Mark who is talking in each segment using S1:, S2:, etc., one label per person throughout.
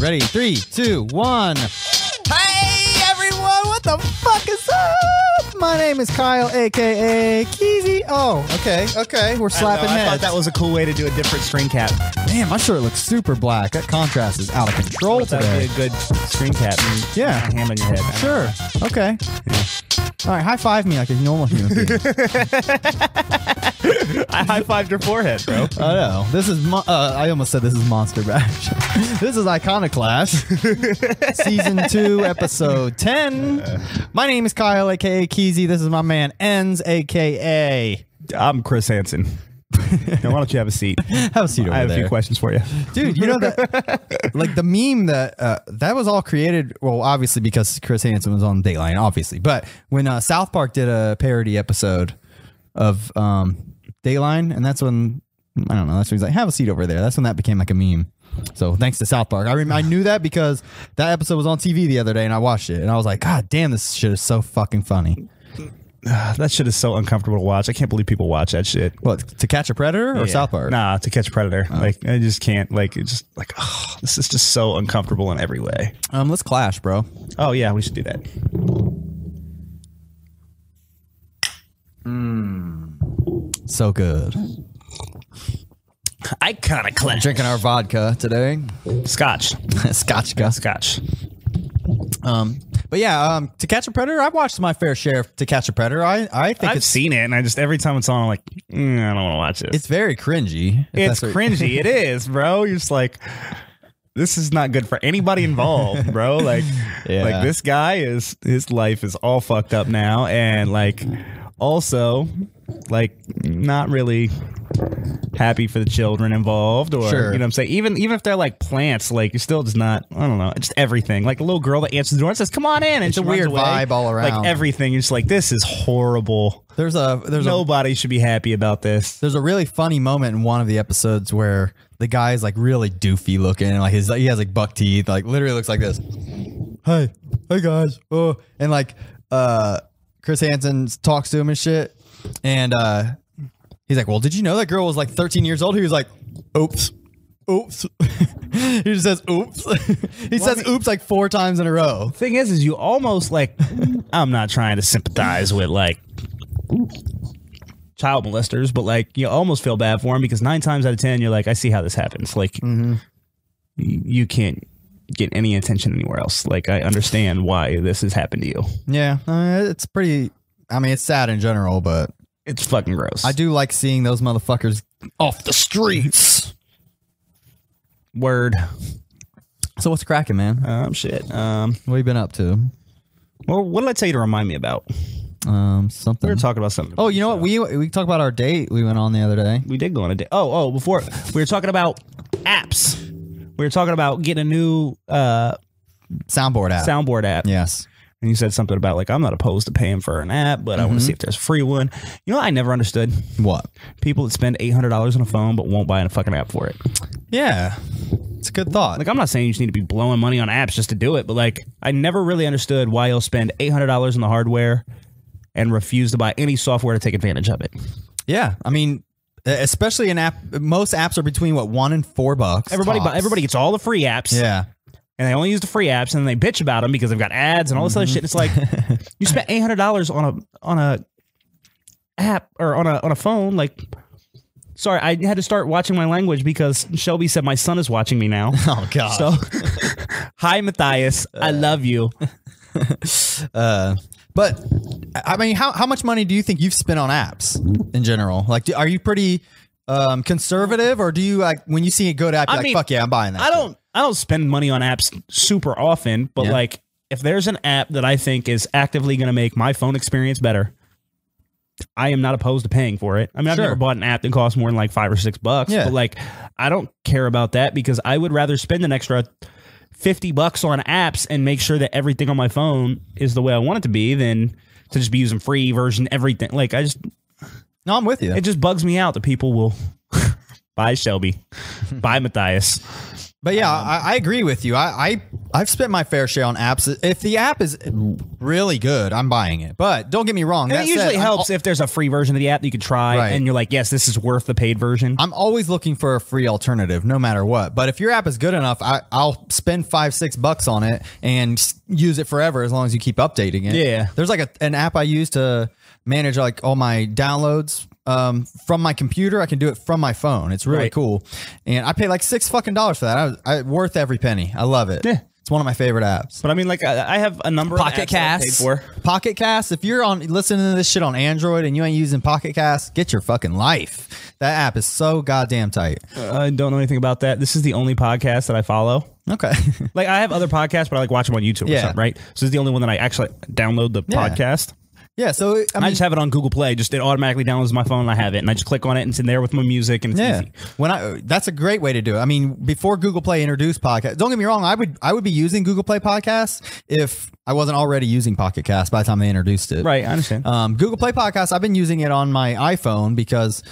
S1: Ready? Three, two, one. Hey, everyone! What the fuck is up? My name is Kyle, aka Keezy. Oh, okay, okay. We're slapping
S2: I, know, I
S1: heads.
S2: thought that was a cool way to do a different screen cap.
S1: Damn, my shirt looks super black. That contrast is out of control
S2: That'd
S1: today.
S2: be a good screen cap. and
S1: Yeah.
S2: a Ham on your head.
S1: Sure. Okay. All right. High five me like a normal human being.
S2: I high fived your forehead, bro.
S1: I know. This is. Mo- uh, I almost said this is Monster Bash. this is Iconoclash, season two, episode ten. My name is Kyle, aka Keezy. This is my man Enz, aka.
S2: I'm Chris Hansen. now, why don't you have a seat?
S1: Have a seat over
S2: I have
S1: there.
S2: a few questions for you.
S1: dude. You know that, like the meme that uh, that was all created. Well, obviously because Chris Hansen was on Dateline, obviously. But when uh, South Park did a parody episode of um, Dateline, and that's when I don't know. That's when he's like, "Have a seat over there." That's when that became like a meme. So thanks to South Park, I rem- I knew that because that episode was on TV the other day, and I watched it, and I was like, "God damn, this shit is so fucking funny."
S2: Ah, That shit is so uncomfortable to watch. I can't believe people watch that shit.
S1: What to catch a predator or
S2: Yeah.
S1: South Park?
S2: Nah, to catch a predator. Like I just can't. Like it's just like oh, this is just so uncomfortable in every way.
S1: Um, let's clash, bro.
S2: Oh yeah, we should do that.
S1: So good.
S2: I kind of clench.
S1: Drinking our vodka today,
S2: Scotch.
S1: Scotch Gus.
S2: Scotch.
S1: Um, but yeah, um, To Catch a Predator, I've watched my fair share of To Catch a Predator. I, I think
S2: I've
S1: it's
S2: seen it, and I just every time it's on, I'm like, mm, I don't want to watch this.
S1: it's very cringy. if
S2: It's
S1: that's what-
S2: cringy. it is, bro. You're just like, this is not good for anybody involved, bro. Like,
S1: Yeah.
S2: like this guy is his life is all fucked up now, and like, also, like, not really happy for the children involved, or
S1: Sure.
S2: you know what I'm saying. Even even if they're like plants, like you're still just not. I don't know. Just everything. Like the little girl that answers the door and says, "Come on in," and
S1: It's
S2: she
S1: a
S2: runs
S1: weird
S2: away.
S1: vibe all around.
S2: Like everything. You're just like, this is horrible.
S1: There's a there's a
S2: Nobody should be happy about this.
S1: there's a really funny moment in one of the episodes where the guy is like really doofy looking, like his he has like buck teeth, like literally looks like this. Hey, hey guys, oh, and like uh, Chris Hansen talks to him and shit, and uh, he's like, "Well, did you know that girl was like 13 years old?" He was like, "Oops." Oops. he just says oops. he says oops like four times in a row.
S2: thing is is you almost like i'm not trying to sympathize with like child molesters but like you almost feel bad for them because nine times out of ten you're like i see how this happens like
S1: Mm-hmm.
S2: y- you can't get any attention anywhere else like i understand why this has happened to you
S1: Yeah, uh, it's pretty. I mean, it's sad in general, but
S2: it's fucking gross
S1: I do like seeing those motherfuckers off the streets.
S2: word
S1: So what's cracking, man?
S2: um shit um
S1: What have you been up to?
S2: well what did i tell you to remind me about
S1: Um,
S2: we were
S1: something.
S2: talking about something
S1: oh, you know what? We we talked about our date we went on the other day.
S2: we did go on a date. Oh, oh, before we were talking about apps. We were talking about getting a new uh,
S1: Soundboard app.
S2: soundboard app.
S1: yes.
S2: And you said something about like I'm not opposed to paying for an app, but I want to see if there's a free one. You know, what I never understood
S1: What?
S2: people that spend eight hundred dollars on a phone but won't buy a fucking app for it.
S1: Yeah, it's a good thought.
S2: Like I'm not saying you just need to be blowing money on apps just to do it, but like I never really understood why you'll spend eight hundred dollars on the hardware and refuse to buy any software to take advantage of it.
S1: yeah, I mean, e, especially an app. Most apps are between what one and four bucks.
S2: Everybody, bu-
S1: tops.
S2: everybody gets all the free apps.
S1: Yeah.
S2: and they only use the free apps and they bitch about them because they've got ads and all this other shit. It's like you spent eight hundred dollars on a on a app or on a on a phone. Like, sorry, I had to start watching my language because Shelby said my son is watching me now.
S1: Oh god.
S2: So, hi Matthias, I love you.
S1: Uh, but I mean, how, how much money do you think you've spent on apps in general? Like, do, are you pretty um, conservative, or do you like when you see a good app, you're
S2: I
S1: like,
S2: mean,
S1: fuck yeah, I'm buying that?
S2: I don't I don't spend money on apps super often, but
S1: Yeah.
S2: like if there's an app that I think is actively going to make my phone experience better. I am not opposed to paying for it. I mean, I've
S1: Sure.
S2: never bought an app that costs more than like five or six bucks,
S1: Yeah.
S2: but like, I don't care about that because I would rather spend an extra 50 bucks on apps and make sure that everything on my phone is the way I want it to be than to just be using free version everything. Like, I just,
S1: No, I'm with you.
S2: it just bugs me out that people will buy Shelby, buy Matthias,
S1: But yeah, I, I agree with you. I, I I've spent my fair share on apps. If the app is really good, I'm buying it. But don't get me wrong.
S2: And
S1: that
S2: it usually
S1: said, I'm
S2: helps if there's a free version of the app that you can try,
S1: Right.
S2: and you're like, yes, this is worth the paid version.
S1: I'm always looking for a free alternative, no matter what. But if your app is good enough, I, I'll spend five, six bucks on it and s- use it forever as long as you keep updating it.
S2: Yeah.
S1: There's like a, an app I use to manage like all my downloads um, from my computer. I can do it from my phone. It's really
S2: Right.
S1: cool. And I pay like six fucking dollars for that. I, was- I worth every penny. I love it.
S2: Yeah.
S1: It's one of my favorite apps.
S2: but I mean, like, I, I have a number
S3: Pocket
S2: of apps that I paid
S3: Casts.
S2: for.
S1: Pocket Cast. If you're on listening to this shit on Android and you ain't using Pocket Cast, get your fucking life. That app is so goddamn tight.
S2: I don't know anything about that. This is the only podcast that I follow.
S1: Okay.
S2: Like I have other podcasts, but I like watch them on YouTube or
S1: Yeah.
S2: something, right? So this is the only one that I actually download the
S1: Yeah.
S2: podcast.
S1: Yeah, so I
S2: I
S1: mean,
S2: just have it on Google Play. Just it automatically downloads my phone. and I have it, and I just click on it, and it's in there with my music, and it's
S1: yeah,
S2: easy.
S1: when I that's a great way to do it. I mean, before Google Play introduced podcast, don't get me wrong, I would I would be using Google Play podcasts if I wasn't already using Pocket Cast by the time they introduced it.
S2: Right, I understand.
S1: Um, Google Play podcast, I've been using it on my iPhone because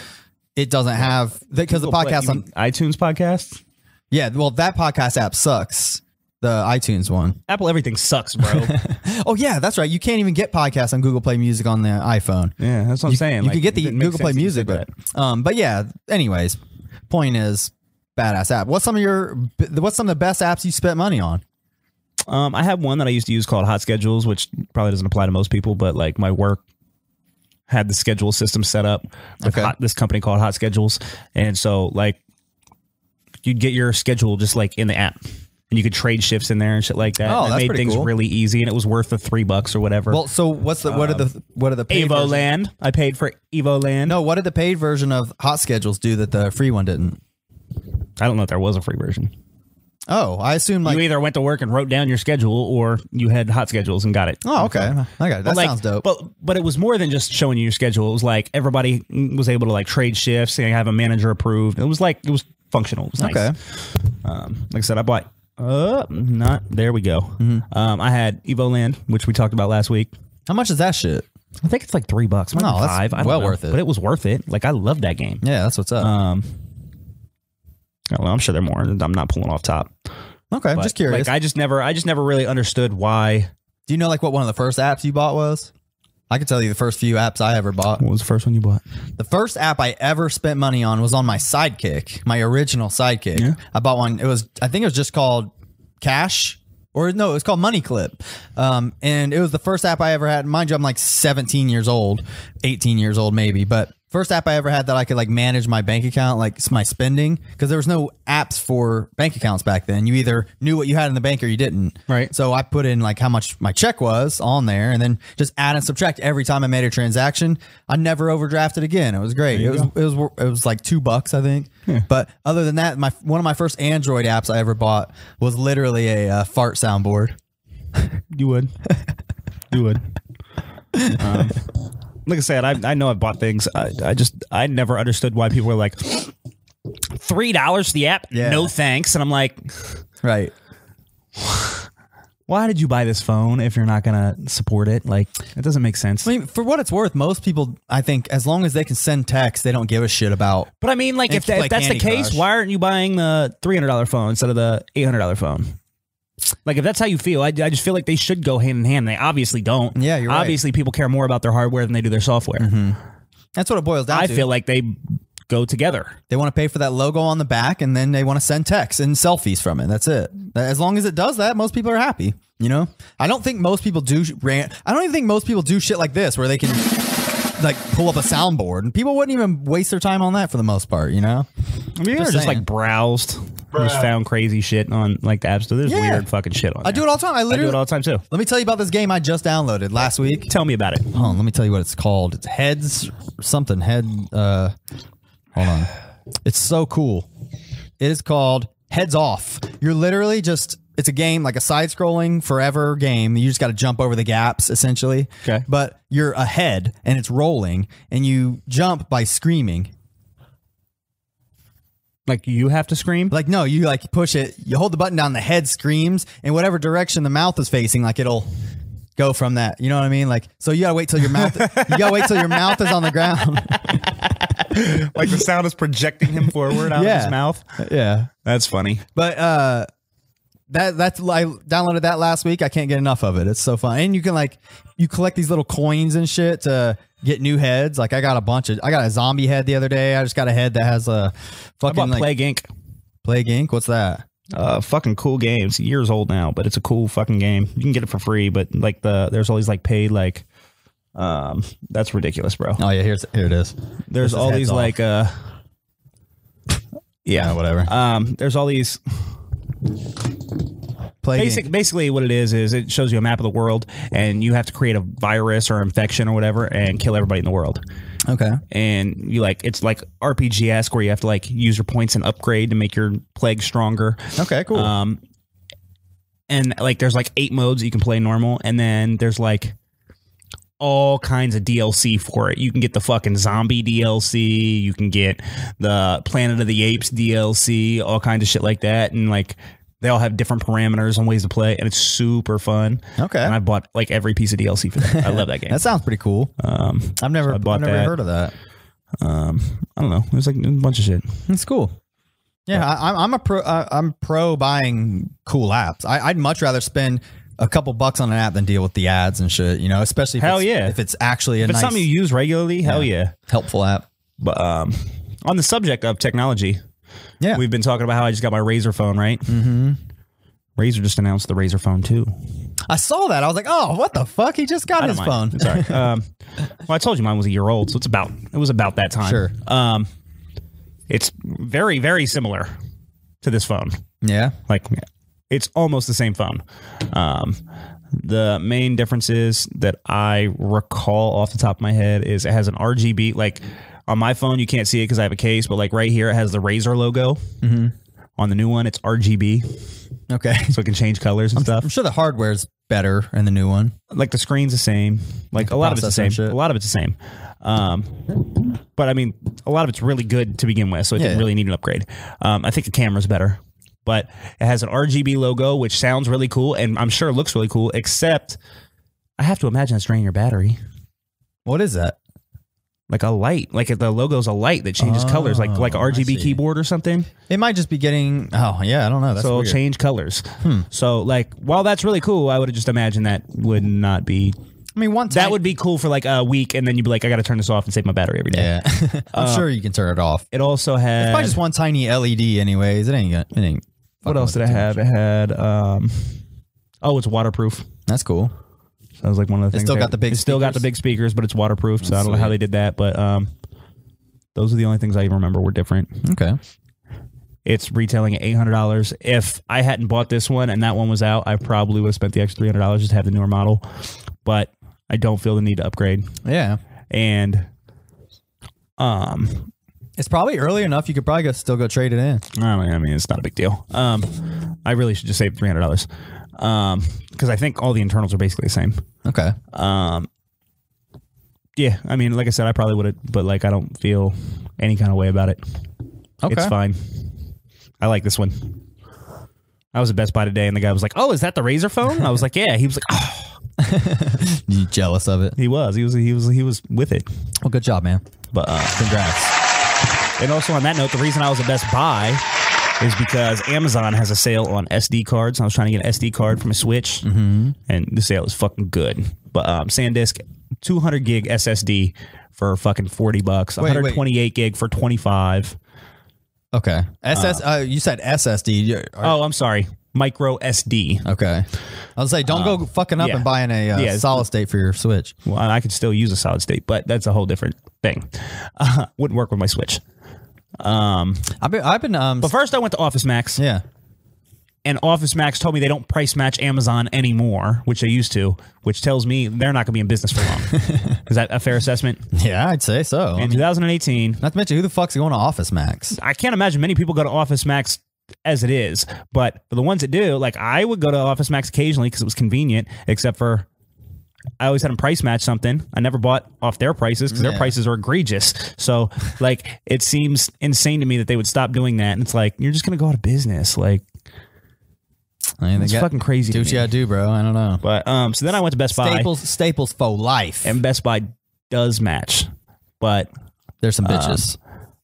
S1: it doesn't have because the
S2: Google Play,
S1: podcast
S2: you
S1: on
S2: mean iTunes podcasts.
S1: yeah, well that podcast app sucks. The iTunes one.
S2: Apple everything sucks, bro.
S1: Oh yeah, that's right. You can't even get podcasts on Google Play Music on the iPhone.
S2: yeah, that's what I'm saying.
S1: You
S2: Like,
S1: could get
S2: it
S1: the
S2: didn't make
S1: Google Play
S2: sense that you
S1: Music,
S2: did
S1: but um, but yeah. Anyways, point is, badass app. What's some of your what's some of the best apps you spent money on?
S2: that. um, I have one that I used to use called Hot Schedules, which probably doesn't apply to most people, but like my work had the schedule system set up with
S1: Okay.
S2: hot, this company called Hot Schedules, and so like you'd get your schedule just like in the app. And you could trade shifts in there and shit like that.
S1: Oh,
S2: and it
S1: that's
S2: made
S1: pretty
S2: things
S1: cool.
S2: really easy, and it was worth the three bucks or whatever.
S1: Well, so what's the what are the what are the paid
S2: Um, Evo
S1: version-
S2: Land. I paid for Evo Land.
S1: No, what did the paid version of Hot Schedules do that the free one didn't?
S2: I don't know if there was a free version.
S1: Oh, I assume like
S2: you either went to work and wrote down your schedule, or you had hot schedules and got it.
S1: oh okay, I got it. That
S2: like,
S1: sounds dope.
S2: But but it was more than just showing you your schedule. It was like everybody was able to like trade shifts and have a manager approved. It was like it was functional. It was nice.
S1: okay,
S2: Um, like I said, I bought. Uh, not there. We go. Um, I had Evo Land, which we talked about last week.
S1: how much is that shit?
S2: I think it's like three bucks. Might be
S1: No, that's
S2: five. I don't
S1: well
S2: know.
S1: worth it.
S2: But it was worth it. Like I love that game.
S1: Yeah, that's what's up.
S2: Um, I don't know, I'm sure they're more. I'm not pulling off top.
S1: okay, I'm
S2: But,
S1: just curious.
S2: Like I just never, I just never really understood why.
S1: do you know like what one of the first apps you bought was? I can tell you the first few apps I ever bought.
S2: What was the first one you bought?
S1: The first app I ever spent money on was on my Sidekick, my original Sidekick. I bought one. It was I think it was just called Cash. Or no, it was called Money Clip, um, and it was the first app I ever had. Mind you, I'm like 17 years old, 18 years old maybe, but first app I ever had that I could like manage my bank account, like s- my spending, because there was no apps for bank accounts back then. You either knew what you had in the bank or you didn't.
S2: Right.
S1: So I put in like how much my check was on there, and then just add and subtract every time I made a transaction. I never overdrafted again. It was great. It was it was wor- it was like two bucks, I think. But other than that, my one of my first Android apps I ever bought was literally a uh, fart soundboard.
S2: You would. you would. Um, like I said, I, I know I've bought things. I, I just I never understood why people were like three dollars for the app.
S1: Yeah.
S2: No thanks. And I'm like,
S1: Right.
S2: why did you buy this phone if you're not gonna support it? Like it doesn't make sense.
S1: I mean, for what it's worth, most people I think as long as they can send text, they don't give a shit about.
S2: But I mean, like if,
S1: It's
S2: that, if
S1: like
S2: that's the
S1: Candy
S2: case,
S1: Crush.
S2: why aren't you buying the three hundred dollar phone instead of the eight hundred dollar phone? Like if that's how you feel, I, I just feel like they should go hand in hand. They obviously don't.
S1: Yeah, you're right.
S2: obviously people care more about their hardware than they do their software.
S1: That's what it boils down
S2: I
S1: to.
S2: feel like they go together.
S1: They want to pay for that logo on the back and then they want to send texts and selfies from it. That's it. As long as it does that, most people are happy. You know, I don't think most people do sh- rant. I don't even think most people do shit like this where they can like pull up a soundboard and people wouldn't even waste their time on that for the most part. You know,
S2: I mean,
S1: Just
S2: just, just
S1: saying.
S2: like browsed, and just found crazy shit on like the app store. There's
S1: Yeah.
S2: weird fucking shit on.
S1: I do it all the time. I
S2: I do
S1: literally
S2: it all the time too.
S1: let me tell you about this game I just downloaded last week.
S2: Tell me about it.
S1: Hold on, let me tell you what it's called. It's Heads something Head. Uh, hold on, it's so cool. It is called Heads Off. You're literally just it's a game like a side-scrolling forever game. You just got to jump over the gaps essentially.
S2: Okay.
S1: but you're ahead and it's rolling, and you jump by screaming.
S2: Like you have to scream.
S1: Like no, you like push it. You hold the button down. The head screams, and whatever direction the mouth is facing, like it'll go from that. You know what I mean? Like so, you gotta wait till your mouth. you gotta wait till your mouth is on the ground.
S2: Like the sound is projecting him forward out
S1: Yeah.
S2: mouth.
S1: Yeah.
S2: That's funny.
S1: But uh that that's I downloaded that last week. I can't get enough of it. It's so fun. And you can like you collect these little coins and shit to get new heads. Like I got a bunch of I got a zombie head the other day. I just got a head that has a
S2: How about
S1: fucking like
S2: Plague Inc?
S1: Plague Inc. What's that?
S2: Uh, fucking cool game. It's years old now, but it's a cool fucking game. You can get it for free, but like the there's all these like paid like, um, that's ridiculous, bro.
S1: Oh yeah, here's here it is.
S2: there's
S1: his
S2: all
S1: head's
S2: these
S1: off.
S2: like uh,
S1: Yeah,
S2: yeah,
S1: Oh, whatever.
S2: um, there's all these
S1: Plague
S2: Basic,
S1: Inc.
S2: basically, what it is is it shows you a map of the world, and you have to create a virus or infection or whatever, and kill everybody in the world.
S1: Okay.
S2: And you like it's like RPG esque where you have to like use your points and upgrade to make your plague stronger.
S1: Okay, cool.
S2: Um, and like there's like eight modes you can play normal, and then there's like all kinds of DLC for it. You can get the fucking zombie DLC, you can get the Planet of the Apes DLC, all kinds of shit like that, and like they all have different parameters and ways to play, and it's super fun.
S1: okay.
S2: And I bought like every piece of DLC for that. I love that game.
S1: that sounds pretty cool.
S2: Um,
S1: I've never
S2: I
S1: I've
S2: bought
S1: never
S2: that.
S1: heard of that.
S2: um, I don't know. There's like a bunch of shit.
S1: It's cool. Yeah, I, I'm- I'm a pro. I, I'm pro buying cool apps. I, I'd much rather spend a couple bucks on an app than deal with the ads and shit. You know, especially if
S2: Hell
S1: it's,
S2: yeah.
S1: if it's actually a
S2: If it's
S1: nice,
S2: something you use regularly, hell yeah.
S1: helpful app.
S2: But um, on the subject of technology,
S1: Yeah,
S2: We've been talking about how I just got my Razer phone, right? Mm-hmm. Razer just announced the Razer phone too.
S1: I saw that. I was like, oh, what the fuck? He just got his
S2: Never mind.
S1: phone.
S2: Sorry. Um, well, I told you mine was a year old, so it's about it was about that time.
S1: Sure.
S2: Um, it's very very similar to this phone.
S1: Yeah.
S2: Like it's almost the same phone. Um, the main difference is that I recall off the top of my head is it has an RGB like on my phone you can't see it because I have a case, but like right here it has the Razer logo. On the new one, it's RGB.
S1: Okay.
S2: so it can change colors and
S1: I'm
S2: stuff.
S1: sure the hardware's better in the new one.
S2: Like the screen's the same. Like a lot of it's the
S1: processor
S2: same.
S1: and shit.
S2: A lot of it's the same. Um, but I mean, a lot of it's really good to begin with, so it
S1: Yeah.
S2: didn't really need an upgrade. Um, I think the camera's better, but it has an RGB logo, which sounds really cool, and I'm sure looks really cool. Except, I have to imagine it's draining your battery.
S1: What is that?
S2: Like a light, like if the logo's a light that changes colors, like like a
S1: Oh, I
S2: RGB
S1: see.
S2: keyboard or something.
S1: It might just be getting. Oh yeah, I don't know. That's
S2: so it'll
S1: weird. Hmm.
S2: change colors. So like, while that's really cool, I would have just imagined that would not be
S1: I mean, one
S2: That
S1: time-
S2: would be cool for like a week, and then you'd be like, I got to turn this off and save my battery every day.
S1: Yeah. I'm
S2: Uh,
S1: sure you can turn it off.
S2: It also had.
S1: Probably just one tiny LED, anyways. It ain't. gonna- It ain't.
S2: what else did it have? It had. Um, oh, it's waterproof.
S1: That's cool.
S2: That was like one of the things.
S1: still
S2: they-
S1: got the big
S2: It's still got the
S1: speakers?
S2: big speakers, but it's waterproof. So I don't know how they did that, but um, those are the only things I even remember were different.
S1: Okay.
S2: It's retailing at eight hundred dollars. If I hadn't bought this one and that one was out, I probably would have spent the extra three hundred dollars just to have the newer model. But I don't feel the need to upgrade,
S1: Yeah.
S2: and um,
S1: It's probably early enough. You could probably go, still go trade it in.
S2: I mean, I mean, it's not a big deal. Um, I really should just save three hundred dollars, um, because I think all the internals are basically the same.
S1: Okay.
S2: Um, yeah, I mean, like I said, I probably would have, but like, I don't feel any kind of way about it.
S1: Okay.
S2: It's fine. I like this one. I was at Best Buy today, and the guy was like, "Oh, is that the Razor phone?" I was like, "Yeah." He was like, "Oh,
S1: You jealous of it?
S2: he was, he was, he was, he was with it."
S1: Well, good job, man.
S2: But uh,
S1: Congrats.
S2: And also on that note, the reason I was at Best Buy is because Amazon has a sale on SD cards. I was trying to get an SD card from a Switch,
S1: Mm-hmm.
S2: and the sale is fucking good. But um, SanDisk, 200 gig SSD for fucking 40 bucks,
S1: wait.
S2: 128 gig for 25.
S1: Okay. SS. Uh, you said SSD. You- are-
S2: Oh, I'm sorry, micro SD.
S1: Okay. I was like, don't go fucking up
S2: uh, yeah.
S1: and buying a uh,
S2: Yeah, it's-
S1: solid state for your Switch.
S2: Well, I could still use a solid state, but that's a whole different thing. Uh, wouldn't work with my Switch. Um,
S1: I've been. I've been. Um.
S2: but first, I went to Office Max.
S1: yeah.
S2: and Office Max told me they don't price match Amazon anymore, which they used to, which tells me they're not going to be in business for long. Is that a fair assessment?
S1: Yeah, I'd say so.
S2: In 2018,
S1: Not to mention, who the fuck's going to Office Max?
S2: I can't imagine many people go to Office Max as it is, but for the ones that do, like I would go to Office Max occasionally because it was convenient, except for I always had them price match something. I never bought off their prices because their
S1: Yeah.
S2: prices are egregious. So, like, it seems insane to me that they would stop doing that. And it's like, you're just going to go out of business. Like,
S1: I mean, they
S2: it's
S1: got-
S2: fucking crazy.
S1: Do
S2: to
S1: what
S2: me.
S1: you gotta do, bro. I don't know.
S2: But um, so then I went to Best Buy.
S1: Staples. Staples for life.
S2: and Best Buy does match, but Uh,
S1: There's some bitches.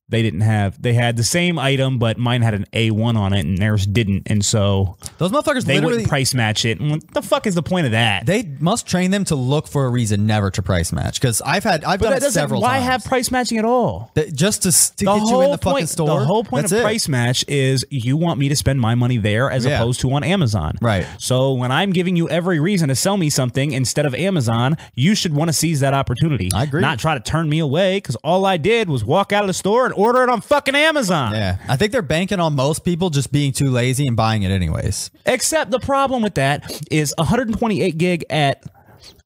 S2: they didn't have. They had the same item, but mine had an A1 on it and theirs didn't. And so
S1: Those motherfuckers
S2: they
S1: literally
S2: wouldn't price match it. And what the fuck is the point of that?
S1: they must train them to look for a reason never to price match because I've had I've
S2: but
S1: done
S2: that
S1: it
S2: doesn't.
S1: several
S2: Why
S1: times.
S2: have price matching at all?
S1: That- just to, s- to
S2: The
S1: get you in
S2: whole
S1: the fucking
S2: point,
S1: store.
S2: the whole point
S1: that's
S2: of
S1: it.
S2: price match is you want me to spend my money there as
S1: Yeah.
S2: opposed to on Amazon.
S1: Right.
S2: So when I'm giving you every reason to sell me something instead of Amazon, you should want to seize that opportunity.
S1: I agree.
S2: Not try to turn me away because all I did was walk out of the store and order it on fucking Amazon.
S1: Yeah, I think they're banking on most people just being too lazy and buying it anyways.
S2: Except the problem with that is 128 gig at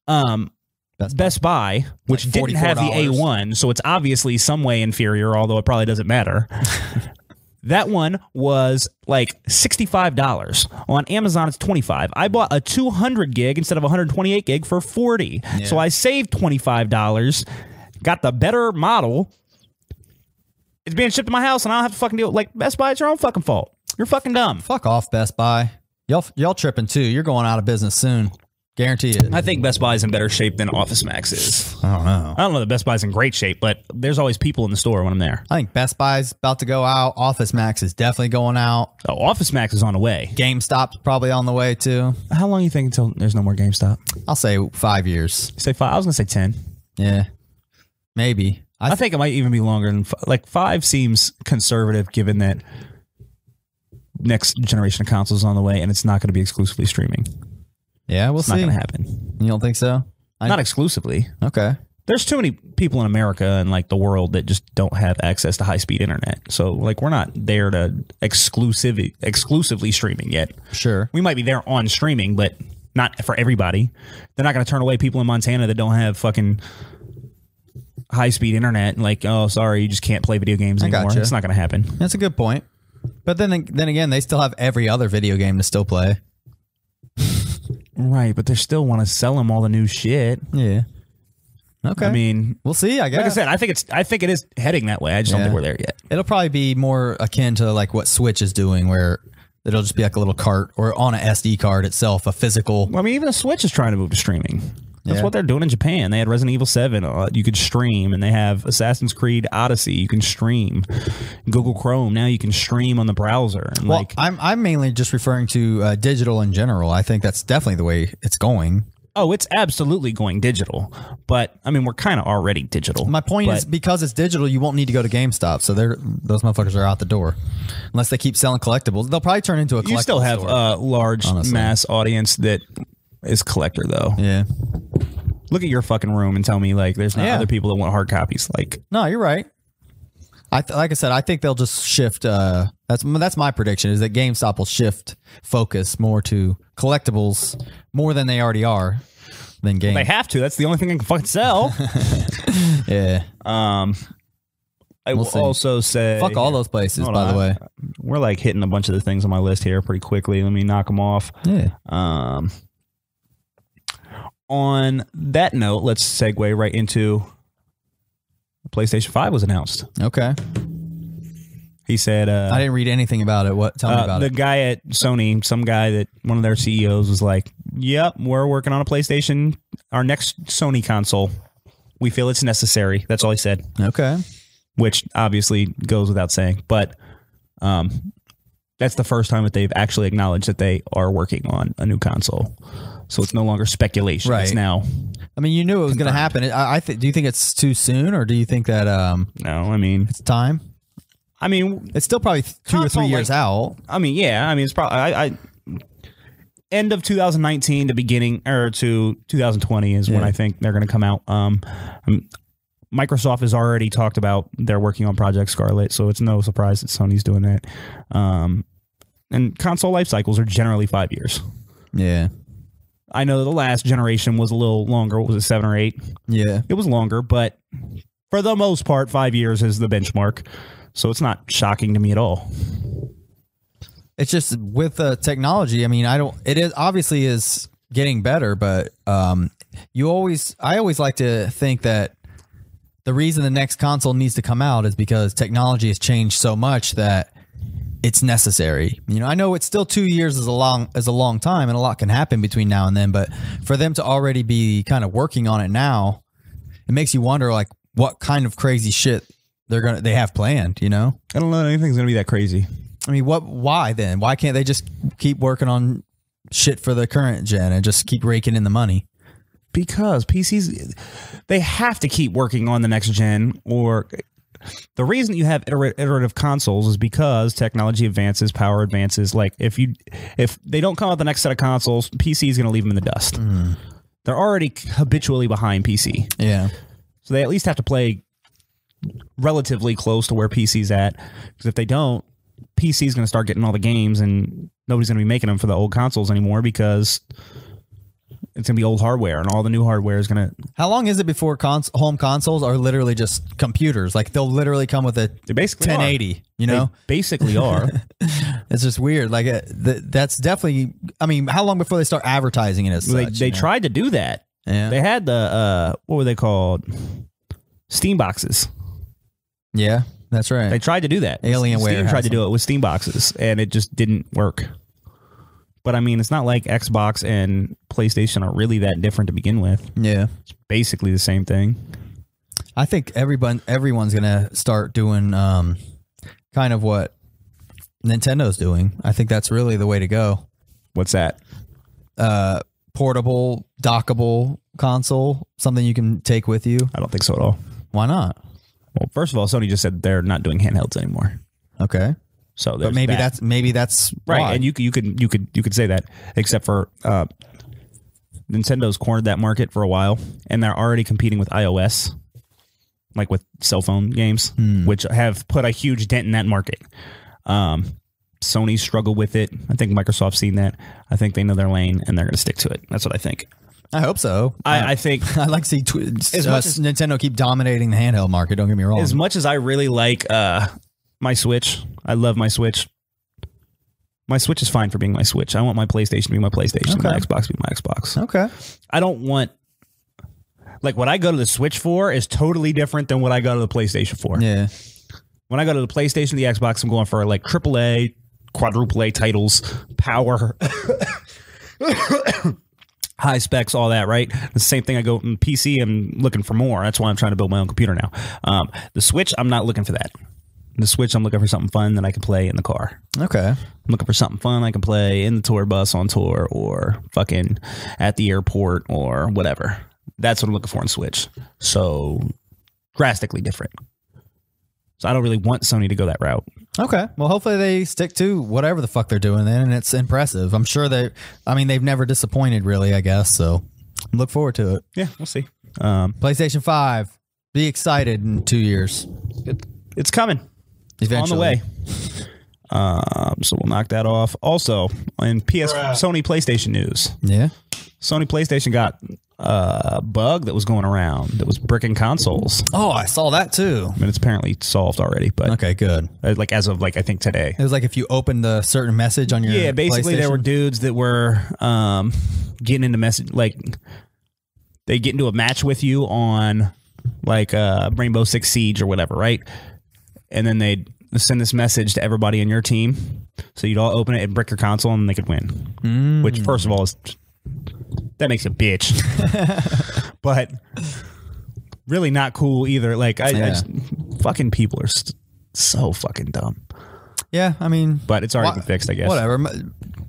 S2: um
S1: Best
S2: Best, Buy, which
S1: Like
S2: didn't have the
S1: $44.
S2: A1, so it's obviously some way inferior, although it probably doesn't matter. that one was like $65. On Amazon it's 25. I bought a 200 gig instead of 128 gig for 40. So I saved $25, got the better model. It's being shipped to my house and I don't have to fucking deal with like Best Buy it's your own fucking fault. You're fucking dumb.
S1: Fuck off, Best Buy. Y'all, y'all tripping too. You're going out of business soon. Guarantee it.
S2: I think Best Buy's in better shape than Office Max is.
S1: I don't know.
S2: I don't know that Best Buy's in great shape, but there's always people in the store when I'm there.
S1: I think Best Buy's about to go out. Office Max is definitely going out.
S2: Oh, Office Max is on the way.
S1: GameStop's probably on the way too.
S2: How long you think until there's no more GameStop?
S1: I'll say five years.
S2: Say five. I was gonna say ten.
S1: Yeah, maybe. I,
S2: I think it might even be longer than five. like five seems conservative given that next generation of consoles is on the way and it's not going to be exclusively streaming.
S1: yeah, we'll
S2: It's not
S1: see.
S2: going to happen.
S1: You don't think so? I-
S2: not exclusively.
S1: Okay.
S2: There's too many people in America and like the world that just don't have access to high speed internet. So like we're not there to exclusive exclusively streaming yet.
S1: Sure.
S2: we might be there on streaming, but not for everybody. They're not going to turn away people in Montana that don't have fucking high speed internet. And like, oh, sorry, you just can't play video games anymore.
S1: gotcha.
S2: It's not going to happen.
S1: That's a good point. But then then again, they still have every other video game to still play.
S2: Right, but they still want to sell them all the new shit.
S1: Yeah. Okay.
S2: I mean,
S1: we'll see. I guess.
S2: like I said, I think it's I think it is heading that way. I just don't
S1: Yeah.
S2: think we're there yet.
S1: It'll probably be more akin to like what Switch is doing, where it'll just be like a little cart or on a SD card itself, a physical.
S2: Well, I mean, even the Switch is trying to move to streaming. That's
S1: Yeah.
S2: what they're doing in Japan. They had Resident Evil 7 uh, you could stream, and they have Assassin's Creed Odyssey you can stream. Google Chrome now you can stream on the browser. And
S1: Well,
S2: like
S1: I'm I'm mainly just referring to uh, digital in general. I think that's definitely the way it's going.
S2: Oh, it's absolutely going digital. But I mean, we're kind of already digital.
S1: My point is because it's digital, you won't need to go to GameStop. So they're those motherfuckers are out the door, unless they keep selling collectibles. They'll probably turn into a. Collectible
S2: you still have
S1: store.
S2: a large mass audience that is collector though.
S1: yeah.
S2: Look at your fucking room and tell me like there's not
S1: Yeah.
S2: other people that want hard copies. Like
S1: No, you're right. I th- like I said, I think they'll just shift. Uh, that's that's my prediction is that GameStop will shift focus more to collectibles more than they already are than games.
S2: they have to. That's the only thing I can fucking sell.
S1: yeah,
S2: um, I will
S1: see.
S2: also say
S1: fuck all those places.
S2: Hold
S1: by
S2: on.
S1: the way,
S2: We're like hitting a bunch of the things on my list here pretty quickly. Let me knock them off.
S1: yeah,
S2: Um, on that note, let's segue right into PlayStation Five was announced.
S1: okay.
S2: He said
S1: I
S2: uh,
S1: didn't read anything about it. What? Tell me
S2: uh,
S1: about
S2: the
S1: it.
S2: guy at Sony, some guy that one of their CEOs was like, "Yep, we're working on a PlayStation, our next Sony console. We feel it's necessary." That's all he said,
S1: Okay,
S2: which obviously goes without saying, but um. That's the first time that they've actually acknowledged that they are working on a new console. So it's no longer speculation. It's
S1: Right.
S2: now
S1: I mean, you knew it was going to happen. I, I th- do you think it's too soon, or do you think that um,
S2: No, I mean,
S1: it's time?
S2: I mean,
S1: It's still probably th- two or
S2: Console,
S1: three years
S2: like-
S1: out.
S2: I mean, yeah, I mean, it's probably I, I end of 2019 to beginning or to 2020 is when
S1: Yeah.
S2: I think they're going to come out. Um, um, Microsoft has already talked about they're working on Project Scarlet, so it's no surprise that Sony's doing that. Um, and console life cycles are generally five years.
S1: Yeah,
S2: I know the last generation was a little longer. What was it, seven or eight?
S1: yeah.
S2: it was longer, but for the most part, five years is the benchmark. So it's not shocking to me at all.
S1: it's just with uh, technology i mean i don't it is obviously is getting better but um you always i always like to think that the reason the next console needs to come out is because technology has changed so much that it's necessary you know i know it's still two years is a long is a long time and a lot can happen between now and then but for them to already be kind of working on it now it makes you wonder like what kind of crazy shit they're gonna they have planned. You know,
S2: I don't know that anything's gonna be that crazy.
S1: I mean, what? Why then? Why can't they just keep working on shit for the current gen and just keep raking in the money?
S2: because PCs they have to keep working on the next gen or the reason you have iter- iterative consoles is because technology advances, power advances. Like if you if they don't come out the next set of consoles, PC is going to leave them in the dust. They're already habitually behind PC.
S1: Yeah,
S2: So they at least have to play relatively close to where PC's at. Because if they don't, PC's going to start getting all the games and nobody's going to be making them for the old consoles anymore because it's going to be old hardware and all the new hardware is going to.
S1: How long is it before cons- home consoles are literally just computers? Like they'll literally come with a
S2: They basically are.
S1: 1080. You
S2: They
S1: know,
S2: basically are.
S1: it's just weird. Like uh, th- that's definitely. I mean, how long before they start advertising it as
S2: they
S1: such?
S2: they
S1: you know?
S2: tried to do that.
S1: Yeah.
S2: They had the uh, what were they called? Steam boxes.
S1: yeah, that's right.
S2: They tried to do that.
S1: Alienware
S2: Steam
S1: has
S2: tried to
S1: them.
S2: do it with Steam boxes, and it just didn't work. But I mean, it's not like Xbox and PlayStation are really that different to begin with.
S1: yeah.
S2: Basically, the same thing.
S1: I think everyone everyone's gonna start doing um, kind of what Nintendo's doing. I think that's really the way to go.
S2: What's that?
S1: Uh, portable, dockable console, something you can take with you.
S2: I don't think so at all.
S1: Why not?
S2: Well, first of all, Sony just said they're not doing handhelds anymore.
S1: Okay,
S2: So,
S1: but maybe that's maybe that's
S2: right.
S1: why.
S2: And you c- you could you could you could say that, except for uh, Nintendo's cornered that market for a while, and they're already competing with iOS, like with cell phone games,
S1: Hmm.
S2: which have put a huge dent in that market. Um, Sony struggled with it. I think Microsoft's seen that. I think they know their lane, and they're going to stick to it. That's what I think.
S1: I hope so.
S2: I, I think
S1: I'd like to see tw- uh,
S2: much as-
S1: Nintendo keep dominating the handheld market. Don't get me wrong.
S2: as much as I really like uh, my Switch, I love my Switch. My Switch is fine for being my Switch. I want my PlayStation to be my PlayStation, my
S1: Okay.
S2: Xbox to be my Xbox.
S1: okay.
S2: I don't want like what I go to the Switch for is totally different than what I go to the PlayStation for.
S1: Yeah.
S2: When I go to the PlayStation, the Xbox, I'm going for like AAA, quadruple A titles, power, high specs, all that. Right. The same thing. I go in PC. I'm looking for more. That's why I'm trying to build my own computer now. Um, the Switch, I'm not looking for that. The Switch, I'm looking for something fun that I can play in the car.
S1: Okay.
S2: I'm looking for something fun I can play in the tour bus on tour or fucking at the airport or whatever. That's what I'm looking for in Switch. So drastically different. So I don't really want Sony to go that route.
S1: Okay. Well, hopefully they stick to whatever the fuck they're doing then, and it's impressive. I'm sure they. I mean, they've never disappointed, really. I guess so. Look forward to it.
S2: Yeah, we'll see. Um,
S1: PlayStation Five. Be excited in two years.
S2: it's coming
S1: Eventually.
S2: on the way. Um, so we'll knock that off. Also, in PS Sony PlayStation news,
S1: Yeah.
S2: Sony PlayStation got a bug that was going around that was bricking consoles.
S1: Oh, I saw that too.
S2: I mean, it's apparently solved already, but
S1: Okay. Good.
S2: uh, like as of like I think today,
S1: It was like if you opened a certain message on your
S2: yeah basically there were
S1: PlayStation.
S2: dudes that were um getting into message like they get into a match with you on like uh rainbow six siege or whatever right and then they'd send this message to everybody in your team so you'd all open it and brick your console and they could win
S1: Hmm.
S2: which first of all is that makes you a bitch but really not cool either like i, I
S1: Yeah.
S2: just fucking people are st- so fucking dumb
S1: yeah. I mean,
S2: but it's already
S1: Wha-
S2: been fixed i guess
S1: whatever.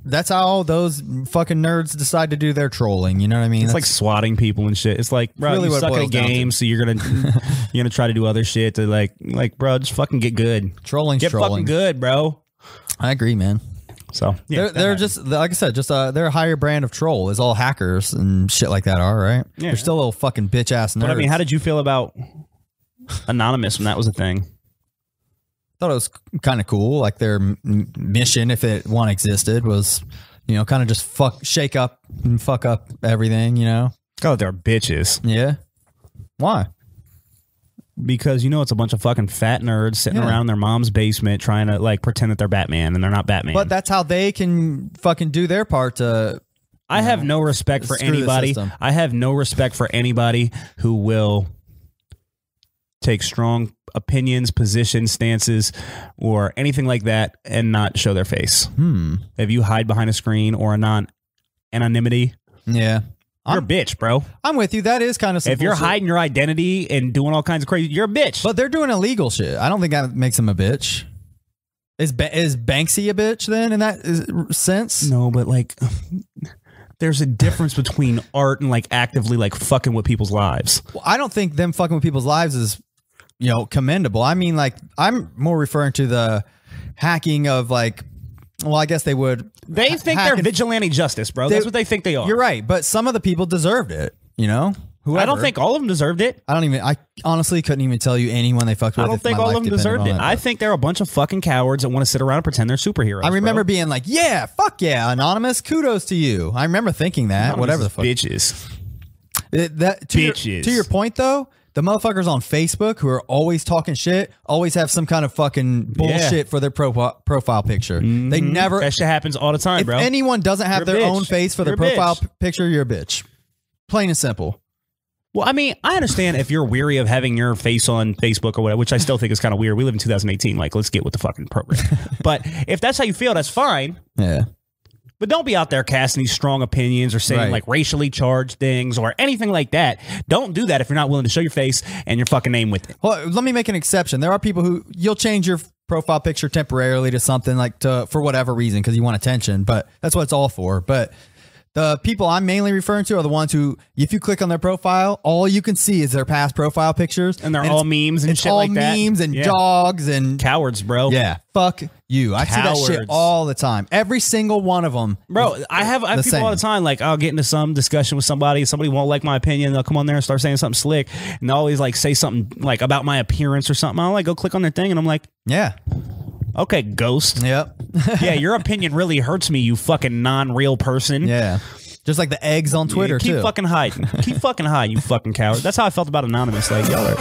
S1: That's how those fucking nerds decide to do their trolling. You know what I mean?
S2: It's like swatting people and shit. It's like, bro,
S1: Really
S2: you
S1: what it
S2: suck at a
S1: boils down
S2: game, so you're gonna you're gonna try to do other shit to like like, bro, just fucking get good,
S1: trolling.
S2: get
S1: trolling.
S2: fucking good, bro.
S1: I agree, man.
S2: So
S1: they're
S2: yeah, that
S1: they're
S2: happened.
S1: just like I said, just uh, they're a higher brand of troll. Is all hackers and shit like that are right.
S2: Yeah.
S1: They're still little fucking bitch ass nerds.
S2: But I mean, how did you feel about anonymous when that was a thing?
S1: thought it was kind of cool. Like their m- m- mission, if it one existed, was you know kind of just fuck, shake up, and fuck up everything. You know,
S2: God, they're bitches
S1: yeah. Why?
S2: because you know it's a bunch of fucking fat nerds sitting
S1: Yeah.
S2: around in their mom's basement trying to like pretend that they're Batman and they're not Batman.
S1: But that's how they can fucking do their part to.
S2: I have no respect for
S1: Screw the
S2: anybody.
S1: system.
S2: I have no respect for anybody who will take strong opinions, positions, stances, or anything like that and not show their face.
S1: Hmm.
S2: If you hide behind a screen or a non anonymity,
S1: Yeah.
S2: You're a bitch, bro.
S1: I'm with you. That is kind of
S2: If you're hiding your identity and doing all kinds of crazy, you're a bitch.
S1: but they're doing illegal shit. I don't think that makes them a bitch. Is ba- is Banksy a bitch then in that is, sense?
S2: no, but like, there's a difference between art and like actively like fucking with people's lives.
S1: Well, I don't think them fucking with people's lives is, you know, commendable. I mean, like, I'm more referring to the hacking of like, well, I guess they would.
S2: They think they're
S1: hacking-
S2: vigilante justice, bro. That's what they think they are.
S1: You're right, but some of the people deserved it. You know, whoever.
S2: I don't think all of them deserved it.
S1: I don't even. I honestly couldn't even tell you anyone they fucked with.
S2: I don't
S1: if
S2: think
S1: my
S2: all
S1: life
S2: of them
S1: depended
S2: deserved
S1: on
S2: it.
S1: that.
S2: I think they're a bunch of fucking cowards that want to sit around and pretend they're superheroes.
S1: I remember
S2: bro.
S1: being like, "Yeah, fuck yeah, anonymous. Kudos to you." I remember thinking that. whatever the fuck.
S2: bitches.
S1: It- that to Your,
S2: Bitches.
S1: to your point though, the motherfuckers on Facebook who are always talking shit always have some kind of fucking bullshit for their profi- profile picture. They never.
S2: Mm-hmm. That shit happens all the time,
S1: If
S2: bro.
S1: anyone doesn't have
S2: You're
S1: their
S2: a bitch.
S1: own face for their
S2: You're a bitch.
S1: profile p- picture, you're a bitch. Plain and simple.
S2: well, I mean, I understand if you're weary of having your face on Facebook or whatever, which I still think is kind of weird. We live in 2018. Like, let's get with the fucking program. but if that's how you feel, that's fine.
S1: Yeah.
S2: But don't be out there casting these strong opinions or saying
S1: Right.
S2: like racially charged things or anything like that. Don't do that if you're not willing to show your face and your fucking name with it.
S1: Well, let me make an exception. There are people who you'll change your profile picture temporarily to something like to for whatever reason because you want attention, but that's what it's all for. But the people I'm mainly referring to are the ones who, if you click on their profile, all you can see is their past profile pictures,
S2: And they're
S1: it's-
S2: all memes and
S1: it's
S2: shit
S1: all
S2: like that.
S1: memes and
S2: Yeah.
S1: dogs and
S2: Cowards, bro.
S1: yeah, fuck you. I see that shit
S2: Cowards.
S1: all the time. Every single one of them,
S2: Bro, I have I have people
S1: same.
S2: all the time. Like, I'll get into some discussion with somebody. Somebody won't like my opinion. They'll come on there and start saying something slick, and they'll always like say something like about my appearance or something. I'll like go click on their thing, and I'm like,
S1: Yeah.
S2: okay, ghost.
S1: Yep.
S2: yeah, your opinion really hurts me, you fucking non-real person.
S1: yeah. Just like the eggs on Twitter
S2: Keep
S1: too.
S2: fucking hiding. Keep fucking hiding, you fucking coward. That's how I felt about Anonymous. Like, y'all are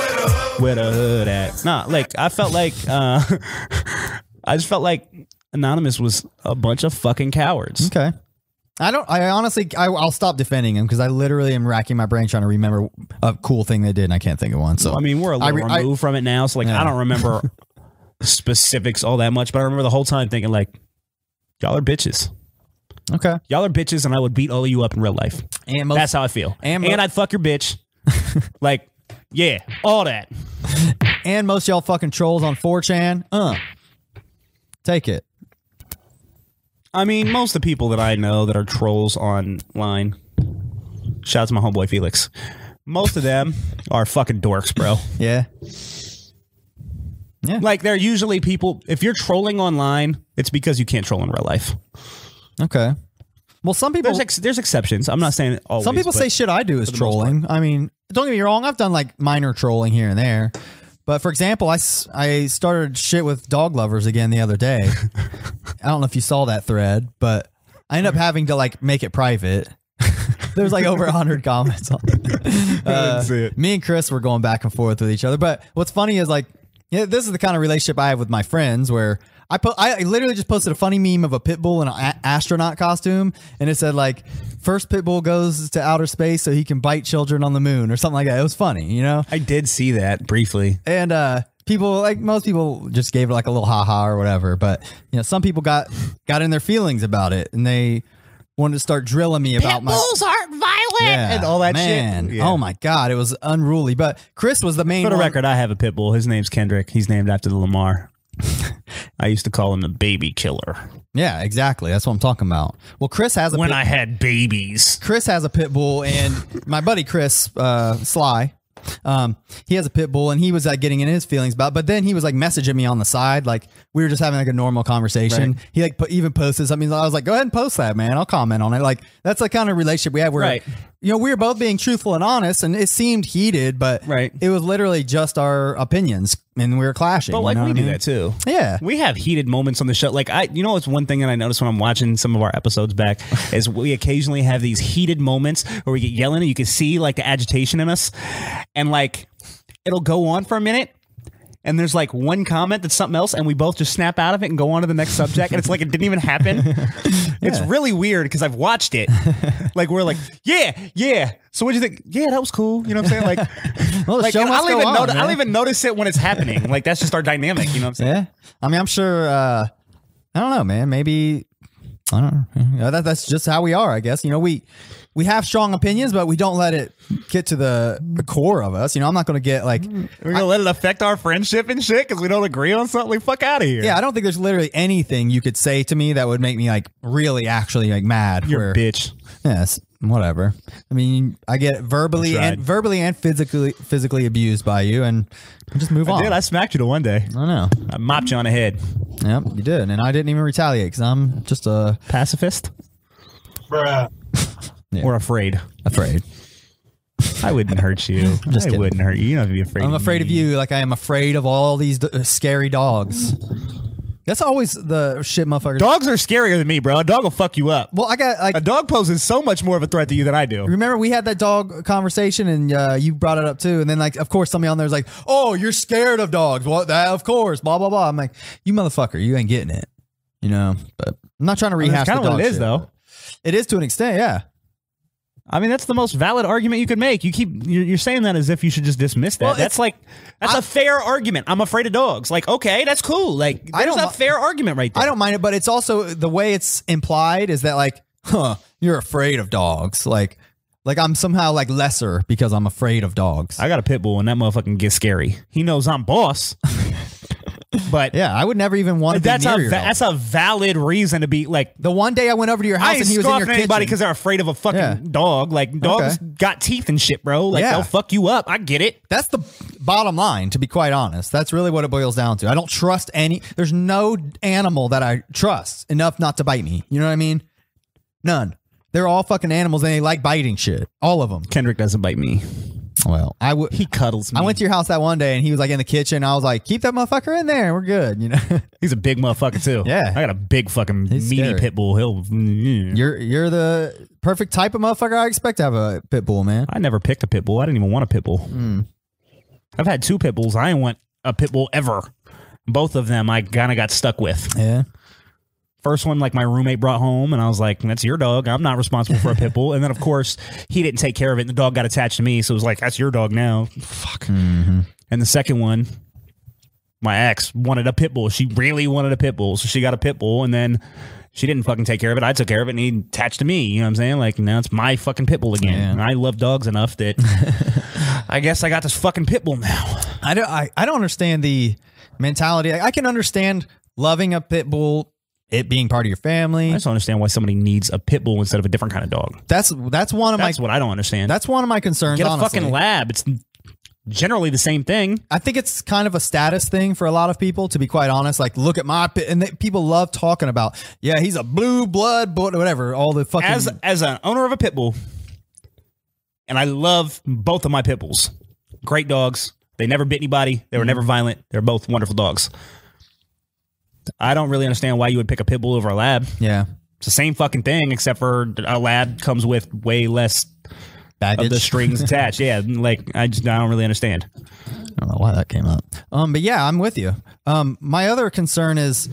S2: where the hood at? Nah, like, I felt like, uh, I just felt like Anonymous was a bunch of fucking cowards.
S1: Okay. I don't. I honestly, I, I'll stop defending him because I literally am racking my brain trying to remember a cool thing they did, and I can't think of one. So
S2: I mean, we're a
S1: I
S2: little
S1: re- I-
S2: removed from it now, so like I don't remember specifics all that much. But I remember the whole time thinking like, y'all are bitches.
S1: okay.
S2: Y'all are bitches, and I would beat all of you up in real life.
S1: And most,
S2: That's how I feel.
S1: and
S2: And,
S1: mo-
S2: I'd fuck your bitch. like, yeah, all that.
S1: and most y'all fucking trolls on 4chan. Uh, take it.
S2: I mean, most of the people that I know that are trolls online. Shout out to my homeboy Felix. Most of them are fucking dorks, bro.
S1: Yeah.
S2: Like they're usually people. If you're trolling online, it's because you can't troll in real life.
S1: Okay. Well, some people
S2: There's ex- there's exceptions. I'm not saying always.
S1: some people
S2: but-
S1: say shit I do is trolling. I mean, don't get me wrong. I've done like minor trolling here and there. But for example, I, s- I started shit with dog lovers again the other day. I don't know if you saw that thread, but I ended up having to like make it private. There's like over 100 comments on it. Uh,
S2: see it.
S1: Me and Chris were going back and forth with each other. But what's funny is like, yeah, this is the kind of relationship I have with my friends where I put, I literally just posted a funny meme of a pit bull in an a- astronaut costume. And it said like, first pit bull goes to outer space so he can bite children on the moon or something like that. It was funny, you know?
S2: I did see that briefly.
S1: and uh people like most people just gave it like a little haha or whatever but you know some people got got in their feelings about it and they wanted to start drilling me about my
S2: aren't violent
S1: Yeah, man. oh my god it was unruly but chris was the main
S2: For the
S1: one-
S2: record, I have a pit bull. His name's Kendrick. He's named after the Lamar. I used to call him the baby killer
S1: yeah exactly that's what i'm talking about well chris has a
S2: when
S1: pit,
S2: I had babies.
S1: chris has a pit bull and my buddy chris uh sly um, he has a pit bull and he was like getting in his feelings about, but then he was like messaging me on the side. Like we were just having like a normal conversation. He like put, even posted something. I was like, go ahead and post that, man. I'll comment on it. Like that's the kind of relationship we have where,
S2: Right.
S1: you know, we were both being truthful and honest and it seemed heated, but
S2: Right.
S1: it was literally just our opinions and we were clashing.
S2: But
S1: you
S2: like
S1: know
S2: we
S1: what I
S2: do
S1: mean?
S2: that too.
S1: Yeah.
S2: We have heated moments on the show. Like I, you know, it's one thing that I notice when I'm watching some of our episodes back is we occasionally have these heated moments where we get yelling and you can see like the agitation in us, and like it'll go on for a minute. And there's like one comment that's something else, and we both just snap out of it and go on to the next subject. And it's like it didn't even happen. It's really weird because I've watched it. Like we're like, yeah, yeah. So what do you think? Yeah, that was cool. You know what I'm saying? Like,
S1: Well, the
S2: like
S1: show
S2: and I
S1: must
S2: don't
S1: go
S2: even
S1: on,
S2: noti- I
S1: man.
S2: don't even notice it when it's happening. Like that's just our dynamic. You know what I'm saying?
S1: Yeah. I mean, I'm sure, uh, I don't know, man, maybe, I don't know. You know, that, that's just how we are, I guess. You know, we, we have strong opinions, but we don't let it get to the, the core of us. You know, I'm not going to get like,
S2: We're gonna let it affect our friendship and shit because we don't agree on something. Like, fuck out of here.
S1: yeah, I don't think there's literally anything you could say to me that would make me like really actually like mad.
S2: you're
S1: where-
S2: a bitch.
S1: Yes, whatever. I mean, I get verbally
S2: tried.
S1: and verbally and physically physically abused by you, and just move on.
S2: Dude, I smacked you to one day.
S1: I know.
S2: I mopped you on the head.
S1: Yep, you did, and I didn't even retaliate because I'm just uh,
S2: Pacifist
S3: Bruh.
S2: or afraid?
S1: afraid.
S2: I wouldn't hurt you. I
S1: kidding.
S2: wouldn't hurt you. You don't have to be afraid.
S1: I'm afraid of
S2: me.
S1: you, like I am afraid of all these d- uh, scary dogs. That's always the shit, motherfuckers.
S2: Dogs are scarier than me, bro. A dog will fuck you up.
S1: well, I got like
S2: A dog poses so much more of a threat to you than I do.
S1: Remember we had that dog conversation and uh, you brought it up too, and then like of course somebody on there was like, "Oh, you're scared of dogs." What? That, of course, blah blah blah. I'm like, you motherfucker, you ain't getting it, you know. But I'm not trying to rehash.
S2: That's kind
S1: the
S2: of what
S1: dog
S2: it is,
S1: shit.
S2: though.
S1: It is to an extent, yeah.
S2: I mean, that's the most valid argument you could make. You keep you're, you're saying that as if you should just dismiss that.
S1: Well, it's-
S2: that's like that's a fair argument. I'm afraid of dogs. Like, okay, that's cool. Like,
S1: I
S2: there's
S1: don't
S2: a
S1: mi-
S2: fair argument right there.
S1: I don't mind it, but it's also the way it's implied is that like, huh, you're afraid of dogs, like, like I'm somehow like lesser because I'm afraid of dogs.
S2: I got a pit bull, and that motherfucking gets scary. He knows I'm boss, but
S1: yeah, I would never even want to
S2: that's
S1: be near
S2: a va-
S1: your dog.
S2: that's a valid reason to be like.
S1: The one day I went over to your house
S2: I ain't
S1: and he was in your
S2: scoffing at anybody
S1: kitchen.
S2: because they're afraid of a fucking
S1: Yeah.
S2: dog. Like dogs got teeth and shit, bro. Like
S1: Yeah.
S2: they'll fuck you up. I get it.
S1: That's the bottom line, to be quite honest. That's really what it boils down to. I don't trust any. There's no animal that I trust enough not to bite me. You know what I mean? None. They're all fucking animals, and they like biting shit. All of them.
S2: Kendrick doesn't bite me.
S1: Well, I would.
S2: He cuddles me.
S1: I went to your house that one day, and he was like in the kitchen. I was like, "Keep that motherfucker in there. We're good." You know,
S2: He's a big motherfucker too.
S1: Yeah.
S2: I got a big fucking
S1: He's
S2: meaty
S1: scary.
S2: pit bull. He'll.
S1: you're you're the perfect type of motherfucker I expect to have a pit bull, man.
S2: I never picked a pit bull. I didn't even want a pit bull.
S1: Hmm.
S2: I've had two pit bulls. I didn't want a pit bull ever. Both of them I kind of got stuck with.
S1: Yeah.
S2: First one, like my roommate brought home, and I was like, "That's your dog. I'm not responsible for a pit bull." And then, of course, he didn't take care of it, and the dog got attached to me, so it was like, "That's your dog now." Fuck. And the second one, my ex wanted a pit bull. She really wanted a pit bull, so she got a pit bull, and then she didn't fucking take care of it. I took care of it, and he attached to me. You know what I'm saying? Like now it's my fucking pit bull again.
S1: Yeah.
S2: And I love dogs enough that I guess I got this fucking pit bull now.
S1: I don't I, I don't understand the mentality. I, I can understand loving a pit bull, it being part of your
S2: I
S1: family.
S2: just don't understand why somebody needs a pit bull instead of a different kind of dog.
S1: That's that's one of
S2: That's
S1: my
S2: what I don't understand.
S1: that's one of my concerns.
S2: Get a
S1: honestly.
S2: fucking lab. It's generally the same thing.
S1: I think it's kind of a status thing for a lot of people, to be quite honest. Like, look at my pit, and they, people love talking about, yeah, he's a blue blood, but whatever. All the fucking
S2: As as an owner of a pit bull, and I love both of my pit bulls. Great dogs. They never bit anybody. They were never violent. They're both wonderful dogs. I don't really understand why you would pick a pit bull over a lab.
S1: yeah,
S2: It's the same fucking thing, except for a lab comes with way less of
S1: baggage.
S2: the strings attached. Yeah, like I just I don't really understand.
S1: I don't know why that came up. Um, but yeah, I'm with you. Um, my other concern is,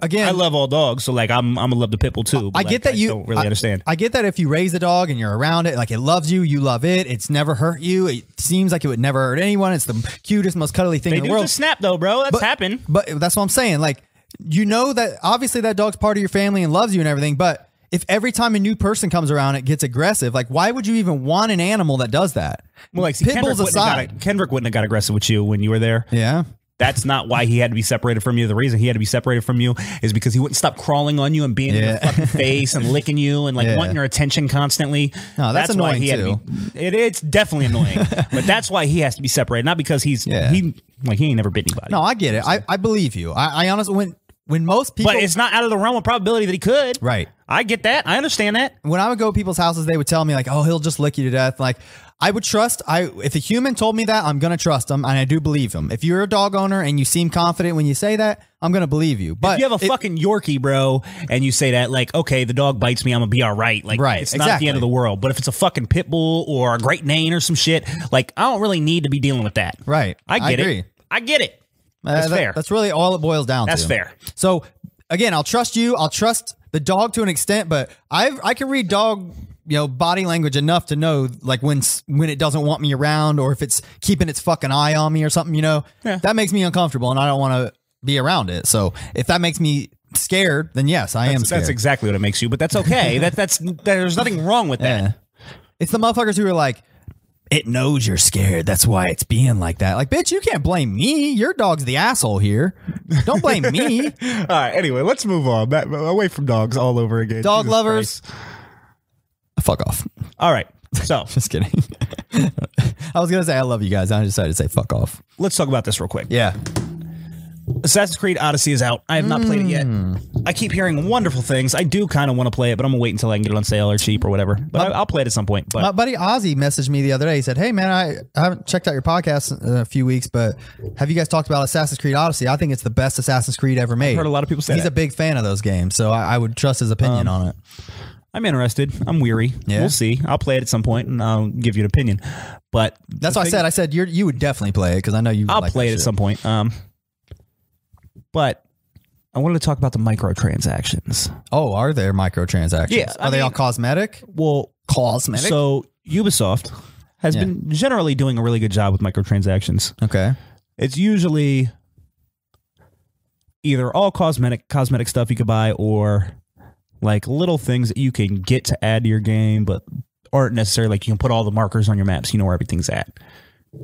S1: again,
S2: I love all dogs, so like I'm I'm gonna love the pit bull too.
S1: I
S2: but,
S1: get
S2: like,
S1: that you
S2: don't really
S1: I-
S2: understand.
S1: I get that if you raise a dog and you're around it, like it loves you, you love it. It's never hurt you. It seems like it would never hurt anyone. It's the cutest, most cuddly thing
S2: They
S1: in the
S2: do
S1: world.
S2: just snap though, bro. That's happened.
S1: But that's what I'm saying. Like, you know that obviously that dog's part of your family and loves you and everything, but if every time a new person comes around, it gets aggressive. Like, why would you even want an animal that does that?
S2: Well, like see,
S1: Pit
S2: Kendrick,
S1: bulls
S2: wouldn't have
S1: aside.
S2: got, Kendrick wouldn't have got aggressive with you when you were there.
S1: Yeah.
S2: That's not why he had to be separated from you. The reason he had to be separated from you is because he wouldn't stop crawling on you and being in your
S1: Yeah.
S2: fucking face and licking you and like
S1: Yeah.
S2: wanting your attention constantly.
S1: No, that's annoying, too.
S2: Had to be, it, it's definitely annoying, but that's why he has to be separated, not because he's
S1: Yeah.
S2: he like he ain't never bit anybody.
S1: No, I get it. I, I believe you. I, I honestly, when, when most people,
S2: but it's not out of the realm of probability that he could.
S1: Right.
S2: I get that. I understand that.
S1: when I would go to people's houses, they would tell me like, "Oh, he'll just lick you to death." Like, I would trust. I if a human told me that, I'm gonna trust him, and I do believe him. If you're a dog owner and you seem confident when you say that, I'm gonna believe you. But
S2: If you have a
S1: it-
S2: fucking Yorkie, bro, and you say that, like, okay, the dog bites me, I'm gonna be all right. Like,
S1: Right,
S2: it's not the
S1: exactly.
S2: end of the world. But if it's a fucking pit bull or a Great Dane or some shit, like, I don't really need to be dealing with that.
S1: Right.
S2: I
S1: I
S2: get
S1: agree.
S2: it. I get it.
S1: uh,
S2: That's
S1: that-
S2: fair.
S1: That's really all it boils down
S2: That's
S1: to.
S2: fair.
S1: So again, I'll trust you. I'll trust the dog to an extent, but I I can read dog you know body language enough to know like when s- when it doesn't want me around or if it's keeping its fucking eye on me or something. You know
S2: Yeah.
S1: that makes me uncomfortable and I don't want to be around it. So if that makes me scared, then yes, I am
S2: That's
S1: scared.
S2: exactly what it makes you, but that's okay. that that's there's nothing wrong with that.
S1: Yeah. It's the motherfuckers who are like, it knows you're scared. That's why it's being like that. Like, bitch, you can't blame me. Your dog's the asshole here. Don't blame me.
S3: All right. Anyway, let's move on. Back, away from dogs all over again.
S1: Dog
S3: Jesus
S1: lovers.
S3: Christ.
S1: Fuck off.
S2: All right. So
S1: Just kidding. I was gonna say I love you guys. I decided to say fuck off.
S2: let's talk about this real quick.
S1: Yeah.
S2: Assassin's Creed Odyssey is out. I have not played it yet.
S1: Hmm.
S2: I keep hearing wonderful things. I do kind of want to play it, but I'm gonna wait until I can get it on sale or cheap or whatever. But I, will play it at some point. But
S1: My Uh, buddy Ozzy messaged me the other day. He said, "Hey man, I, I haven't checked out your podcast in a few weeks, but have you guys talked about Assassin's Creed Odyssey? I think it's the best Assassin's Creed ever made."
S2: heard a lot of people say
S1: he's
S2: that. Um,
S1: a big fan of those games, so I, I would trust his opinion on it.
S2: I'm interested. I'm weary.
S1: Yeah.
S2: We'll see. I'll play it at some point and I'll give you an opinion. But
S1: That's why I said I said you you would definitely play it because I know you.
S2: I'll
S1: like
S2: play it
S1: that
S2: at
S1: shit.
S2: some point. Um, but I wanted to talk about the microtransactions.
S1: Oh, are there microtransactions?
S2: Yeah,
S1: are
S2: I
S1: they all
S2: mean-
S1: cosmetic?
S2: Well,
S1: Cosmetic.
S2: so Ubisoft has
S1: Yeah.
S2: been generally doing a really good job with microtransactions.
S1: okay.
S2: It's usually either all cosmetic cosmetic stuff you could buy or like little things that you can get to add to your game, but aren't necessarily like you can put all the markers on your maps, you know where everything's at.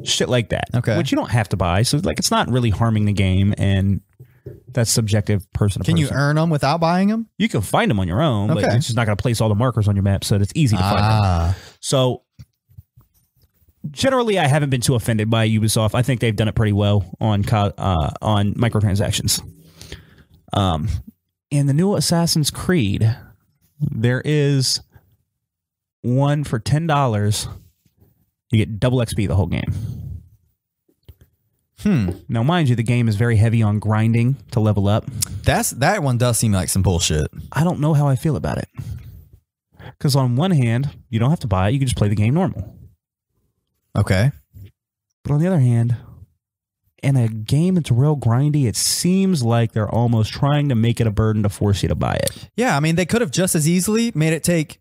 S2: Shit like that.
S1: Okay.
S2: Which you don't have to buy. So like it's not really harming the game and that's subjective person to
S1: Can you
S2: person.
S1: earn them without buying them?
S2: you can find them on your own, but
S1: Okay.
S2: it's just not gonna place all the markers on your map, so it's easy to find them.
S1: Ah,
S2: So generally, I haven't been too offended by Ubisoft. I think they've done it pretty well on co- uh, on microtransactions. Um, in the new Assassin's Creed, there is one for ten dollars. You get double XP the whole game.
S1: hmm.
S2: Now, mind you, the game is very heavy on grinding to level up.
S1: That's that one does seem like some bullshit.
S2: I don't know how I feel about it. Because on one hand, you don't have to buy it; you can just play the game normal.
S1: Okay.
S2: But on the other hand, in a game that's real grindy, it seems like they're almost trying to make it a burden to force you to buy it.
S1: Yeah, I mean they could have just as easily made it take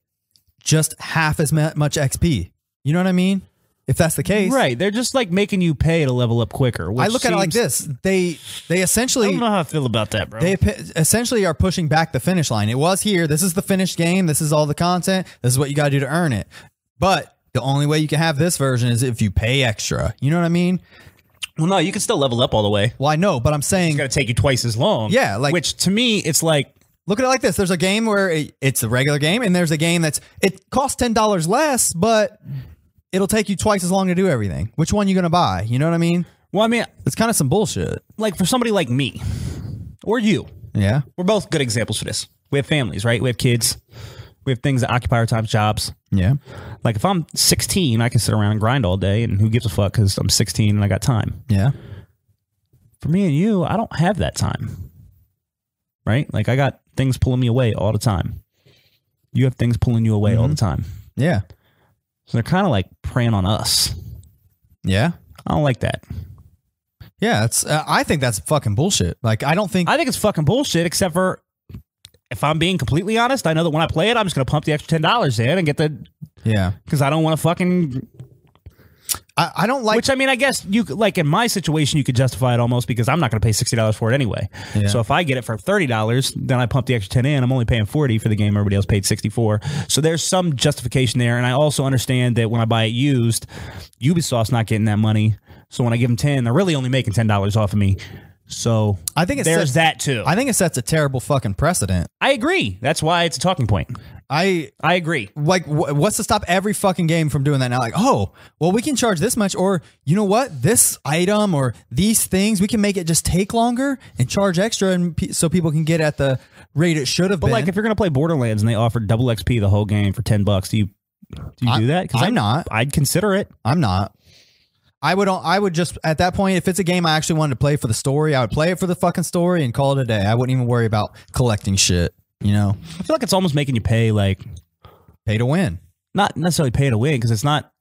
S1: just half as mu- much XP. You know what I mean? If that's the case,
S2: Right. They're just like making you pay to level up quicker.
S1: I
S2: which
S1: look at it like
S2: seems-
S1: this: they they
S2: I
S1: essentially
S2: don't know how I feel about that, bro.
S1: they pe- essentially are pushing back the finish line. It was here. This is the finished game. This is all the content. This is what you got to do to earn it. But the only way you can have this version is if you pay extra. You know what I mean?
S2: well, no, you can still level up all the way.
S1: Well, I know, but I'm saying
S2: It's going to take you twice as long.
S1: Yeah, like-
S2: which to me, it's like
S1: look at it like this there's a game where it, it's a regular game and there's a game that's it costs $10 less but it'll take you twice as long to do everything which one you gonna buy you know what i mean
S2: well, I mean,
S1: it's kind of some bullshit
S2: like for somebody like me or you,
S1: yeah
S2: we're both good examples for this. We have families, right? We have kids. We have things that occupy our time, jobs.
S1: yeah
S2: Like if I'm 16, I can sit around and grind all day, and who gives a fuck? Because I'm 16 and I got time.
S1: yeah
S2: For me and you, I don't have that time, right? Like I got things pulling me away all the time. You have things pulling you away all the time.
S1: yeah
S2: So they're kind of like preying on us.
S1: yeah
S2: I don't like that.
S1: yeah it's uh, i think that's fucking bullshit like i don't think
S2: I think it's fucking bullshit. Except for if I'm being completely honest, I know that when I play it, I'm just gonna pump the extra ten dollars in and get the
S1: yeah
S2: because I don't want to fucking
S1: I, I don't like
S2: Which I mean, I guess you could- like in my situation, you could justify it almost because I'm not going to pay sixty dollars for it anyway.
S1: Yeah.
S2: So if I get it for thirty dollars, then I pump the extra ten in. I'm only paying forty for the game. Everybody else paid sixty four. So there's some justification there, and I also understand that when I buy it used, Ubisoft's not getting that money. So when I give them ten, they're really only making ten dollars off of me. So
S1: I think it sets-
S2: there's that too. I,
S1: i think it sets a terrible fucking precedent
S2: agree. That's why it's a talking point.
S1: i
S2: I agree.
S1: like wh- what's to stop every fucking game from doing that now like oh well we can charge this much or you know what this item or these things we can make it just take longer and charge extra and pe- so people can get at the rate it should have
S2: But
S1: been
S2: like if you're going to play Borderlands and they offer double XP the whole game for ten bucks, do you do you
S1: I-
S2: do that?
S1: I'm
S2: I'd-
S1: not.
S2: I'd consider it.
S1: i'm not i would i would just at that point if it's a game i actually wanted to play for the story i would play it for the fucking story and call it a day i wouldn't even worry about collecting shit you know
S2: I feel like it's almost making you pay like
S1: pay to win
S2: not necessarily pay to win because it's not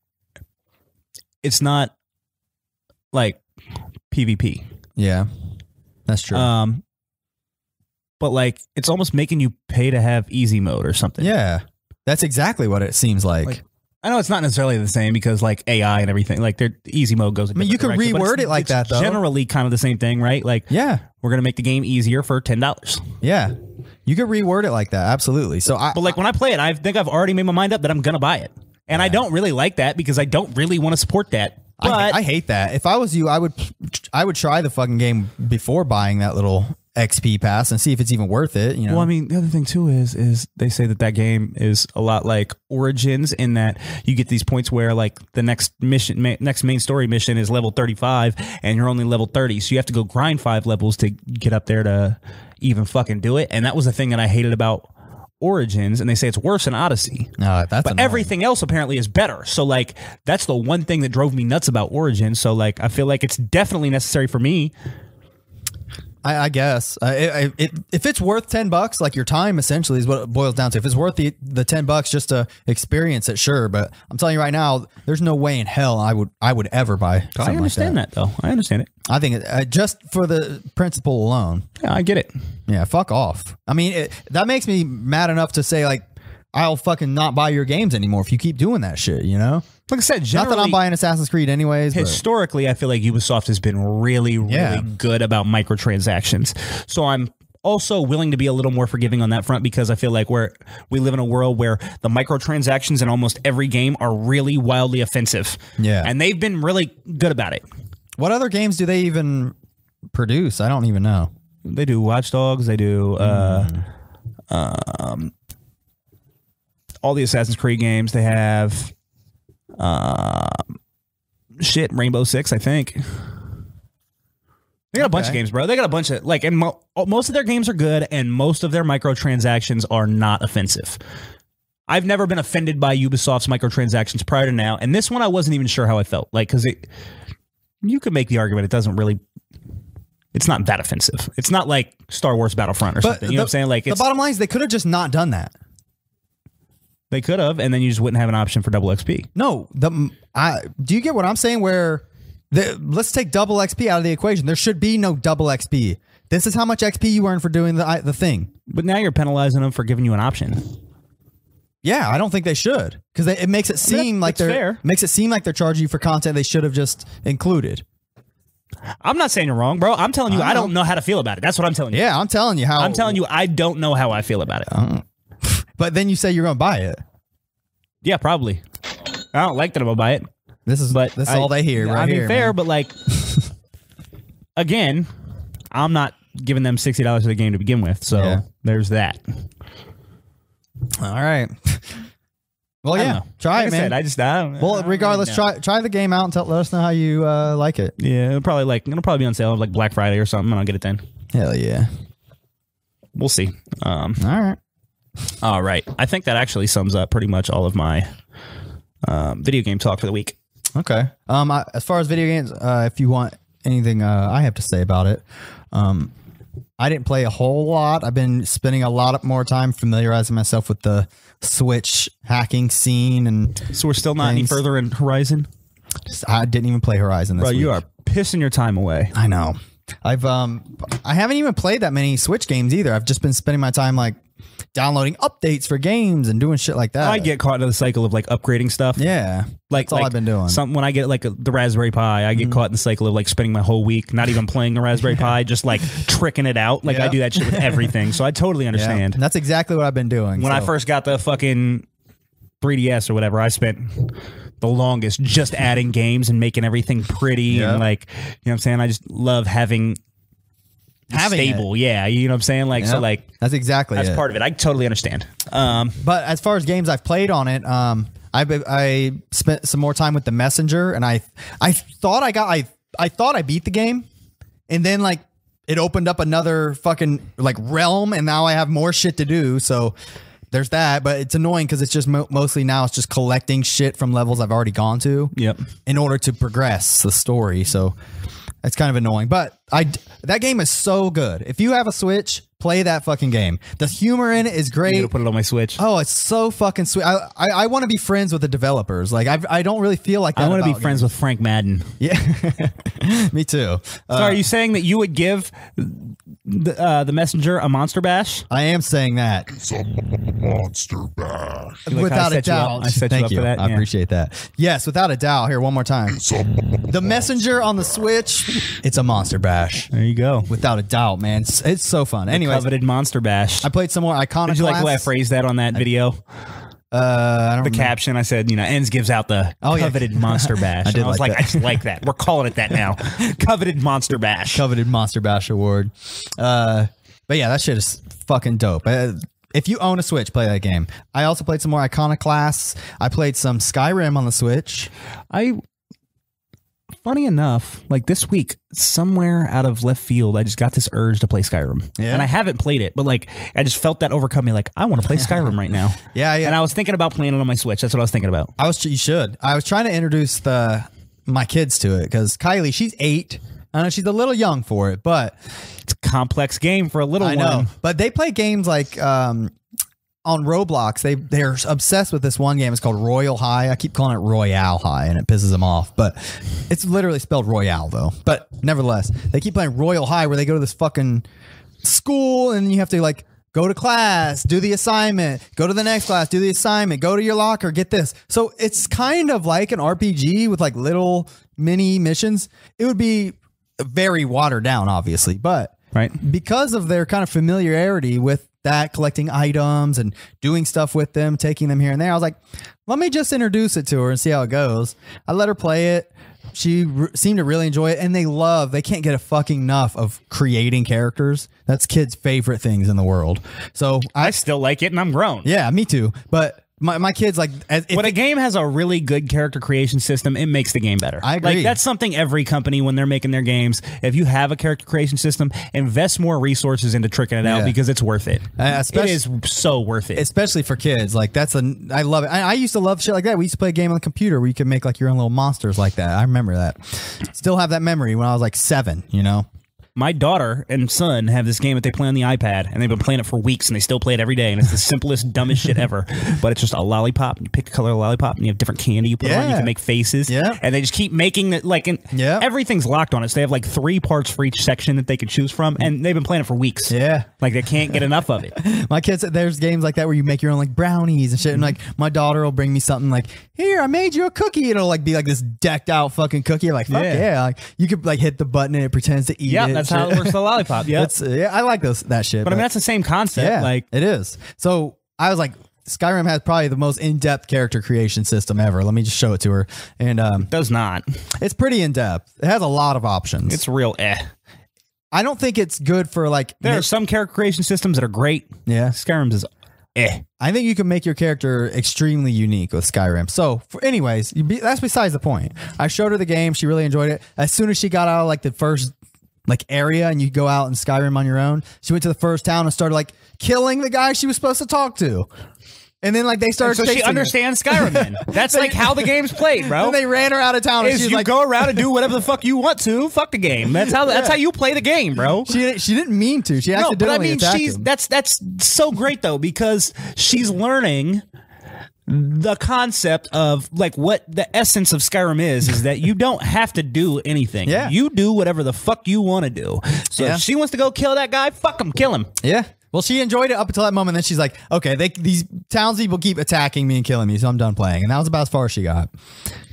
S2: it's not like PvP.
S1: yeah that's true
S2: Um but like it's almost making you pay to have easy mode or something.
S1: yeah that's exactly what it seems like,
S2: Like, I know it's not necessarily the same because like AI and everything, like their easy mode goes. I
S1: mean, you could reword it like that, though.
S2: Generally, kind of the same thing, right? Like
S1: yeah
S2: we're gonna make the game easier for ten dollars.
S1: yeah you could reword it like that absolutely so i
S2: But like when I play it, I think I've already made my mind up that I'm gonna buy it. And I don't really like that because I don't really want to support that. But
S1: I, I hate that. If I was you, I would I would try the fucking game before buying that little XP pass and see if it's even worth it. You know,
S2: Well, I mean, the other thing too is is they say that that game is a lot like Origins in that you get these points where like the next mission, ma- next main story mission is level thirty five, and you're only level thirty, so you have to go grind five levels to get up there to even fucking do it. And that was the thing that I hated about Origins, and they say it's worse than Odyssey.
S1: no, that's annoying.
S2: Everything else apparently is better. So like that's the one thing that drove me nuts about Origins. So like I feel like it's definitely necessary for me.
S1: I, I guess uh, it, I- it, if it's worth ten bucks, like your time essentially is what it boils down to. If it's worth the, the ten bucks just to experience it, sure. But I'm telling you right now, there's no way in hell I would I would ever buy. Something
S2: I understand
S1: like
S2: that. though. I understand it.
S1: that. I think it, uh, just for the principle alone,
S2: Yeah, I get it.
S1: yeah, fuck off. I mean, it, that makes me mad enough to say like, I'll fucking not buy your games anymore if you keep doing that shit. You know,
S2: Like I said,
S1: not
S2: generally,
S1: that I'm buying Assassin's Creed anyways. but-
S2: historically, I feel like Ubisoft has been really, really
S1: Yeah.
S2: good about microtransactions. So I'm also willing to be a little more forgiving on that front because I feel like we're we live in a world where the microtransactions in almost every game are really wildly offensive.
S1: Yeah.
S2: And they've been really good about it.
S1: what other games do they even produce? I don't even know.
S2: They do watchdogs, they do uh
S1: Mm-hmm.
S2: um all the Assassin's Creed games, they have uh, shit, Rainbow Six, I think. They got a bunch of games, bro. They got a bunch of like, and mo- oh, most of their games are good, and most of their microtransactions are not offensive. I've never been offended by Ubisoft's microtransactions prior to now, and this one I wasn't even sure how I felt. Like, because it, you could make the argument it doesn't really, it's not that offensive. It's not like Star Wars Battlefront or something. You know what I'm saying? Like,
S1: the
S2: it's,
S1: bottom line is they could have just not done that.
S2: they could have, and then you just wouldn't have an option for double XP.
S1: No, the I do you get what I'm saying? Where the, let's take double XP out of the equation. There should be no double XP. This is how much XP you earn for doing the the thing.
S2: But now you're penalizing them for giving you an option.
S1: Yeah, I don't think they should because it makes it seem like
S2: that's
S1: they're
S2: fair.
S1: makes it seem like they're charging you for content they should have just included.
S2: I'm not saying you're wrong, bro. I'm telling you, I, don't know how to feel about it. That's what I'm telling you.
S1: Oh. Yeah, Uh-huh. I'm telling you how.
S2: I'm telling you, I don't know how I feel about it.
S1: But then you say you're gonna buy it.
S2: yeah, probably. I don't like that I'm gonna buy it,
S1: This is
S2: but
S1: this is
S2: I-
S1: all they hear.
S2: I
S1: right
S2: mean,
S1: here,
S2: fair,
S1: man.
S2: but like, again, I'm not giving them sixty dollars for the game to begin with. So
S1: Yeah. Oh,
S2: there's that.
S1: All right. well,
S2: I don't
S1: yeah,
S2: know.
S1: try
S2: Like
S1: it,
S2: I
S1: man.
S2: said, I just I don't,
S1: well,
S2: I don't really
S1: regardless,
S2: know.
S1: try try the game out and tell, let us know how you uh, like it.
S2: Yeah, it'll probably like it'll probably be on sale like Black Friday or something, and I'll get it then.
S1: Hell yeah!
S2: We'll see. Um,
S1: All right.
S2: all right, I think that actually sums up pretty much all of my um, video game talk for the week.
S1: Okay. Um, I, as far as video games, uh, if you want anything, uh, I have to say about it. Um, I didn't play a whole lot. I've been spending a lot more time familiarizing myself with the Switch hacking scene, and
S2: So we're still not
S1: Thanks.
S2: any further in Horizon.
S1: just- I didn't even play Horizon this
S2: Bro,
S1: week.
S2: you are pissing your time away.
S1: I know. I've um, I haven't even played that many Switch games either. I've just been spending my time like downloading updates for games and doing shit like that.
S2: I get caught in the cycle of like upgrading stuff.
S1: Uh, Yeah.
S2: like
S1: that's all
S2: like
S1: I've been doing.
S2: Some, when I get like a, the Raspberry Pi, I get caught in the cycle of like spending my whole week not even playing the Raspberry Pi, just like tricking it out. Like I
S1: Yeah.
S2: do that shit with everything. So I totally
S1: Yeah.
S2: understand.
S1: That's exactly what I've been doing.
S2: When I
S1: so-
S2: first got the fucking 3DS or whatever, I spent the longest just adding games and making everything pretty
S1: Yeah.
S2: and like you know what I'm saying. I just love having.
S1: Having it.
S2: stable, yeah, you know what I'm saying. Like
S1: Yeah.
S2: so, like
S1: that's exactly
S2: that's
S1: it.
S2: part of it. I totally understand. Um,
S1: But as far as games I've played on it, um, I I spent some more time with the messenger, and I I thought I got I I thought I beat the game, and then like it opened up another fucking like realm, and now I have more shit to do. So there's that, but it's annoying because it's just mo- mostly now it's just collecting shit from levels I've already gone to.
S2: Yep.
S1: In order to progress the story, so it's kind of annoying. But I d- that game is so good. If you have a Switch, play that fucking game. The humor in it is great.
S2: I'm gonna put it on my Switch.
S1: Oh, it's so fucking sweet. I I, I want to be friends with the developers. Like I I don't really feel like that
S2: I want to be
S1: about
S2: friends with Frank Madden.
S1: games. Me too. Uh,
S2: so are you saying that you would give the, uh, the messenger a monster bash?
S1: I am saying that
S3: Monster Bash.
S2: like how I
S1: without a
S2: set you up?
S1: doubt.
S2: I set you
S1: Thank
S2: up for that,
S1: I
S2: yeah.
S1: appreciate that. Yes, without a doubt. Here, one more time. The messenger on the Switch. It's a monster bash.
S2: There you go.
S1: Without a doubt, man. It's, it's so fun. Anyway,
S2: Coveted monster bash.
S1: I played some more iconic.
S2: Did you like the way I
S1: classes.
S2: phrased that on that video?
S1: Uh, I don't
S2: the
S1: remember.
S2: caption I said, you know, Enns gives out the
S1: Oh, yeah.
S2: coveted monster bash.
S1: I did
S2: And I was
S1: like
S2: like,
S1: that.
S2: I just like that. We're calling it that now. coveted monster bash.
S1: coveted Monster Bash award. Uh, but yeah, that shit is fucking dope. Uh, if you own a Switch, play that game. I also played some more Iconoclasts. I played some Skyrim on the Switch.
S2: I funny enough, like this week, somewhere out of left field, I just got this urge to play Skyrim.
S1: Yeah.
S2: And I haven't played it, but like I just felt that overcome me like I want to play Skyrim right now.
S1: Yeah, yeah.
S2: And I was thinking about playing it on my Switch. That's what I was thinking about.
S1: I was you should. I was trying to introduce the my kids to it because Kylie, she's eight. I know she's a little young for it, but
S2: It's a complex game for a little
S1: I
S2: one.
S1: know. But they play games like um, on Roblox. They they're obsessed with this one game. It's called Royal High. I keep calling it Royale High, and it pisses them off. But it's literally spelled Royale though. But nevertheless, they keep playing Royal High, where they go to this fucking school, and you have to like. Go to class, do the assignment, go to the next class, do the assignment, go to your locker, get this. So it's kind of like an RPG with like little mini missions. It would be very watered down, obviously, but
S2: Right?
S1: because of their kind of familiarity with that collecting items and doing stuff with them, taking them here and there, I was like, let me just introduce it to her and see how it goes. I let her play it. She re- seemed to really enjoy it, and they love. They can't get a fucking enough of creating characters. That's kids' favorite things in the world. So
S2: I
S1: I,
S2: still like it and I'm grown.
S1: yeah, me too. But my, my kids like, as- if
S2: When a game has a really good character creation system, it makes the game better.
S1: I agree.
S2: Like that's something every company when they're making their games, if you have a character creation system, invest more resources into tricking it out
S1: Yeah.
S2: because it's worth it.
S1: Uh, especially-
S2: it is so worth it.
S1: especially for kids. Like that's a I love it. I, I used to love shit like that. We used to play a game on the computer where you could make like your own little monsters like that. I remember that. Still have that memory when I was like seven. You know.
S2: My daughter and son have this game that they play on the iPad, and they've been playing it for weeks, and they still play it every day. And it's the simplest, dumbest shit ever. But it's just a lollipop. You pick the color of the lollipop, and you have different candy you put on. You
S1: Yeah.
S2: can make faces.
S1: Yeah.
S2: And they just keep making it like, and
S1: Yeah.
S2: everything's locked on it. So they have like three parts for each section that they can choose from, and they've been playing it for weeks.
S1: Yeah.
S2: Like they can't get enough of it.
S1: My kids, there's games like that where you make your own like brownies and shit. And like my daughter will bring me something like, "Here, I made you a cookie." It'll like be like this decked out fucking cookie. I'm like, fuck
S2: Yeah.
S1: yeah. Like you could like hit the button and it pretends to eat.
S2: Yeah,
S1: it and
S2: that's how
S1: shit.
S2: it works. The lollipop. Yeah.
S1: That's- yeah, I like those that shit.
S2: but I mean, that's the same concept.
S1: Yeah,
S2: Like
S1: it is. So I was like, Skyrim has probably the most in-depth character creation system ever. Let me just show it to her, and um,
S2: does not.
S1: it's pretty in-depth. It has a lot of options.
S2: It's real. Eh.
S1: I don't think it's good for like.
S2: There
S1: mi-
S2: are some character creation systems that are great.
S1: yeah,
S2: Skyrim's is. Eh.
S1: I think you can make your character extremely unique with Skyrim. So, for, anyways, you be, that's besides the point. I showed her the game; she really enjoyed it. As soon as she got out of like the first like area, and you go out in Skyrim on your own, she went to the first town and started like killing the guy she was supposed to talk to, and then like they started.
S2: So she
S1: chasing her.
S2: understands Skyrim. Then. That's like how the game's played, bro.
S1: Then they ran her out of town. And
S2: Oh. Is
S1: she's
S2: you
S1: like,
S2: go around and do whatever the fuck you want to. Fuck the game. That's how. That's how you play the game, bro.
S1: she, she didn't mean to. She
S2: no,
S1: accidentally
S2: but I mean,
S1: attacked
S2: she's
S1: him.
S2: that's that's so great though because she's learning the concept of like what the essence of Skyrim is is that you don't have to do anything.
S1: Yeah.
S2: you do whatever the fuck you want to do. So
S1: Yeah.
S2: if she wants to go kill that guy, fuck him, kill him.
S1: yeah. Well, she enjoyed it up until that moment. Then she's like, okay, they, these townspeople keep attacking me and killing me, so I'm done playing. And that was about as far as she got.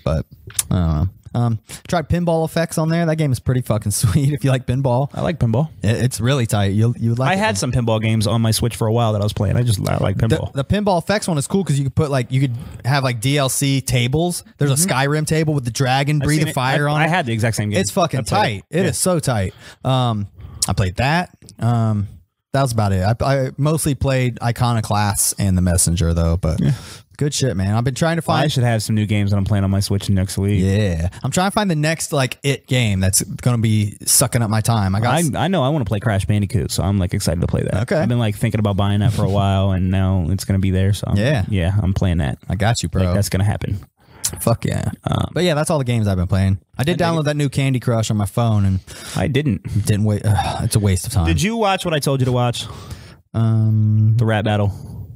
S1: But I don't know. Um, tried pinball effects on there. That game is pretty fucking sweet. If you like pinball,
S2: I like pinball.
S1: It- it's really tight. You you like?
S2: I
S1: it.
S2: had some pinball games on my Switch for a while that I was playing. I just I like
S1: The,
S2: pinball.
S1: the pinball effects one is cool because you could put like you could have like DLC tables. There's a Skyrim table with the dragon breathing
S2: Mm-hmm. Seen it.
S1: fire
S2: I,
S1: on
S2: I
S1: it.
S2: had the exact same game.
S1: It's fucking
S2: I played
S1: tight. It is so tight. Um, I played that. Um, that was about it. I, I mostly played Iconoclasts and the Messenger though, but good shit, man. I've been trying to
S2: I
S1: find.
S2: should have some new games that I'm playing on my Switch next week.
S1: yeah, I'm trying to find the next like it game that's gonna be sucking up my time. I got.
S2: I, I know I want to play Crash Bandicoot, so I'm like excited to play that.
S1: Okay.
S2: I've been like thinking about buying that for a while, and now it's gonna be there. So I'm,
S1: Yeah. Oh.
S2: yeah, I'm playing that.
S1: I got you, bro.
S2: That's Um, gonna happen.
S1: Fuck yeah. but yeah, that's all the games I've been playing. I did download that new Candy Crush on my phone and
S2: I didn't.
S1: didn't wait. Ugh, it's a waste of time.
S2: Did you watch what I told you to watch?
S1: Um,
S2: The Rap Battle.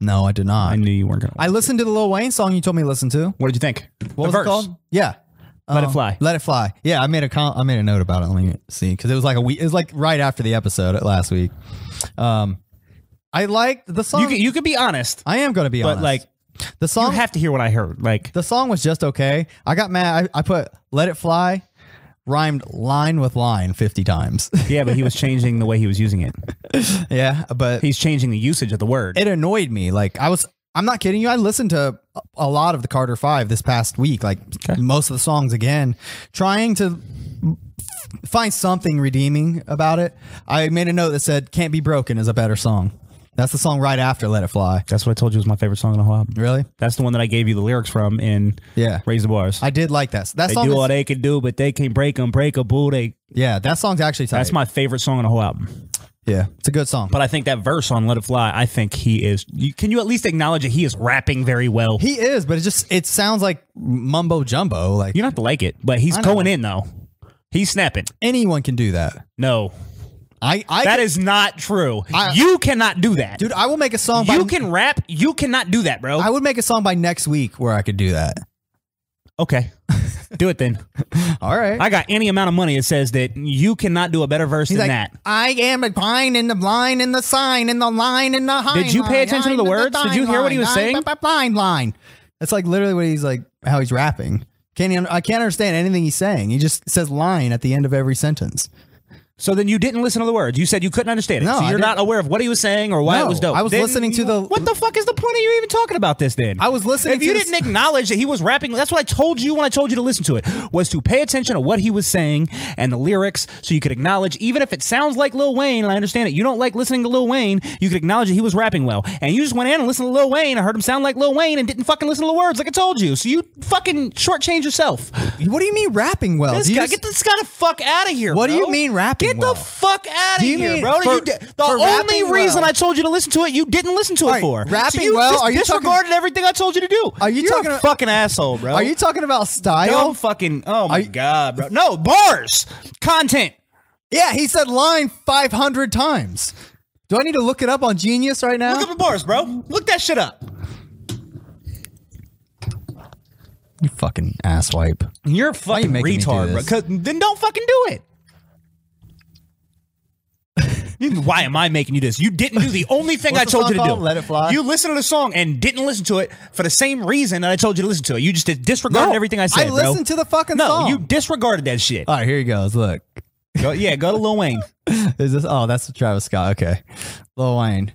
S1: no, I did
S2: I
S1: not.
S2: knew you weren't gonna.
S1: I listened to the Lil Wayne song you told me to listen to.
S2: what did you think?
S1: What was it called? Yeah.
S2: Let
S1: Um,
S2: it fly.
S1: Let it fly. Yeah, I made a com- I made a note about it. Let me see because it was like a week. It was like right after the episode last week. Um, I liked the song.
S2: You could, you could be honest,
S1: I am going to be
S2: but
S1: honest.
S2: like
S1: the
S2: you
S1: song,
S2: have to hear what I heard. Like
S1: the song was just okay. I got mad. I, I put "Let It Fly," rhymed line with line fifty times.
S2: yeah, but he was changing the way he was using it.
S1: yeah, but
S2: He's changing the usage of the word.
S1: it annoyed me. Like I was I'm not kidding you. I listened to a- a lot of the Carter Five this past week, like most of the songs again, trying to find something redeeming about it. I made a note that said "Can't Be Broken" is a better song. That's the song right after "Let It Fly."
S2: That's what I told you was my favorite song on the whole album.
S1: Really?
S2: That's the one that I gave you the lyrics from in
S1: Yeah.
S2: Raise the Bars.
S1: I did like that. That
S2: they
S1: song.
S2: do
S1: is-
S2: all they can do, but they can't break them, break a boo. They,
S1: yeah, that song's actually tight.
S2: that's my favorite song on the whole album.
S1: yeah, it's a good song.
S2: But I think that verse on Let It Fly, I think he is. You, can you at least acknowledge that he is rapping very well?
S1: He is, but it just it sounds like mumbo jumbo. Like
S2: you don't have to like it, but he's going in though. He's snapping.
S1: anyone can do that.
S2: No,
S1: I, I
S2: that
S1: can-
S2: is not true.
S1: I-
S2: you cannot do that.
S1: dude. I will make a song.
S2: you
S1: by,
S2: can rap. You cannot do that, bro.
S1: I would make a song by next week where I could do that.
S2: okay. do it then.
S1: All right.
S2: I got any amount of money that says that you cannot do a better verse
S1: He's
S2: than
S1: like,
S2: that.
S1: I am a pine in the blind in the sign in the line in the high.
S2: Did you pay attention to the words? Did you hear what he was saying?
S1: Blind line. That's like literally what he's like. How he's rapping. Can't even- I can't understand anything he's saying. He just says line at the end of every sentence.
S2: So then you didn't listen to the words. You said you couldn't understand it.
S1: No,
S2: so
S1: I
S2: you're
S1: didn't.
S2: not aware of what he was saying or why
S1: No,
S2: it was dope.
S1: I was
S2: Then
S1: listening to the-
S2: What the fuck is the point of you even talking about this then?
S1: I was listening
S2: If
S1: to
S2: you
S1: this-
S2: didn't acknowledge that he was rapping, that's what I told you when I told you to listen to it, was to pay attention to what he was saying and the lyrics so you could acknowledge, even if it sounds like Lil Wayne, and I understand it, you don't like listening to Lil Wayne, you could acknowledge that he was rapping well. And you just went in and listened to Lil Wayne and heard him sound like Lil Wayne and didn't fucking listen to the words like I told you. So you fucking shortchange yourself.
S1: What do you mean rapping well?
S2: This
S1: Do you
S2: guy,
S1: just-
S2: get this guy the fuck out of here.
S1: What do
S2: bro.
S1: you mean rapping
S2: Get
S1: well?
S2: the fuck out of
S1: Do you
S2: here,
S1: mean-
S2: bro.
S1: for-
S2: You di- the
S1: for
S2: only
S1: rapping
S2: reason
S1: well-
S2: I told you to listen to it, you didn't listen to it
S1: right,
S2: for.
S1: rapping
S2: so you
S1: well,
S2: just
S1: are you talking-
S2: disregarded everything I told you to do.
S1: Are you
S2: You're
S1: talking-
S2: a fucking asshole, bro?
S1: Are you talking about style?
S2: Dumb fucking. Oh my
S1: you-
S2: god, bro. No bars, content.
S1: Yeah, he said line 500 times. Do I need to look it up on Genius right now?
S2: Look up the bars, bro. Look that shit up.
S1: you fucking asswipe.
S2: You're a fucking
S1: making me do
S2: retard, bro.
S1: this?
S2: 'Cause- then don't fucking do it. You- Why am I making you this? You didn't do the only thing
S1: What's
S2: I
S1: the
S2: told
S1: song
S2: you to
S1: called?
S2: do.
S1: Let It Fly?
S2: You listened to the song and didn't listen to it for the same reason that I told you to listen to it. You just disregarded everything I said.
S1: I
S2: bro.
S1: listened to the fucking
S2: no,
S1: song.
S2: you disregarded that shit.
S1: All right, here he goes. Look.
S2: Go- yeah, go to Lil Wayne.
S1: Is this Oh, that's Travis Scott. Okay. Lil Wayne.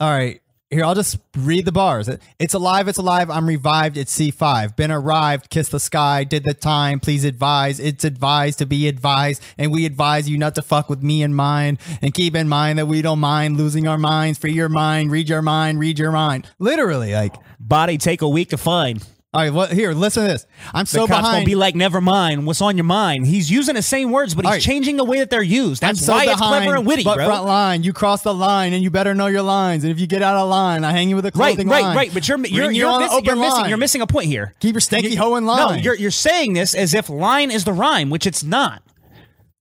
S1: All right. Here, I'll just read the bars. It's alive, it's alive, I'm revived, it's C5. Been arrived, kiss the sky, did the time, please advise. It's advised to be advised, and we advise you not to fuck with me and mine. And keep in mind that we don't mind losing our minds. Free your mind, read your mind, read your mind. Literally, like,
S2: Body take a week to find.
S1: all right, what, here, listen to this. I'm
S2: The
S1: so
S2: cops
S1: behind.
S2: gonna be like, never mind. What's on your mind? He's using the same words, but he's
S1: All right.
S2: changing the way that they're used.
S1: I'm
S2: That's
S1: so
S2: why
S1: behind,
S2: it's clever and witty,
S1: but
S2: bro.
S1: front line, you cross the line, and you better know your lines. And if you get out of line, I hang you with a
S2: Right,
S1: clothing
S2: right,
S1: line.
S2: right. But you're
S1: Ring
S2: you're,
S1: you
S2: you're,
S1: on an
S2: missing, you're
S1: open
S2: missing
S1: line.
S2: you're missing a point here.
S1: Keep your stanky hoe in
S2: No,
S1: line.
S2: you're you're saying this as if line is the rhyme, which it's not.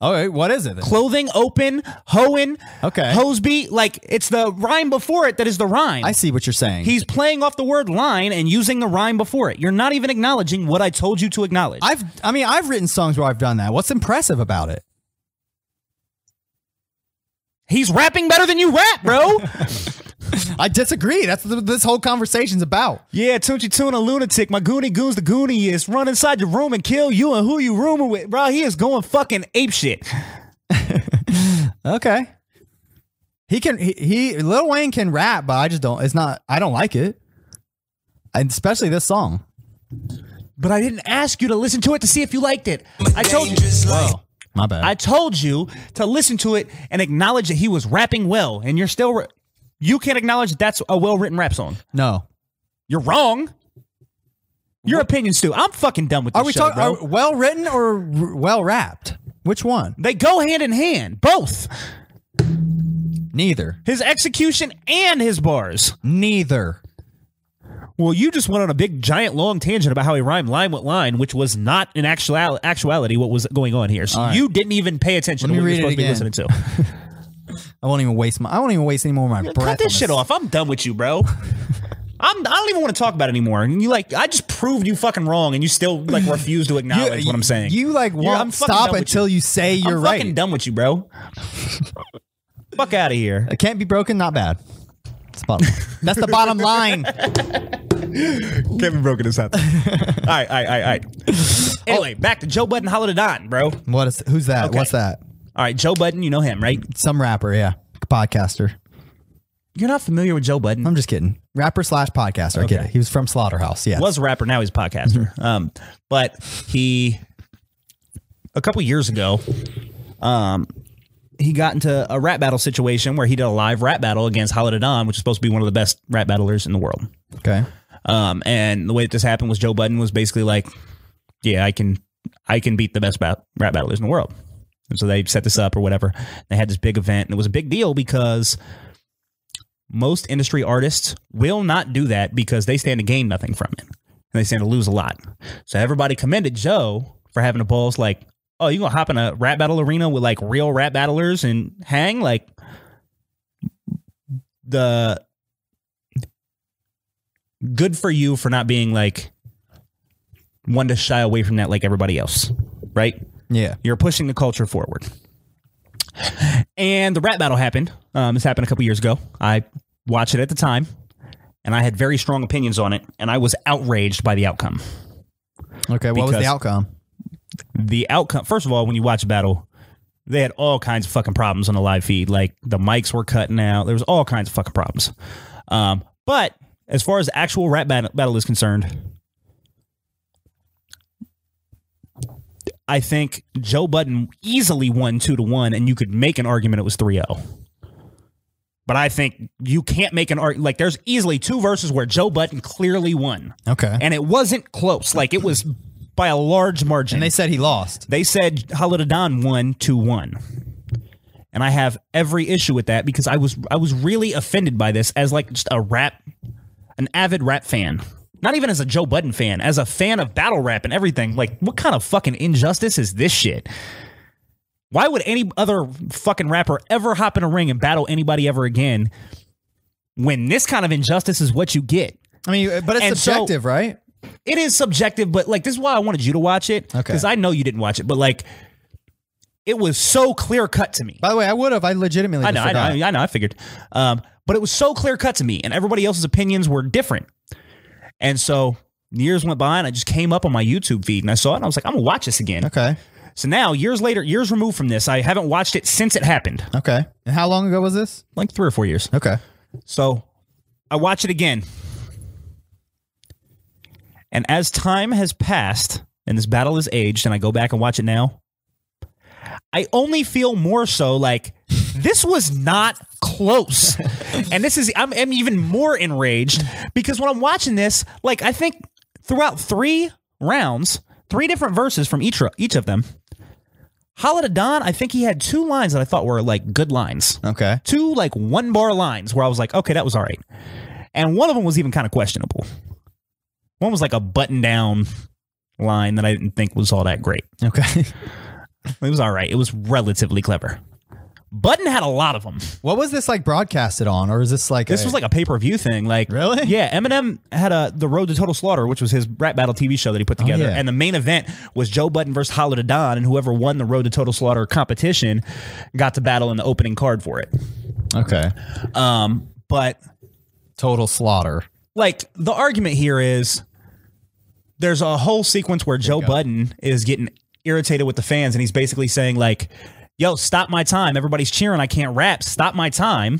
S2: Oh,
S1: All right, what is it? then?
S2: Clothing open, hoeing,
S1: Okay.
S2: hoseby. Like it's the rhyme before it that is the rhyme.
S1: I see what you're saying.
S2: He's playing off the word line and using the rhyme before it. You're not even acknowledging what I told you to acknowledge.
S1: I've, I mean, I've written songs where I've done that. What's impressive about it?
S2: He's rapping better than you rap, bro.
S1: I disagree. That's what this whole conversation's about.
S2: yeah, Tunchi Tuna lunatic. My goonie goons the gooniest. Run inside your room and kill you and who you rooming with, bro. He is going fucking ape shit.
S1: Okay. He can. He, he Lil Wayne can rap, but I just don't. It's not. I don't like it, and especially this song.
S2: But I didn't ask you to listen to it to see if you liked it. I told you.
S1: Oh, my bad.
S2: I told you to listen to it and acknowledge that he was rapping well, and you're still. Re- you can't acknowledge that that's a well written rap song.
S1: no.
S2: You're wrong. Your opinion, Stu. I'm fucking done with this
S1: Are we
S2: show,
S1: talking
S2: bro.
S1: are well written or r- well rapped? Which one?
S2: they go hand in hand, both
S1: Neither.
S2: his execution and his bars.
S1: Neither.
S2: Well, you just went on a big, giant, long tangent about how he rhymed line with line, which was not in actual- actuality what was going on here. So you didn't even pay attention
S1: Let
S2: to
S1: me
S2: what you're
S1: read it
S2: supposed to be
S1: again.
S2: listening to.
S1: I won't even waste my. I won't even waste any more of my breath.
S2: Cut this
S1: on
S2: shit off. I'm done with you, bro. I'm, I don't even want to talk about it anymore. And you like, I just proved you fucking wrong, and you still like refuse to acknowledge what I'm saying.
S1: You like
S2: You're-
S1: won't
S2: I'm fucking
S1: stop
S2: done with
S1: until you, say you're
S2: I'm
S1: right.
S2: fucking done with you, bro. Fuck out of here.
S1: It can't be broken. Not bad. That's the bottom. line. That's the bottom line.
S3: Can't be broken this up.
S2: All right, all right, all right, all right. Anyway, back to Joe Budden, Holla to Don, bro. All
S1: What is? Who's that?
S2: Okay.
S1: What's that?
S2: right, Joe Budden, you know him, right?
S1: Some rapper. Yeah. Podcaster.
S2: You're not familiar with Joe Budden.
S1: I'm just kidding. Rapper slash podcaster. I get it. He was from Slaughterhouse. Yeah.
S2: was a rapper, now he's a podcaster. Um, but he a couple years ago, um, he got into a rap battle situation where he did a live rap battle against Khalid Don, which is supposed to be one of the best rap battlers in the world.
S1: okay.
S2: Um, and the way that this happened was Joe Budden was basically like, "Yeah, I can, I can beat the best bat- rap battlers in the world." And so they set this up or whatever. They had this big event, and it was a big deal because most industry artists will not do that because they stand to gain nothing from it, and they stand to lose a lot. So everybody commended Joe for having the balls like. Oh, you gonna hop in a rap battle arena with like real rap battlers and hang? Like the good for you for not being like one to shy away from that like everybody else, right?
S1: Yeah.
S2: You're pushing the culture forward. And the rap battle happened. Um, this happened a couple years ago. I watched it at the time, and I had very strong opinions on it, and I was outraged by the outcome.
S1: Okay. What was the
S2: Because-
S1: outcome?
S2: The outcome, first of all, when you watch a battle, they had all kinds of fucking problems on the live feed. Like the mics were cutting out. There was all kinds of fucking problems. Um, but as far as the actual rap bat- battle is concerned, I think Joe Budden easily won two to one, and you could make an argument it was 3 0. But I think you can't make an argument. Like, there's easily two verses where Joe Budden clearly won,
S1: Okay. And,
S2: and it wasn't close. Like, it was by a large margin.
S1: they said he lost.
S2: They said Halidadon won 2 1. And I have every issue with that because I was I was really offended by this as like just a rap an avid rap fan. Not even as a Joe Budden fan, as a fan of battle rap and everything. Like what kind of fucking injustice is this shit? Why would any other fucking rapper ever hop in a ring and battle anybody ever again when this kind of injustice is what you get?
S1: I mean, but it's
S2: And so-
S1: subjective, right?
S2: it is subjective, but like this is why I wanted you to watch it.
S1: Okay.
S2: Because I know you didn't watch it, but like it was so clear cut to me.
S1: By the way, I would have. I legitimately.
S2: I know, I know, I,
S1: forgot.
S2: know, I know, I figured. Um, but it was so clear cut to me, and everybody else's opinions were different. And so years went by, and I just came up on my YouTube feed, and I saw it, and I was like, I'm gonna watch this again.
S1: Okay.
S2: So now, years later, years removed from this, I haven't watched it since it happened,
S1: Okay. And how long ago was this?
S2: like three or four years.
S1: Okay.
S2: So I watch it again. And as time has passed and this battle is aged, and I go back and watch it now, I only feel more so like this was not close. and this is, I'm, I'm even more enraged because when I'm watching this, like I think throughout three rounds, three different verses from each, each of them, Halida Don, I think he had two lines that I thought were like good lines
S1: Okay.
S2: two like one bar lines where I was like, okay, that was all right. And one of them was even kind of questionable. One was like a button down line that I didn't think was all that great.
S1: Okay.
S2: It was all right. It was relatively clever. Button had a lot of them.
S1: what was this like broadcasted on, or is this like
S2: This was like a pay per view thing. Like
S1: Really?
S2: Yeah. Eminem had a the Road to Total Slaughter, which was his rap battle TV show that he put together,
S1: Oh, yeah.
S2: and the main event was Joe Button versus Holla to Don, and whoever won the Road to Total Slaughter competition got to battle in the opening card for it.
S1: okay
S2: Um, but
S1: total slaughter?
S2: like the argument here is there's a whole sequence where Joe Budden is getting irritated with the fans and he's basically saying like yo stop my time everybody's cheering I can't rap stop my time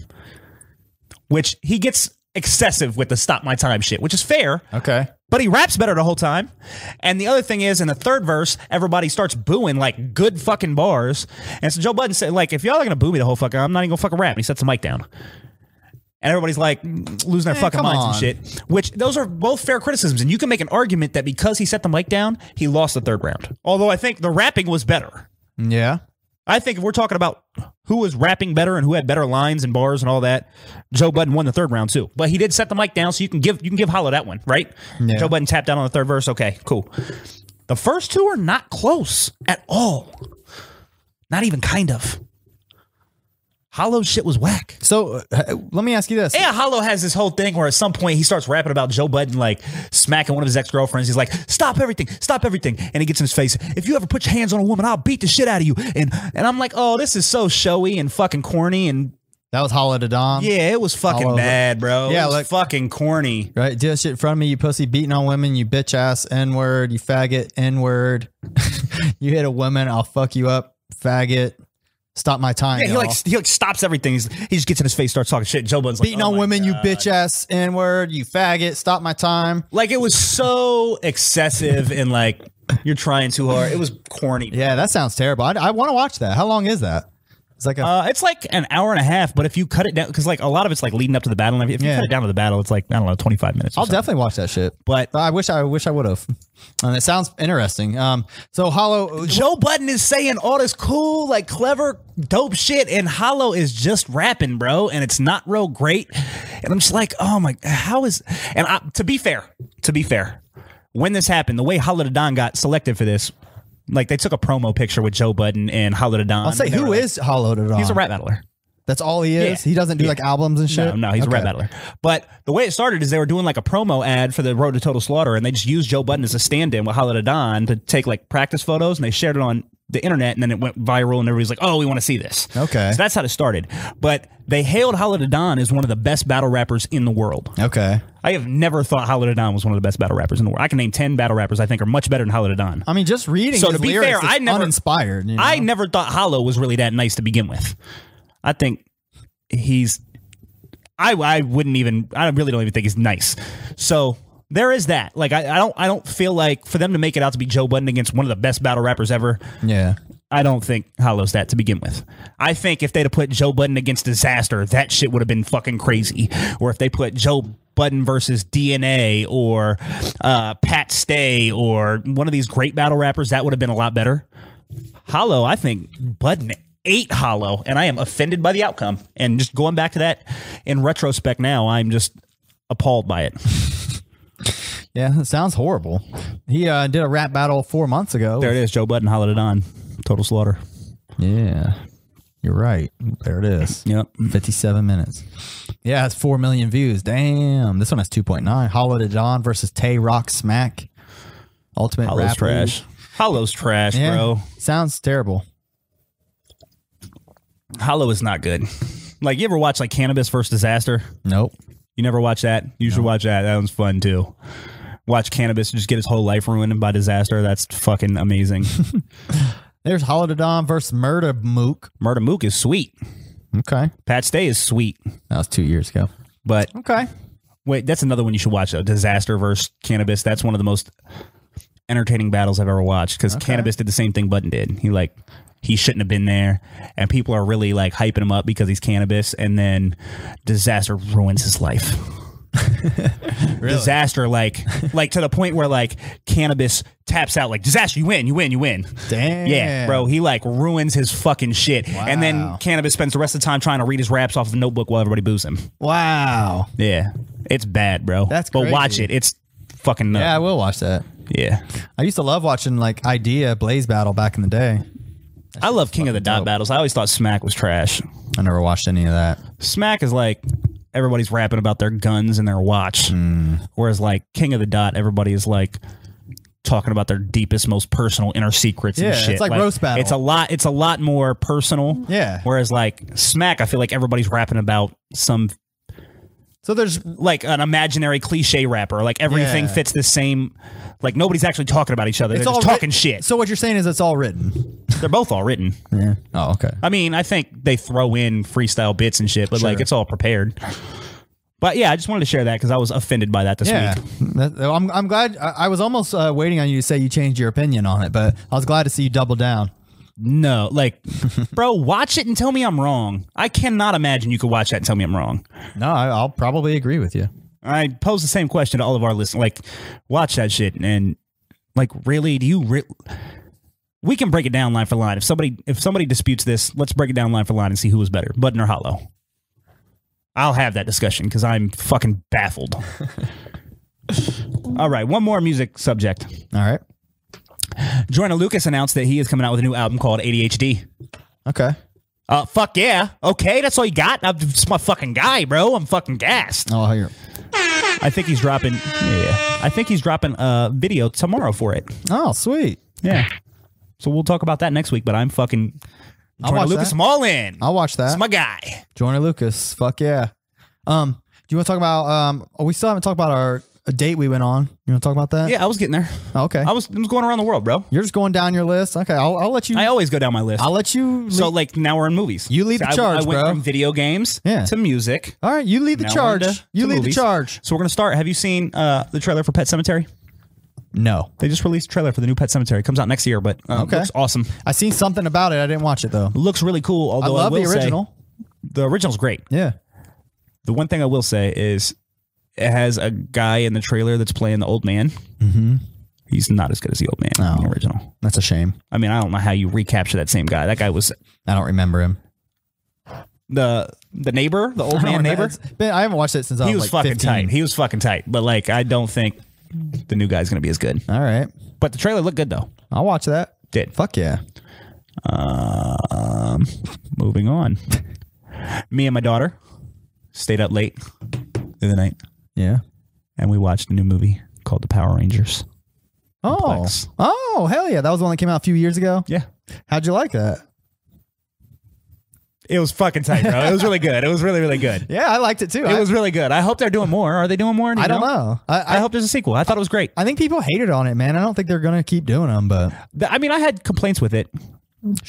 S2: which he gets excessive with the stop my time shit which is fair
S1: Okay.
S2: but he raps better the whole time. And the other thing is, in the third verse, everybody starts booing like good fucking bars. And so Joe Budden said, like, if y'all are gonna boo me the whole fucking, I'm not even gonna fucking rap. And he sets the mic down. And everybody's like losing their fucking
S1: Eh, come
S2: minds
S1: on.
S2: and shit. Which those are both fair criticisms, and you can make an argument that because he set the mic down, he lost the third round. Although I think the rapping was better.
S1: Yeah.
S2: I think if we're talking about who was rapping better and who had better lines and bars and all that, Joe Budden won the third round too. But he did set the mic down, so you can give you can give Hollow that one, right?
S1: Yeah.
S2: Joe Budden tapped out on the third verse. Okay, cool. The first two are not close at all. Not even kind of. Hollow's shit was whack.
S1: So uh, let me ask you this.
S2: Yeah, Hollow has this whole thing where at some point he starts rapping about Joe Budden like smacking one of his ex girlfriends. He's like, "Stop everything, stop everything!" And he gets in his face. If you ever put your hands on a woman, I'll beat the shit out of you. And and I'm like, oh, this is so showy and fucking corny. And
S1: That was Holla to Dom.
S2: yeah, it was fucking
S1: Hollow-
S2: bad, bro.
S1: Yeah,
S2: it was
S1: like-
S2: fucking corny.
S1: Right? Do that shit in front of me, you pussy beating on women, you bitch ass, N word, you faggot, N word. you hit a woman, I'll fuck you up, faggot. Stop my time.
S2: Yeah, he
S1: y'all.
S2: like he like stops everything. He's, he just gets in his face, starts talking shit. Joe Budden's like,
S1: beating
S2: "Oh
S1: on
S2: my
S1: women, you
S2: God."
S1: bitch ass n word, you faggot. Stop my time.
S2: Like it was so excessive and like you're trying too hard. It was corny.
S1: Yeah, that sounds terrible. I, I want to watch that. How long is that? It's like a
S2: Uh, it's like an hour and a half, but if you cut it down, because like a lot of it's like leading up to the battle. And if you
S1: Yeah.
S2: cut it down to the battle, it's like I don't know, twenty five minutes. or
S1: I'll
S2: something.
S1: definitely watch that shit.
S2: But-
S1: I wish I wish I would have. And it sounds interesting. Um, so Hollow.
S2: Joe Button is saying all this cool, like clever, dope shit, and Hollow is just rapping, bro, and it's not real great. And I'm just like, oh my, how is? And I, to be fair, to be fair, when this happened, the way Hollow to Don got selected for this, like they took a promo picture with Joe Budden and Hollow to Don.
S1: I'll say who is Hollow to Dawn?
S2: he's a rap battler.
S1: That's all he is.
S2: Yeah.
S1: He doesn't do like albums and shit.
S2: No, no, he's a rap
S1: Okay.
S2: battler. But the way it started is they were doing like a promo ad for the Road to Total Slaughter, and they just used Joe Budden as a stand-in with Hollow to Don to take like practice photos, and they shared it on the internet, and then it went viral, and everybody's like, "Oh, we want to see this."
S1: Okay.
S2: so that's how it started. But they hailed Hollow to Don as one of the best battle rappers in the world.
S1: Okay.
S2: I have never thought Hollow to Don was one of the best battle rappers in the world. I can name ten battle rappers I think are much better than Hollow to Don.
S1: I mean, just reading.
S2: So
S1: his
S2: to be
S1: lyrics
S2: fair,
S1: is
S2: I never-
S1: uninspired. you know?
S2: I never thought Hollow was really that nice to begin with. I think he's. I I wouldn't even. I really don't even think he's nice. So there is that. Like I, I don't I don't feel like for them to make it out to be Joe Budden against one of the best battle rappers ever.
S1: yeah.
S2: I don't think Hollow's that to begin with. I think if they'd have put Joe Budden against Disaster, that shit would have been fucking crazy. Or if they put Joe Budden versus DNA or uh, Pat Stay or one of these great battle rappers, that would have been a lot better. Hollow, I think Budden ate Hollow, and I am offended by the outcome. And just going back to that in retrospect now, I'm just appalled by it.
S1: Yeah. It sounds horrible. He uh, did a rap battle four months ago.
S2: There it is, Joe Budden hollowed it on. Total slaughter.
S1: Yeah. You're right. There it is.
S2: Yep.
S1: 57 minutes. Yeah, it's 4 million views. Damn. This one has 2.9. Hollow to Dawn versus Tay Rock Smack. Ultimate
S2: Hollow's
S1: Rap
S2: trash.
S1: League.
S2: Hollow's trash,
S1: Yeah.
S2: bro.
S1: Sounds terrible.
S2: Hollow is not good. Like you ever watch like Cannabis versus Disaster?
S1: Nope.
S2: You never watch that. You should watch that. That one's fun too. Watch Cannabis just get his whole life ruined by disaster. That's fucking amazing.
S1: There's Hollow to Dawn versus Murder Mook.
S2: Murder Mook is sweet.
S1: Okay.
S2: Pat Stay is sweet.
S1: That was two years ago.
S2: But
S1: Okay.
S2: wait, that's another one you should watch though. Disaster versus Cannabis. That's one of the most entertaining battles I've ever watched because Cannabis did the same thing Button did. He like he shouldn't have been there, and people are really like hyping him up because he's Cannabis, and then Disaster ruins his life. disaster like like to the point where like cannabis taps out like disaster you win you win you win
S1: Damn.
S2: yeah bro he like ruins his fucking shit and then
S1: Wow.
S2: cannabis spends the rest of the time trying to read his raps off of a notebook while everybody boos him
S1: Wow.
S2: yeah it's bad bro
S1: That's
S2: but
S1: crazy.
S2: watch it it's fucking
S1: Yeah, I
S2: nuts.
S1: will watch that.
S2: yeah,
S1: I used to love watching like Idea Blaze Battle back in the day.
S2: i love king of the dot battles i always thought smack was trash
S1: I never watched any of that.
S2: smack is like everybody's rapping about their guns and their watch
S1: Hmm.
S2: whereas like king of the dot everybody is like talking about their deepest most personal inner secrets
S1: Yeah,
S2: and shit
S1: it's like roast battle.
S2: it's a lot it's a lot more personal
S1: Yeah.
S2: whereas like smack i feel like everybody's rapping about some
S1: So there's
S2: like an imaginary cliche rapper like everything
S1: Yeah.
S2: fits the same like nobody's actually talking about each other they're just
S1: writ-
S2: talking shit
S1: So what you're saying is it's all written.
S2: they're both all written
S1: Yeah. Oh, okay.
S2: I mean, I think they throw in freestyle bits and shit, but like it's all prepared. But yeah, I just wanted to share that because I was offended by that this
S1: Yeah,
S2: week.
S1: That- I'm, I'm glad. I, I was almost uh, waiting on you to say you changed your opinion on it, but I was glad to see you double down.
S2: No, like, bro, watch it and tell me I'm wrong. I cannot imagine you could watch that and tell me I'm wrong.
S1: No, I, I'll probably agree with you.
S2: I pose the same question to all of our listeners. Like, watch that shit and like, really? Do you re- We can break it down line for line. If somebody if somebody disputes this, let's break it down line for line and see who was better, Button or Hollow. I'll have that discussion because I'm fucking baffled. all right, one more music subject.
S1: All right.
S2: Jordan Lucas announced that he is coming out with a new album called ADHD.
S1: Okay.
S2: Uh, fuck yeah. Okay, that's all you got. I'm just my fucking guy, bro. I'm fucking gassed.
S1: Oh, here.
S2: I think he's dropping. Yeah, I think he's dropping a video tomorrow for it.
S1: Oh, sweet.
S2: Yeah. So we'll talk about that next week. But I'm fucking. Jordan
S1: watch
S2: Lucas,
S1: that.
S2: I'm all in.
S1: I'll watch
S2: It's
S1: that.
S2: my guy.
S1: Joyner Lucas. Fuck yeah. Um, do you want to talk about? Um, oh, we still haven't talked about our a date we went on. You want to talk about that?
S2: Yeah, I was getting there.
S1: Oh, okay.
S2: I was, I was going around the world, bro.
S1: You're just going down your list. Okay. I'll, I'll let you.
S2: I always go down my list.
S1: I'll let you.
S2: so
S1: lead-
S2: like now we're in movies.
S1: You lead
S2: So
S1: the
S2: I-
S1: charge,
S2: I, went
S1: bro.
S2: from video games
S1: Yeah.
S2: to music.
S1: all right. You lead the
S2: Now we're
S1: charge.
S2: into-
S1: you
S2: to
S1: lead
S2: movies.
S1: the charge.
S2: So we're gonna start. Have you seen uh, the trailer for Pet Cemetery?
S1: No,
S2: They just released a trailer for the new Pet Cemetery. It comes out next year, but uh,
S1: Okay.
S2: looks awesome.
S1: I seen something about it. I didn't watch it though.
S2: Looks really cool.
S1: I
S2: Although I,
S1: love the
S2: will say-
S1: original.
S2: the original's great.
S1: Yeah.
S2: The one thing I will say is it has a guy in the trailer that's playing the old man. Mm-hmm. He's not as good as the old man in the
S1: Oh.
S2: original.
S1: That's a shame.
S2: I mean, I don't know how you recapture that same guy. That guy was
S1: I don't remember him.
S2: the the neighbor, the old
S1: I
S2: man
S1: don't-
S2: neighbor.
S1: it's been- I haven't watched it since I
S2: He was
S1: was, like
S2: fucking
S1: 15.
S2: tight. He was fucking tight. But like, I don't think the new guy's gonna be as good.
S1: All right.
S2: But the trailer looked good though.
S1: I'll watch that.
S2: Did
S1: Fuck yeah.
S2: um, moving on. Me and my daughter stayed up late through the night,
S1: Yeah.
S2: and we watched a new movie called The Power Rangers.
S1: Oh.
S2: Complex.
S1: Oh, hell yeah. That was the one that came out a few years ago.
S2: Yeah,
S1: How'd you like that?
S2: It was fucking tight, bro. It was really good. It was really, really good.
S1: Yeah, I liked it too.
S2: It
S1: I,
S2: was really good. I hope they're doing more. Are they doing more? Do you
S1: I don't know. I, I,
S2: I hope there's a sequel. I thought it was great.
S1: I think people hated on it, man. I don't think they're gonna keep doing them, but
S2: Th- I mean, I had complaints with it,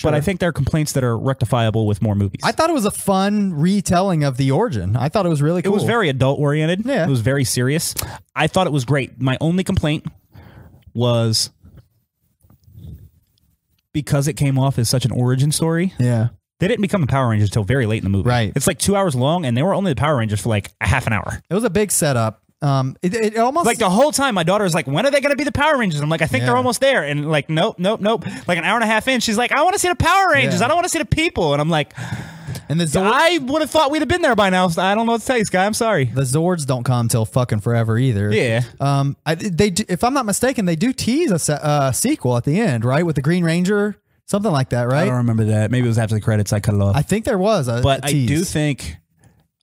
S2: but I think there are complaints that are rectifiable with more movies.
S1: I thought it was a fun retelling of the origin. I thought it was really
S2: it
S1: cool.
S2: was very adult oriented.
S1: Yeah.
S2: It was very serious. I thought it was great. My only complaint was because it came off as such an origin story,
S1: yeah.
S2: they didn't become the Power Rangers until very late in the movie.
S1: Right.
S2: It's like two hours long, and they were only the Power Rangers for like a half an hour.
S1: It was a big setup. Um, it, it almost
S2: Like the whole time, my daughter was like, "When are they going to be the Power Rangers?" I'm like, "I think
S1: Yeah.
S2: they're almost there." And like, nope, nope, nope. Like an hour and a half in, she's like, "I want to see the Power Rangers.
S1: Yeah.
S2: I don't want to see the people." And I'm like,
S1: and the Zor-
S2: "I would have thought we'd have been there by now." So I don't know what to tell you, Sky. I'm sorry.
S1: the Zords don't come till fucking forever either.
S2: Yeah.
S1: Um, I, they do, if I'm not mistaken, they do tease a se- uh, sequel at the end, right, with the Green Ranger, something like that, right? I,
S2: remember that. Maybe it was after the credits. I cut it off.
S1: think there was a
S2: Uh, but
S1: a
S2: I do
S1: tease.
S2: think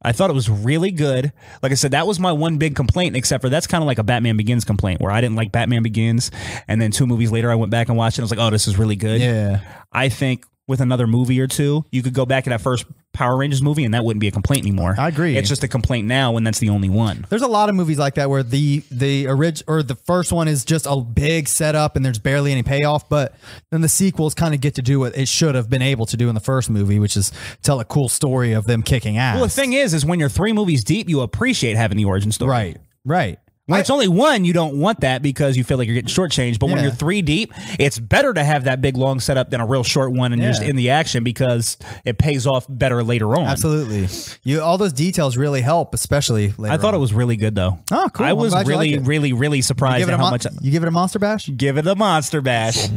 S2: I thought it was really good. Like I said, that was my one big complaint, except for that's kind of like a Batman Begins complaint where I didn't like Batman Begins. And then two movies later, I went back and watched it. And I was like, oh, this is really good.
S1: yeah.
S2: I think with another movie or two, you could go back to that first Power Rangers movie and that wouldn't be a complaint anymore.
S1: I agree.
S2: It's just a complaint now when that's the only one.
S1: There's a lot of movies like that where the the orig- or the first one is just a big setup and there's barely any payoff, but then the sequels kind of get to do what it should have been able to do in the first movie, which is tell a cool story of them kicking ass.
S2: Well, the thing is, is when you're three movies deep, you appreciate having the origin story.
S1: right, right.
S2: When it's only one, you don't want that because you feel like you're getting shortchanged. But when
S1: Yeah.
S2: you're three deep, it's better to have that big long setup than a real short one and you're just
S1: Yeah.
S2: in the action because it pays off better later on.
S1: Absolutely, you all those details really help, especially. Later
S2: I
S1: on.
S2: thought it was really good though.
S1: Oh, cool.
S2: I
S1: I'm
S2: was
S1: glad you
S2: really,
S1: liked it.
S2: really, really surprised
S1: give it
S2: at
S1: a mon-
S2: how much.
S1: you give it a monster bash.
S2: Give it a monster bash.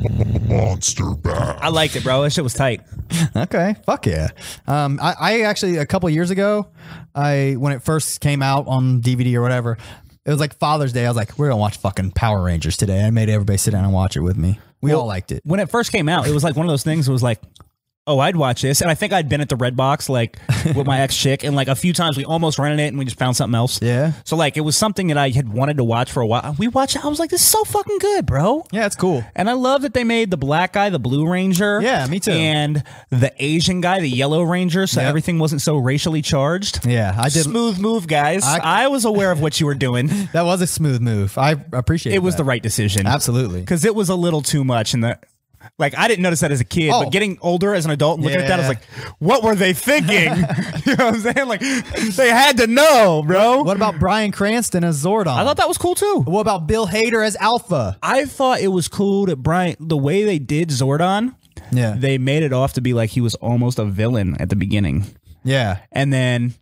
S3: Monster back.
S2: I liked it, bro. That shit was tight.
S1: Okay, fuck yeah. Um, I, I actually a couple years ago, I when it first came out on DVD or whatever, it was like Father's Day. I was like, we're gonna watch fucking Power Rangers today. I made everybody sit down and watch it with me. We all liked it.
S2: when it first came out, it was like one of those things. It was like, oh, I'd watch this, and I think I'd been at the Red Box like with my ex chick, and like a few times we almost rented it, and we just found something else.
S1: Yeah.
S2: So like it was something that I had wanted to watch for a while. We watched. it. I was like, this is so fucking good, bro.
S1: Yeah, it's cool.
S2: And I love that they made the black guy the Blue Ranger.
S1: Yeah, me too.
S2: And the Asian guy the Yellow Ranger, so
S1: Yep.
S2: everything wasn't so racially charged.
S1: Yeah, I did.
S2: Smooth move, guys. I, was aware of what you were doing.
S1: That was a smooth move. I appreciate
S2: It was
S1: that.
S2: the right decision
S1: absolutely.
S2: because it was a little too much and the like I didn't notice that as a kid,
S1: Oh.
S2: but getting older as an adult and looking at that, I was
S1: Yeah.
S2: like, "What were they thinking?" you know what I'm saying? Like, they had to know, bro.
S1: What about Brian Cranston as Zordon?
S2: I thought that was cool too.
S1: what about Bill Hader as Alpha?
S2: I thought it was cool that Brian, the way they did Zordon,
S1: Yeah,
S2: they made it off to be like he was almost a villain at the beginning,
S1: yeah,
S2: and then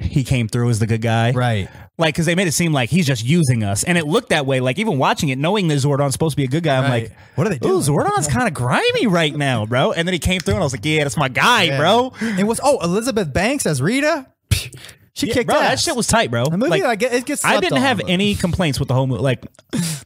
S2: he came through as the good guy,
S1: right.
S2: Like, because they made it seem like he's just using us, and it looked that way. Like, even watching it, knowing that Zordon's supposed to be a good guy, I'm
S1: Right.
S2: like,
S1: What are they doing?
S2: Ooh, Zordon's kind of grimy right now, bro. And then he came through, and I was like, yeah, that's my guy,
S1: Yeah.
S2: bro.
S1: It was oh Elizabeth Banks as Rita. She
S2: Yeah,
S1: kicked
S2: bro, that
S1: ass.
S2: shit was tight, bro.
S1: The movie
S2: Like,
S1: like, it- it gets.
S2: I
S1: slept
S2: didn't
S1: on,
S2: have
S1: but-
S2: any complaints with the whole movie, like,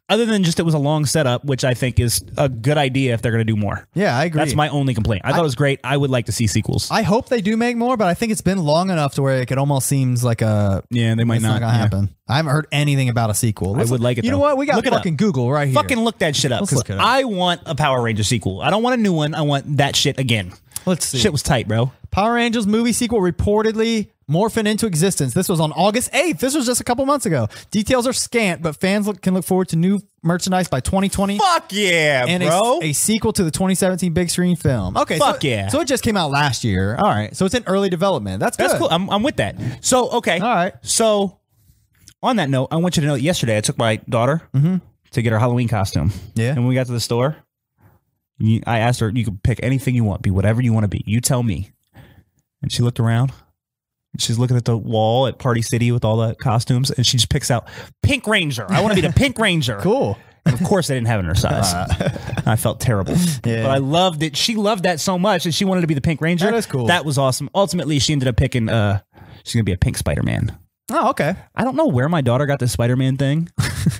S2: other than just it was a long setup, which I think is a good idea if they're gonna do more.
S1: Yeah, I agree.
S2: That's my only complaint. I, thought it was great. I would like to see sequels.
S1: I hope they do make more, but I think it's been long enough to where it almost seems like a
S2: yeah, they might
S1: it's not, gonna
S2: yeah.
S1: happen. I haven't heard anything about a sequel. Let's-
S2: would like it,
S1: You know
S2: though.
S1: what? We got
S2: Look it up.
S1: fucking Google right here.
S2: Fucking look that shit up
S1: Let's
S2: because
S1: look it up.
S2: I want a Power Ranger sequel. I don't want a new one. I want that shit again.
S1: Let's see.
S2: Shit was tight, bro.
S1: Power Rangers movie sequel reportedly Morphin into existence. This was on August 8th. This was just a couple months ago. Details are scant, but fans look, can look forward to new merchandise by 2020
S3: Fuck yeah,
S1: and a-
S3: bro.
S1: A, sequel to the 2017 big screen film. Okay, so-
S2: Fuck yeah.
S1: So it just came out last year. All right, so it's in early development. That's good.
S2: That's cool. I'm, I'm with that. So, okay.
S1: All right.
S2: So, on that note, I want you to know that yesterday I took my daughter to get her Halloween costume.
S1: Mm-hmm. Yeah.
S2: And when we got to the store, you- I asked her, you can pick anything you want, be whatever you want to be. You tell me. And she looked around. She's looking at the wall at Party City with all the costumes, and she just picks out Pink Ranger. I want to be the Pink Ranger.
S1: Cool.
S2: And of course, I didn't have it in her size. I felt terrible.
S1: Yeah.
S2: But I loved it. She loved that so much that she wanted to be the Pink Ranger.
S1: That is cool.
S2: That was awesome. Ultimately, she ended up picking, uh, she's going to be a Pink Spider Man.
S1: Oh, okay.
S2: I don't know where my daughter got this Spider Man thing.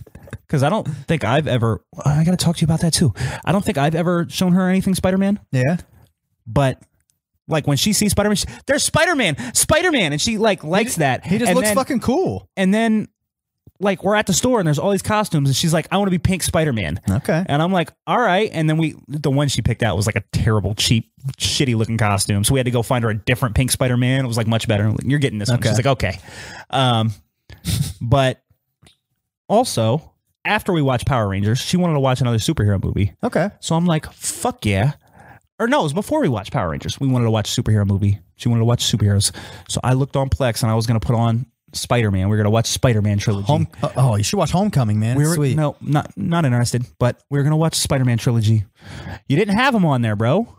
S2: Because I don't think I've ever, I got to talk to you about that too. I don't think I've ever shown her anything Spider Man.
S1: Yeah.
S2: But like when she sees Spider Man, there's Spider Man, Spider Man. And she like likes that.
S1: He just
S2: And
S1: looks
S2: then-
S1: fucking cool.
S2: And then like we're at the store and there's all these costumes and she's like, I want to be Pink Spider Man.
S1: Okay.
S2: And I'm like, all right. And then we, the one she picked out was like a terrible, cheap, shitty looking costume. So we had to go find her a different pink Spider Man. It was like much better. I'm like, You're getting this one.
S1: Okay.
S2: She's like, okay. Um, but also, after we watched Power Rangers, she wanted to watch another superhero movie.
S1: Okay.
S2: So I'm like, fuck yeah. Or no, it was before we watched Power Rangers. We wanted to watch a superhero movie. She wanted to watch superheroes. So I looked on Plex and I was going to put on Spider Man. We were going to watch Spider Man trilogy.
S1: Home. oh, Oh, you should watch Homecoming, man.
S2: We
S1: It's
S2: were
S1: sweet.
S2: no, not not interested. But we were gonna watch Spider Man trilogy. You didn't have them on there, bro.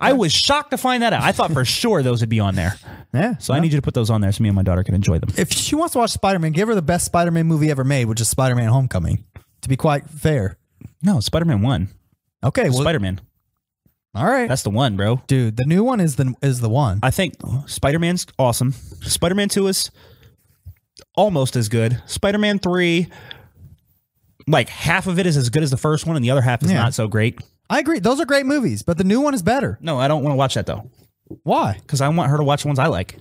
S2: I was shocked to find that out. I thought for sure those would be on there.
S1: Yeah.
S2: So I need you to put those on there so me and my daughter can enjoy them.
S1: if she wants to watch Spider Man, give her the best Spider Man movie ever made, which is Spider Man Homecoming. To be quite fair.
S2: No, Spider Man one,
S1: Okay. Well,
S2: Spider Man.
S1: all right,
S2: That's the one, bro.
S1: dude. The new one is the is the one.
S2: I think Spider Man's awesome. Spider Man two is almost as good. Spider Man three, like half of it is as good as the first one, and the other half is
S1: Yeah.
S2: not so great.
S1: I agree. Those are great movies, but the new one is better.
S2: No, I don't want to watch that though
S1: Why?
S2: because I want her to watch ones I like.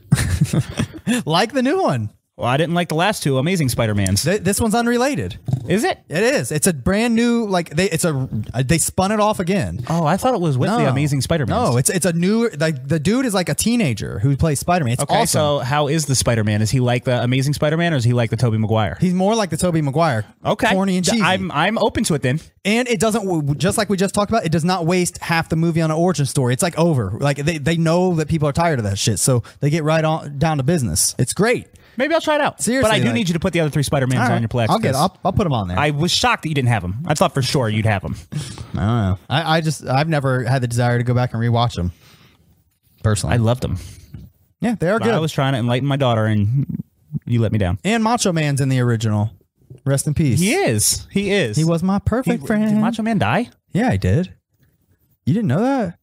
S1: Like the new one.
S2: Well, I didn't like the last two Amazing Spider Mans.
S1: Th- this one's unrelated.
S2: Is it?
S1: It is. It's a brand new. Like they. It's a. They spun it off again.
S2: Oh, I thought it was with the
S1: No.
S2: Amazing Spider Man.
S1: No, it's it's a new. Like the dude is like a teenager who plays Spider Man. It's
S2: okay.
S1: awesome.
S2: So, how is the Spider Man? Is he like the Amazing Spider Man, or is he like the Tobey Maguire?
S1: He's more like the Toby Maguire.
S2: Okay,
S1: Corny and
S2: D-
S1: cheesy.
S2: I'm I'm open to it then.
S1: and it doesn't w- w- just like we just talked about it does not waste half the movie on an origin story it's like over like they, they know that people are tired of that shit so they get right on down to business it's great
S2: Maybe I'll try it out.
S1: Seriously,
S2: but I do
S1: like-
S2: need you to put the other three Spider Mans
S1: All
S2: on
S1: right.
S2: your Plex.
S1: I'll get
S2: 'cause
S1: I'll, I'll put them on there I,
S2: I was shocked that you didn't have them. I thought for sure you'd have them.
S1: don't know I, I just I've never had the desire to go back and rewatch them personally
S2: I loved them.
S1: yeah they are
S2: But I
S1: good
S2: was trying to enlighten my daughter, and you let me down.
S1: and Macho Man's in the original rest in peace
S2: He is. He is.
S1: he was my
S2: He-
S1: perfect friend
S2: Did Macho Man die?
S1: yeah I did you didn't know that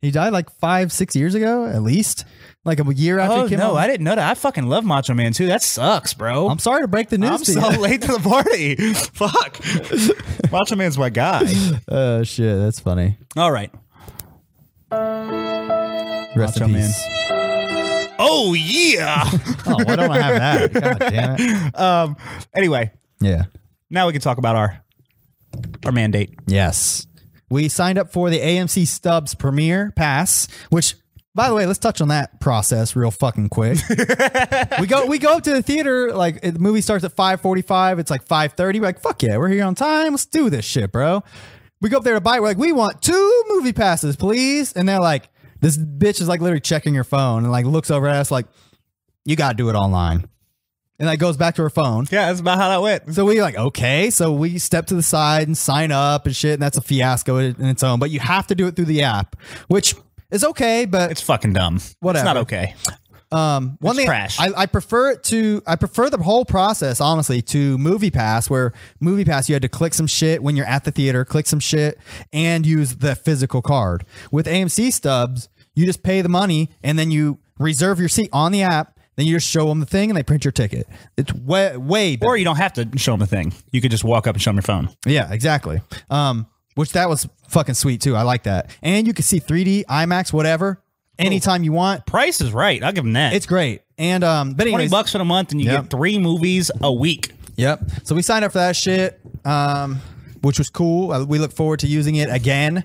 S1: he died like five six years ago at least like a year after
S2: Oh
S1: he came
S2: no,
S1: out
S2: I didn't know that. I fucking love Macho Man too. That sucks, bro.
S1: I'm sorry to break the news
S2: I'm
S1: to
S2: so
S1: you.
S2: late to the party. Fuck. Macho Man's my guy.
S1: Oh shit, that's funny.
S2: All right.
S1: Rest
S2: Macho
S1: in
S2: Man.
S1: peace.
S2: Oh yeah.
S1: Oh, why don't I have that? God damn it.
S2: anyway,
S1: Yeah.
S2: now we can talk about our our mandate.
S1: Yes. We signed up for the AMC Stubbs Premier Pass, which by the way, let's touch on that process real fucking quick. we go we go up to the theater, like the movie starts at 5:45, it's like 5:30. We're like, "Fuck yeah, we're here on time. Let's do this shit, bro." We go up there to buy. We're like, "We want two movie passes, please." And they're like, this bitch is like literally checking her phone and like looks over at us like, "You got to do it online." And that goes back to her phone.
S2: Yeah, that's about how that went.
S1: So we like okay, so we step to the side and sign up and shit, and that's a fiasco in its own. But you have to do it through the app, which is okay. But
S2: It's fucking dumb.
S1: Whatever.
S2: It's not okay.
S1: um, one
S2: it's
S1: thing
S2: trash.
S1: I, I prefer it to I prefer the whole process honestly to Movie Pass, where Movie Pass you had to click some shit when you're at the theater, click some shit, and use the physical card. With AMC Stubs, you just pay the money and then you reserve your seat on the app. Then you just show them the thing and they print your ticket. It's way way better.
S2: Or you don't have to show them a thing. You could just walk up and show them your phone.
S1: Yeah, exactly. Um, which that was fucking sweet too. I like that. And you can see 3D, IMAX, whatever, anytime you want.
S2: Price is right. I'll give them that.
S1: It's great. And um, but
S2: twenty
S1: anyways,
S2: bucks for the month, and you
S1: Yep.
S2: get three movies a week.
S1: yep. So we signed up for that shit, um, which was cool. Uh, We look forward to using it again.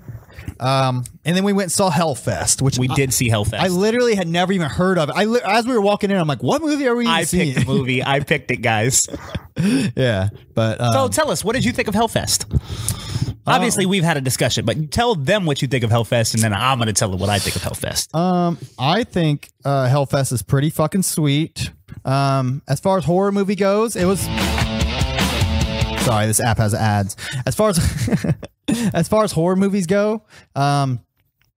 S1: Um, and then we went and saw Hellfest, which
S2: We did see Hellfest.
S1: I literally had never even heard of. I li- as we were walking in, I'm like, "What movie are we
S2: I
S1: seeing?"
S2: picked the movie. I picked it, guys.
S1: yeah, but um,
S2: So tell us, what did you think of Hellfest? Obviously, we've had a discussion, but tell them what you think of Hellfest, and then I'm going to tell them what I think of Hellfest.
S1: Um, I think uh, Hellfest is pretty fucking sweet. Um, as far as horror movie goes, it was. Sorry, this app has ads. As far as as far as horror movies go, um,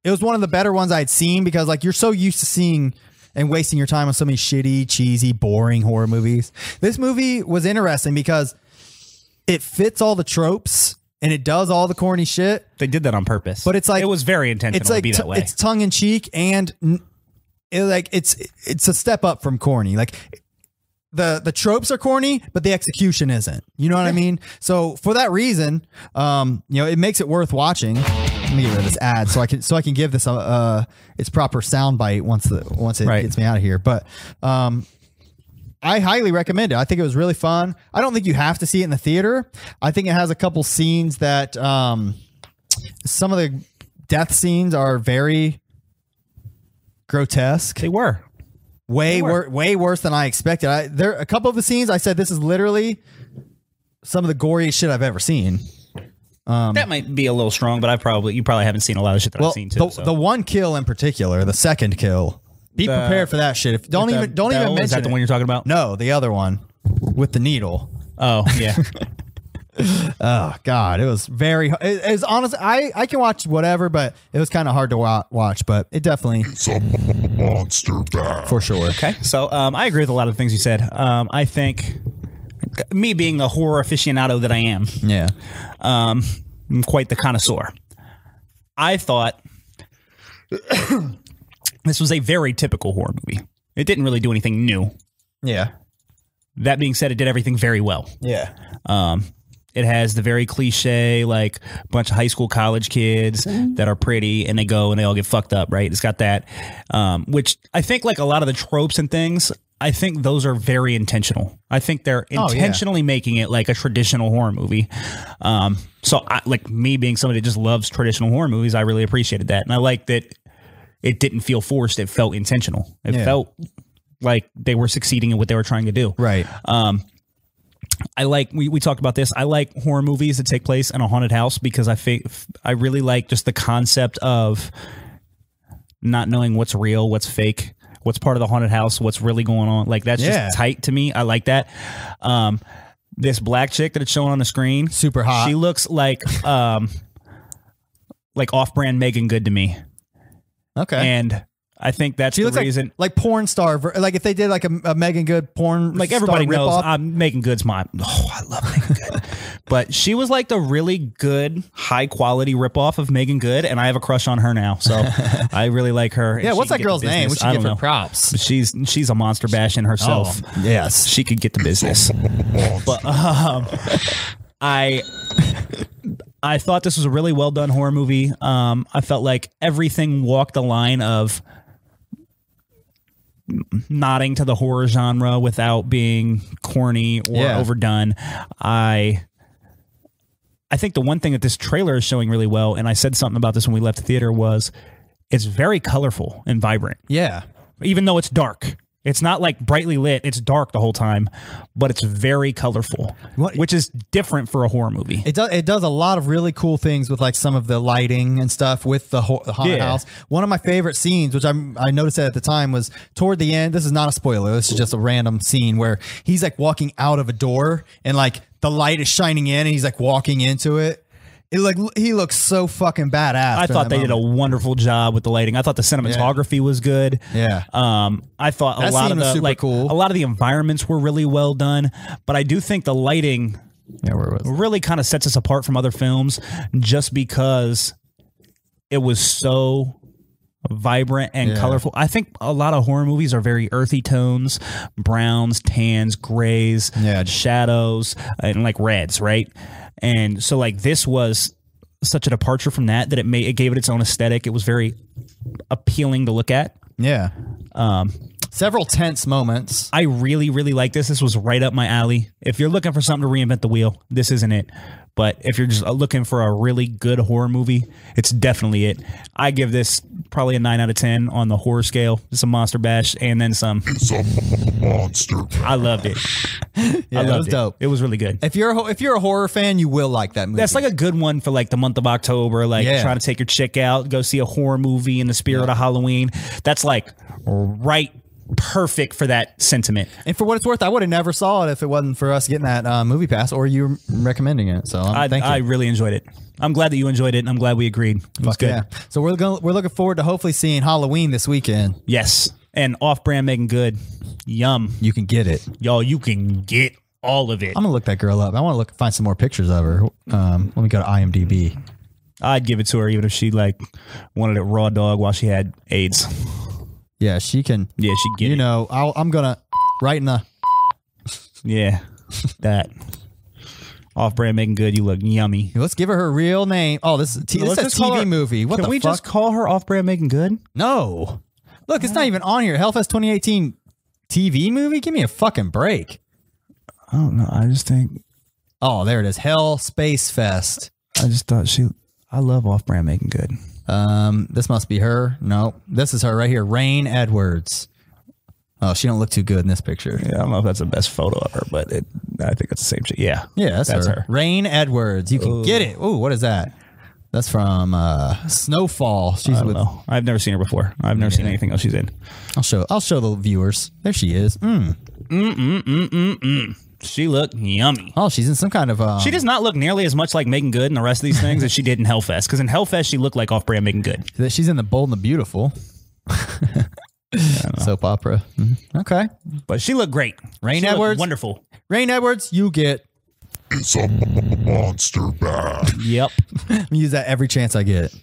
S1: it was one of the better ones I'd seen because like you're so used to seeing and wasting your time on so many shitty, cheesy, boring horror movies. This movie was interesting because it fits all the tropes and it does all the corny shit,
S2: they did that on purpose,
S1: But it's like-
S2: it was very intentional
S1: it's like
S2: to be that
S1: t-
S2: way.
S1: it's tongue in cheek and n- it, like it's it's a step up from corny. Like the the tropes are corny, but the execution isn't. You know what I mean? So for that reason, um, you know, it makes it worth watching. Let me get rid of this ad so I can so I can give this a, uh its proper sound bite once the once it
S2: Right.
S1: gets me out of here. But um I highly recommend it. I think it was really fun. I don't think you have to see it in the theater. I think it has a couple scenes that um some of the death scenes are very grotesque
S2: they were.
S1: way
S2: were.
S1: wor- way worse than I expected. I, there a couple of the scenes I said this is literally some of the goriest shit I've ever seen.
S2: that might be a little strong, but I probably you probably haven't seen a lot of shit that
S1: um, Well,
S2: I've seen too.
S1: the,
S2: so.
S1: the one kill in particular, the second kill. Be
S2: The-
S1: prepared for that shit. If don't
S2: The
S1: even don't
S2: bell,
S1: even mention
S2: Is that the
S1: it.
S2: one you're talking about?
S1: No, the other one with the needle.
S2: Oh yeah.
S1: Oh God, it was very. It, it was honestly, I I can watch whatever, but it was kind of hard to wa- watch. But it definitely
S4: Monster Bash.
S1: for sure.
S2: Okay, so um, I agree with a lot of the things you said. Um, I think me being a horror aficionado that I am,
S1: Yeah.
S2: um, I'm quite the connoisseur. I thought this was a very typical horror movie. It didn't really do anything new.
S1: Yeah.
S2: That being said, it did everything very well.
S1: Yeah.
S2: Um, it has the very cliche, like bunch of high school college kids that are pretty and they go and they all get fucked up, right? It's got that, um, which I think like a lot of the tropes and things. I think those are very intentional. I think they're
S1: Oh, yeah.
S2: intentionally making it like a traditional horror movie. Um, so, I, like me being somebody that just loves traditional horror movies, I really appreciated that, and I like that it didn't feel forced. It felt intentional. It
S1: Yeah.
S2: felt like they were succeeding in what they were trying to do.
S1: Right.
S2: I like we, we talked about this. I like horror movies that take place in a haunted house because I think I really like just the concept of not knowing what's real, what's fake, what's part of the haunted house, what's really going on. Like that's
S1: Yeah.
S2: just tight to me. I like that. Um, this black chick that it's showing on the screen,
S1: Super hot.
S2: She looks like um, like off-brand Megan Good to me,
S1: okay.
S2: and I think that's
S1: Eh. she
S2: the
S1: looks like
S2: reason.
S1: like porn star. ver- Like if they did like a, a Megan Good porn.
S2: like
S1: star
S2: everybody knows
S1: ripoff.
S2: I'm making goods mom. Oh, I love making good. but she was like the really good, high quality ripoff of Megan Good, and I have a crush on her now. So I really like her. and
S1: Yeah,
S2: she
S1: what's
S2: can
S1: that
S2: get the
S1: girl's name?
S2: business.
S1: We should
S2: I
S1: give
S2: don't
S1: her
S2: know.
S1: props. Oh,
S2: She's she's a monster bash in herself.
S1: yes.
S2: She could get the business. But um, I I thought this was a really well done horror movie. Um, I felt like everything walked the line of nodding to the horror genre without being corny or
S1: Yeah.
S2: overdone. I I think the one thing that this trailer is showing really well, and I said something about this when we left the theater, was it's very colorful and vibrant
S1: Yeah.
S2: even though it's dark. It's not like brightly lit. It's dark the whole time, but it's very colorful,
S1: What-
S2: which is different for a horror movie.
S1: It does. It does a lot of really cool things with like some of the lighting and stuff with the, ho- the haunted
S2: Yeah.
S1: house. One of my favorite scenes, which I'm, I noticed at the time, was toward the end. This is not a spoiler. This is just a random scene where he's like walking out of a door and like the light is shining in and he's like walking into it. It like l- he looks so fucking badass.
S2: I thought they did a wonderful job with the lighting. I thought the cinematography was good.
S1: Yeah.
S2: Um, I thought a
S1: That
S2: lot
S1: scene
S2: of
S1: was
S2: the
S1: super
S2: like
S1: cool.
S2: a lot of the environments were really well done, but I do think the lighting
S1: Yeah, where was?
S2: really kind of sets us apart from other films just because it was so vibrant and colorful. I think a lot of horror movies are very earthy tones, browns, tans, grays,
S1: Yeah.
S2: shadows, and like reds, right? And so like this was such a departure from that that it made it gave it its own aesthetic. It was very appealing to look at.
S1: Yeah.
S2: Um,
S1: several tense moments.
S2: I really, really like this. This was right up my alley. If you're looking for something to reinvent the wheel, this isn't it. But if you're just looking for a really good horror movie, it's definitely it. I give this probably a nine out of ten on the horror scale. It's a monster bash and then some.
S4: It's a monster bash.
S2: I loved it.
S1: Yeah,
S2: I loved
S1: it was dope.
S2: It was really good.
S1: If you're a, ho- if you're a horror fan, you will like that movie.
S2: That's like a good one for like the month of October, like
S1: Yeah.
S2: trying to take your chick out, go see a horror movie in the spirit of Halloween. That's like right perfect for that sentiment.
S1: and for what it's worth, I would have never saw it if it wasn't for us getting that uh, movie pass or you recommending it. So um,
S2: I,
S1: thank you.
S2: I really enjoyed it. I'm glad that you enjoyed it and I'm glad we agreed. It was
S1: Fuck
S2: good.
S1: yeah. So we're going we're looking forward to hopefully seeing Halloween this weekend.
S2: Yes. And off brand making good. Yum.
S1: You can get it.
S2: Y'all, you can get all of it.
S1: I'm gonna look that girl up. I want to look find some more pictures of her. Um, let me go to IMDb.
S2: I'd give it to her even if she like wanted it raw dog while she had AIDS.
S1: Yeah, she can.
S2: Yeah, she'd get
S1: You
S2: it.
S1: know, I'll, I'm gonna right in the.
S2: Yeah. that. Off brand making good. You look yummy.
S1: Let's give her her real name. Oh, this is t- this
S2: Let's
S1: is
S2: just
S1: a
S2: call
S1: TV
S2: her-
S1: movie. What
S2: Can
S1: the
S2: we
S1: fuck?
S2: just call her off brand making good?
S1: no. Look, it's not even on here. Hellfest 2018 TV movie. Give me a fucking break.
S2: I don't know. I just think
S1: Oh, there it is. Hell Space Fest.
S2: I just thought she. I love off brand making good.
S1: Um, this must be her. No, this is her right here. Rain Edwards. Oh, she don't look too good in this picture.
S2: Yeah, I don't know if that's the best photo of her, but it, I think that's the same shit. Yeah.
S1: Yeah, that's,
S2: That's
S1: her.
S2: her.
S1: Rain Edwards. You can get it. Ooh, what is that? That's from uh, Snowfall. She's
S2: I don't
S1: with.
S2: know. I've never seen her before. I've never seen anything else she's in.
S1: I'll show. I'll show the viewers. There she is. Mm.
S2: She looked yummy.
S1: Oh, she's in some kind of. Um,
S2: She does not look nearly as much like Megan Good and the rest of these things as she did in Hellfest. Because in Hellfest, she looked like off-brand Megan Good.
S1: She's in the Bold and the Beautiful. Soap opera. Mhm. Okay.
S2: But she looked great.
S1: Rain
S2: She looked
S1: Edwards?
S2: Wonderful.
S1: Rain Edwards, you get.
S4: It's a monster bash.
S2: Yep.
S1: I'm gonna use that every chance I get.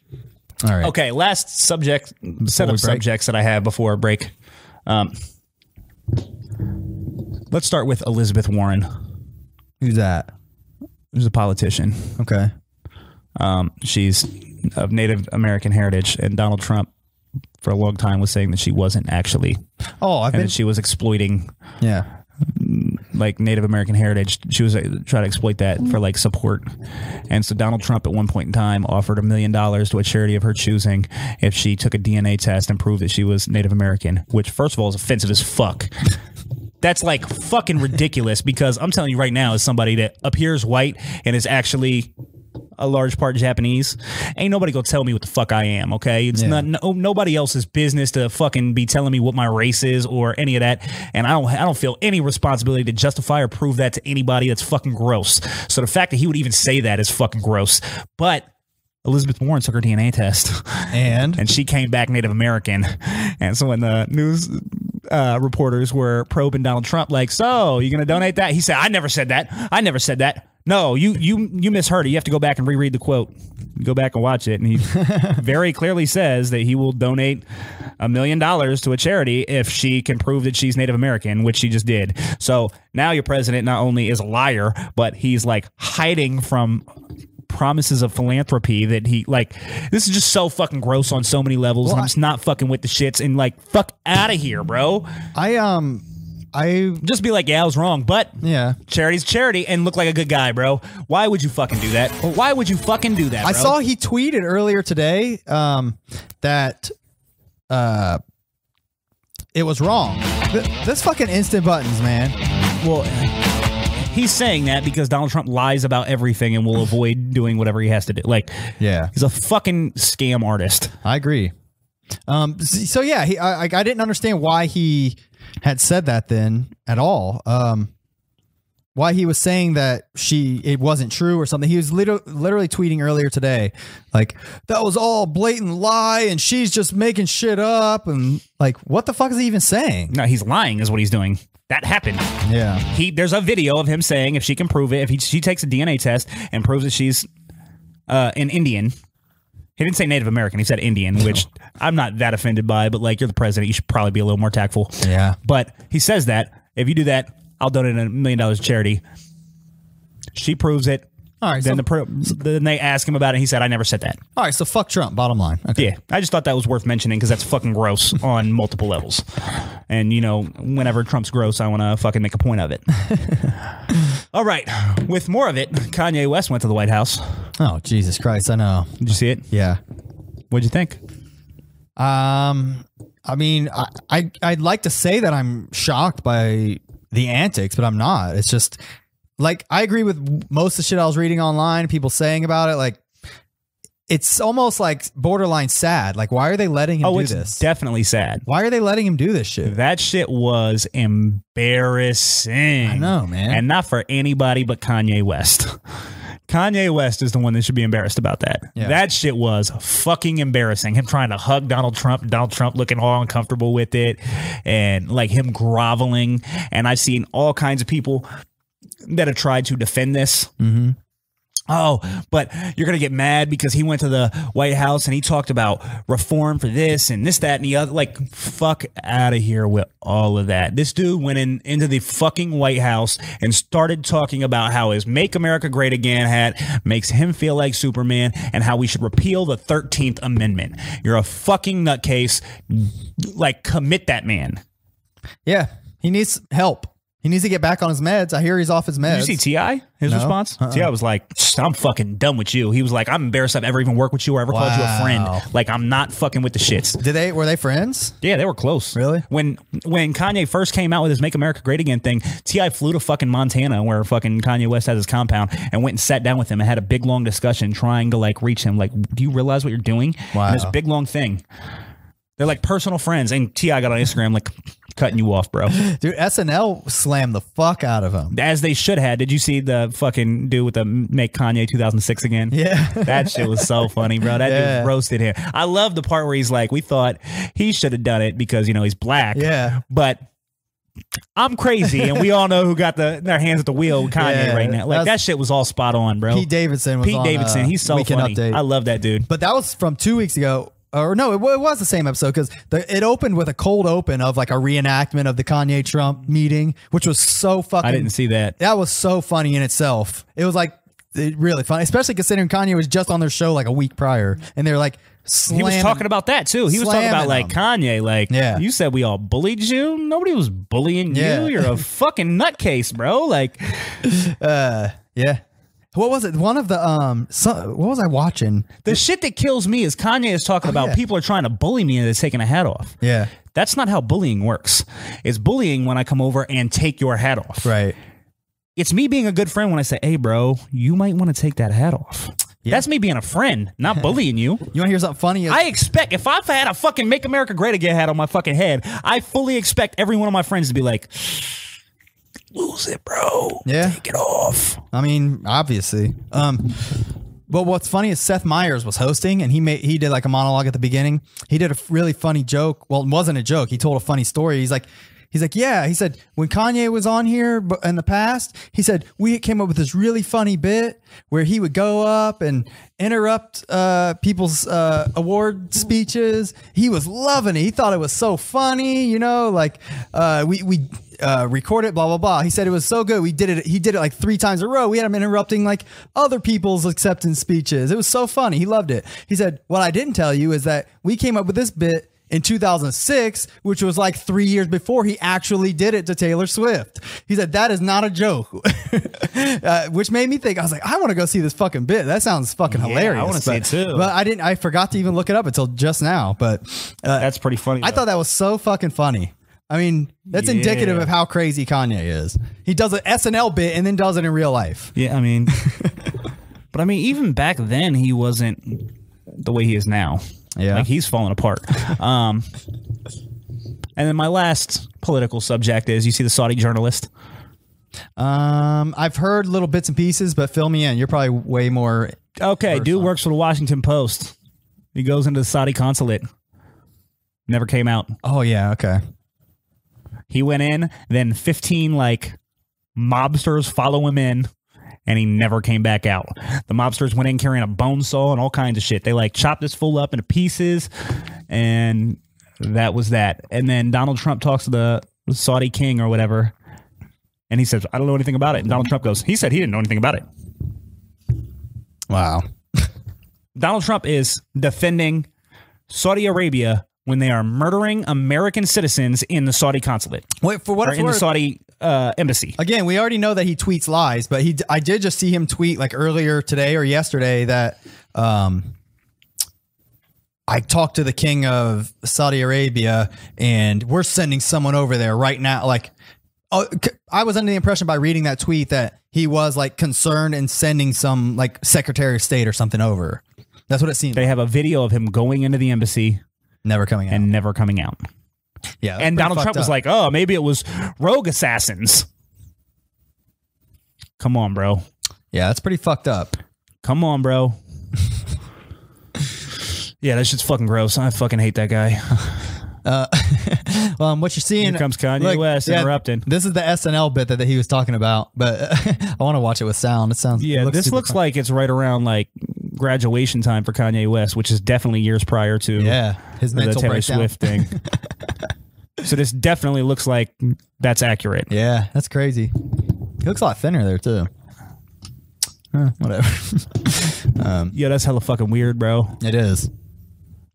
S1: All right.
S2: Okay, last subject set
S1: we break?
S2: of subjects that I have before a break. Um, let's start with Elizabeth Warren,
S1: Who's that?
S2: who's a politician.
S1: Okay.
S2: Um, she's of Native American heritage, and Donald Trump for a long time was saying that she wasn't actually,
S1: Oh, I've
S2: and
S1: been.
S2: that she was exploiting
S1: yeah.
S2: like Native American heritage. She was uh, trying to exploit that for like support. And so Donald Trump at one point in time offered a million dollars to a charity of her choosing if she took a DNA test and proved that she was Native American, which first of all is offensive as fuck. That's like fucking ridiculous because I'm telling you right now, as somebody that appears white and is actually a large part Japanese, ain't nobody gonna tell me what the fuck I am. Okay, it's
S1: Yeah.
S2: not no, nobody else's business to fucking be telling me what my race is or any of that. And I don't I don't feel any responsibility to justify or prove that to anybody. That's fucking gross. So the fact that he would even say that is fucking gross. But Elizabeth Warren took her DNA test.
S1: And
S2: and she came back Native American. And so when the news uh, reporters were probing Donald Trump, like, "So you gonna donate that?" He said, "I never said that. I never said that." No, you you you misheard it. You have to go back and reread the quote. Go back and watch it. And he very clearly says that he will donate a million dollars to a charity if she can prove that she's Native American, which she just did. So now your president not only is a liar, but he's like hiding from promises of philanthropy that he like this is just so fucking gross on so many levels and i'm just not fucking with the shits and like fuck out of here bro
S1: I um, I
S2: just be like yeah i was wrong but
S1: yeah.
S2: charity's charity and look like a good guy bro why would you fucking do that why would you fucking do that
S1: I
S2: bro?
S1: saw he tweeted earlier today um, that uh, it was wrong. Th- this fucking instant buttons, man.
S2: well he's saying that because donald trump lies about everything and will avoid doing whatever he has to do like
S1: Yeah,
S2: he's a fucking scam artist
S1: I agree. Um, s- so yeah, he, I, I I didn't understand why he had said that then at all. Um, why he was saying that she it wasn't true or something. He was literally, literally tweeting earlier today, like that was all blatant lie, and she's just making shit up, and like what the fuck is he even saying?
S2: no he's lying is what he's doing that happened
S1: Yeah.
S2: he there's a video of him saying if she can prove it if he, she takes a DNA test and proves that she's uh, an Indian. He didn't say Native American. He said Indian, which I'm not that offended by. But like, you're the president. You should probably be a little more tactful.
S1: Yeah.
S2: But he says that if you do that, I'll donate a million dollars to charity. She proves it.
S1: All right.
S2: Then
S1: So,
S2: the pro, then they asked him about it. And he said, "I never said that."
S1: all right. So fuck Trump. Bottom line. Okay.
S2: Yeah, I just thought that was worth mentioning because that's fucking gross on multiple levels. And you know, whenever Trump's gross, I want to fucking make a point of it. All right, with more of it, Kanye West went to the White House.
S1: Oh Jesus Christ! I know.
S2: Did you see it?
S1: Yeah.
S2: What'd you think?
S1: Um. I mean, I, I I'd like to say that I'm shocked by the antics, but I'm not. It's just like I agree with most of the shit I was reading online. People saying about it, like it's almost like borderline sad. Like, why are they letting him
S2: Oh,
S1: do
S2: it's
S1: this?
S2: definitely sad.
S1: why are they letting him do this shit?
S2: That shit was embarrassing.
S1: I know, man.
S2: And not for anybody but Kanye West. Kanye West is the one that should be embarrassed about that.
S1: Yeah.
S2: That shit was fucking embarrassing. Him trying to hug Donald Trump, Donald Trump looking all uncomfortable with it, and like him groveling. And I've seen all kinds of people that have tried to defend this. Oh, but you're going to get mad because he went to the White House and he talked about reform for this and this, that, and the other. Like, fuck out of here with all of that. This dude went in into the fucking White House and started talking about how his Make America Great Again hat makes him feel like Superman and how we should repeal the 13th Amendment. You're a fucking nutcase. Like, commit that man.
S1: Yeah, he needs help. He needs to get back on his meds. I hear he's off his meds.
S2: Did you see Ti? His response.
S1: Uh-uh.
S2: Ti was like, "I'm fucking done with you." He was like, "I'm embarrassed I've ever even worked with you or ever called you a
S1: Wow.
S2: friend. Like, I'm not fucking with the shits."
S1: Did they were they friends?
S2: Yeah, they were close.
S1: Really?
S2: When when Kanye first came out with his "Make America Great Again" thing, Ti flew to fucking Montana, where fucking Kanye West has his compound, and went and sat down with him and had a big long discussion, trying to like reach him. Like, do you realize what you're doing?
S1: Wow.
S2: And this big long thing. They're like personal friends, and Ti got on Instagram like cutting you off, bro.
S1: Dude, SNL slammed the fuck out of him.
S2: as they should have. Did you see the fucking dude with the make Kanye 2006 again?
S1: Yeah.
S2: That shit was so funny, bro. That
S1: Yeah.
S2: dude roasted him. I love the part where he's like, we thought he should have done it because, you know, he's black.
S1: Yeah.
S2: But I'm crazy, and we all know who got the their hands at the wheel with Kanye
S1: Yeah,
S2: right now. Like, that
S1: that's-
S2: shit was all spot on, bro.
S1: Pete Davidson was
S2: Pete
S1: on,
S2: Davidson,
S1: uh,
S2: he's so
S1: Weekend
S2: funny.
S1: Update.
S2: I love that dude.
S1: but that was from two weeks ago. Or no, it, wa- it was the same episode because it opened with a cold open of like a reenactment of the Kanye Trump meeting, which was so fucking.
S2: I didn't see that.
S1: That was so funny in itself. It was like it really funny, especially considering Kanye was just on their show like a week prior, and they were like,
S2: He was
S1: slamming-
S2: talking about that too. He was talking about
S1: Slamming
S2: like Kanye, like
S1: Yeah.
S2: you said we all bullied you. Nobody was bullying
S1: Yeah.
S2: you. You're a fucking nutcase, bro. Like
S1: Yeah. What was it? One of the um. So, what was I watching?
S2: The shit that kills me is Kanye is talking
S1: Oh,
S2: about
S1: yeah.
S2: people are trying to bully me and they're taking a hat off.
S1: Yeah.
S2: That's not how bullying works. It's bullying when I come over and take your hat off.
S1: Right.
S2: It's me being a good friend when I say, hey, bro, you might want to take that hat off. That's me being a friend, not bullying you.
S1: You want to hear something funny?
S2: I expect, if I've had a fucking Make America Great Again hat on my fucking head, I fully expect every one of my friends to be like, lose it, bro.
S1: Yeah.
S2: Take it off.
S1: I mean, obviously. Um, but what's funny is Seth Meyers was hosting, and he made he did like a monologue at the beginning. He did a f- really funny joke. Well, it wasn't a joke. He told a funny story. He's like, he's like, yeah. He said when Kanye was on here bu- in the past, he said we came up with this really funny bit where he would go up and interrupt uh, people's uh, award speeches. He was loving it. He thought it was so funny. You know, like uh, we we uh, record it, blah blah blah. He said it was so good. We did it. He did it like three times in a row. We had him interrupting like other people's acceptance speeches. It was so funny. He loved it. He said, "What I didn't tell you is that we came up with this bit." In 2006, which was like three years before he actually did it to Taylor Swift. He said, That is not a joke. uh, which made me think, I was like, I want to go see this fucking bit. That sounds fucking hilarious.
S2: wanna see
S1: But-
S2: it too.
S1: But I didn't, I forgot to even look it up until just now. But uh,
S2: That's pretty funny.
S1: I
S2: though.
S1: thought that was so fucking funny. I mean, that's indicative
S2: Yeah.
S1: of how crazy Kanye is. He does an SNL bit and then does it in real life.
S2: Yeah, I mean, but I mean, even back then, he wasn't the way he is now.
S1: Yeah.
S2: like he's falling apart. Um, and then my last political subject is you see the Saudi journalist.
S1: Um, I've heard little bits and pieces, but fill me in. You're probably way more.
S2: Okay, dude works for the Washington Post. He goes into the Saudi consulate. Never came out.
S1: Oh yeah, okay.
S2: He went in, then 15 like mobsters follow him in and he never came back out. The mobsters went in carrying a bone saw and all kinds of shit. They like chopped this fool up into pieces and that was that. And then Donald Trump talks to the Saudi king or whatever and he says, "I don't know anything about it." And Donald Trump goes, "He said he didn't know anything about it."
S1: Wow.
S2: Donald Trump is defending Saudi Arabia when they are murdering American citizens in the Saudi consulate
S1: Wait, for what
S2: or
S1: it's
S2: in the
S1: worth,
S2: Saudi uh, embassy.
S1: again, we already know that he tweets lies, but he d- I did just see him tweet like earlier today or yesterday that um I talked to the king of Saudi Arabia and we're sending someone over there right now like oh, c- I was under the impression by reading that tweet that he was like concerned and sending some like secretary of state or something over. That's what it seemed.
S2: They have a video of him going into the embassy
S1: Never coming out.
S2: and never coming out.
S1: yeah. that's pretty
S2: And Donald
S1: fucked
S2: Trump was
S1: up.
S2: like, "Oh, maybe it was rogue assassins." Come on, bro.
S1: yeah, that's pretty fucked up.
S2: Come on, bro. yeah, that shit's fucking gross. I fucking hate that guy.
S1: Uh, Um, what you're seeing
S2: Here comes Kanye West interrupting.
S1: This is the SNL bit that, that he was talking about, but I want to watch it with sound. It sounds
S2: Yeah,
S1: it looks
S2: this
S1: super
S2: looks
S1: fun.
S2: like it's right around like graduation time for Kanye West, which is definitely years prior to
S1: yeah his
S2: the
S1: mental
S2: Taylor
S1: breakdown.
S2: Swift thing. so this definitely looks like that's accurate.
S1: Yeah, that's crazy. He looks a lot thinner there too. Huh, whatever,
S2: Yeah, that's hella fucking weird, bro.
S1: it is.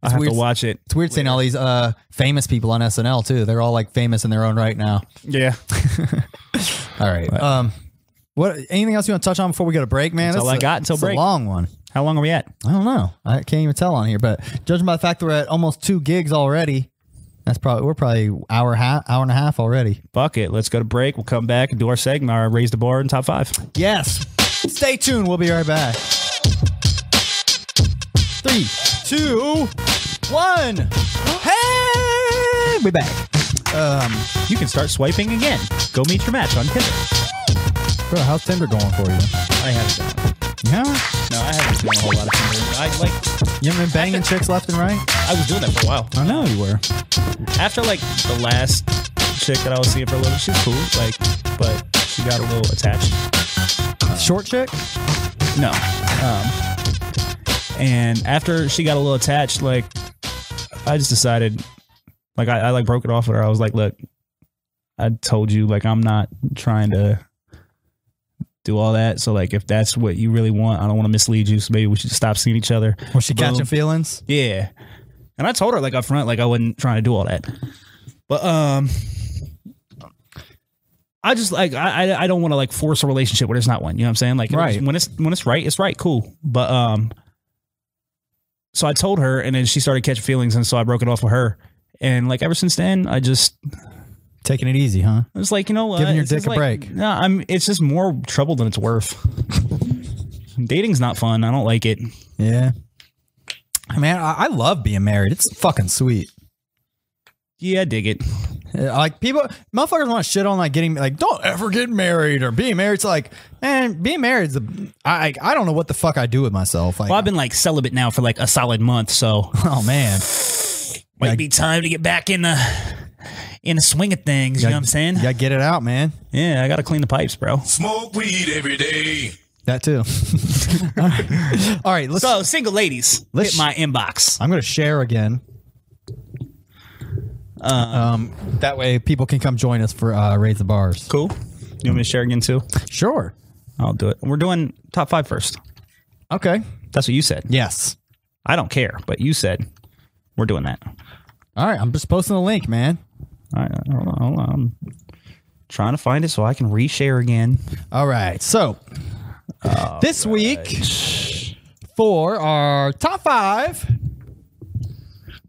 S2: I have
S1: weird.
S2: to watch it.
S1: It's weird seeing all these uh, famous people on SNL too. They're all like famous in their own right now.
S2: Yeah, that's
S1: All right. Um, what? Anything else you want to touch on before we go to break, man?
S2: That's all
S1: This
S2: I
S1: is a-
S2: got until
S1: this is a
S2: break.
S1: long one.
S2: how long are we at?
S1: I don't know. I can't even tell on here, but judging by the fact that we're at almost two gigs already, that's probably we're probably hour half, hour and a half already.
S2: Fuck it. Let's go to break. We'll come back and do our segment. Our raise the bar in top five.
S1: Yes. Stay tuned. We'll be right back. Three, two, one. Hey, we back,
S2: You can start swiping again. Go meet your match on Tinder.
S1: bro. How's Tinder going for you?
S2: I haven't done.
S1: Yeah,
S2: No, I haven't done a whole lot of Tinder. I like.
S1: you haven't been banging chicks left and right.
S2: I was doing that for a while.
S1: I know you were.
S2: after like the last chick that I was seeing for a little, she was cool, like, but she got a little attached.
S1: Short chick.
S2: No. Um, and after she got a little attached, like, I just decided, like, I, I like broke it off with her. I was like, look, I told you, like, I'm not trying to do all that. So like, if that's what you really want, I don't want to mislead you. So maybe we should just stop seeing each other.
S1: Was she
S2: Boom.
S1: catching feelings?
S2: Yeah. And I told her like up front, like I wasn't trying to do all that. But um I just like I I- I don't want to like force a relationship where there's not one. You know what I'm saying? Like
S1: Right.
S2: when it's when it's right, it's right, cool. But um so I told her and then she started catching feelings and so I broke it off with her. And like ever since then, I just
S1: Taking it easy, huh?
S2: I was like, you know what?
S1: Giving your
S2: It's just
S1: dick a
S2: like-
S1: break.
S2: No, I'm it's just more trouble than it's worth. Dating's not fun. I don't like it.
S1: Yeah. Man, I, I love being married. It's fucking sweet.
S2: Yeah, I dig it.
S1: Yeah, Uh, Like people, motherfuckers want to shit on like getting like don't ever get married or being married. It's like man, being married is the I I I don't know what the fuck I do with myself. Like
S2: Well, I've been like celibate now for like a solid month, so
S1: oh man,
S2: Might
S1: Like-
S2: be time to get back in the in the swing of things. You know what I'm saying?
S1: you gotta get it out, man.
S2: Yeah, I got to clean the pipes, bro.
S4: Smoke weed every day.
S1: That too. All right. All right, let's.
S2: So, single ladies,
S1: Let's-
S2: hit my inbox.
S1: I'm gonna share again.
S2: Uh,
S1: um, that way people can come join us for uh, raise the bars.
S2: Cool. You want me to share again too?
S1: Sure.
S2: I'll do it. We're doing top five first.
S1: Okay.
S2: That's what you said.
S1: Yes.
S2: I don't care, but you said we're doing that.
S1: All right. I'm just posting the link, man.
S2: All right, hold on, hold on. I'm trying to find it so I can reshare again.
S1: All right. So this week for our top five,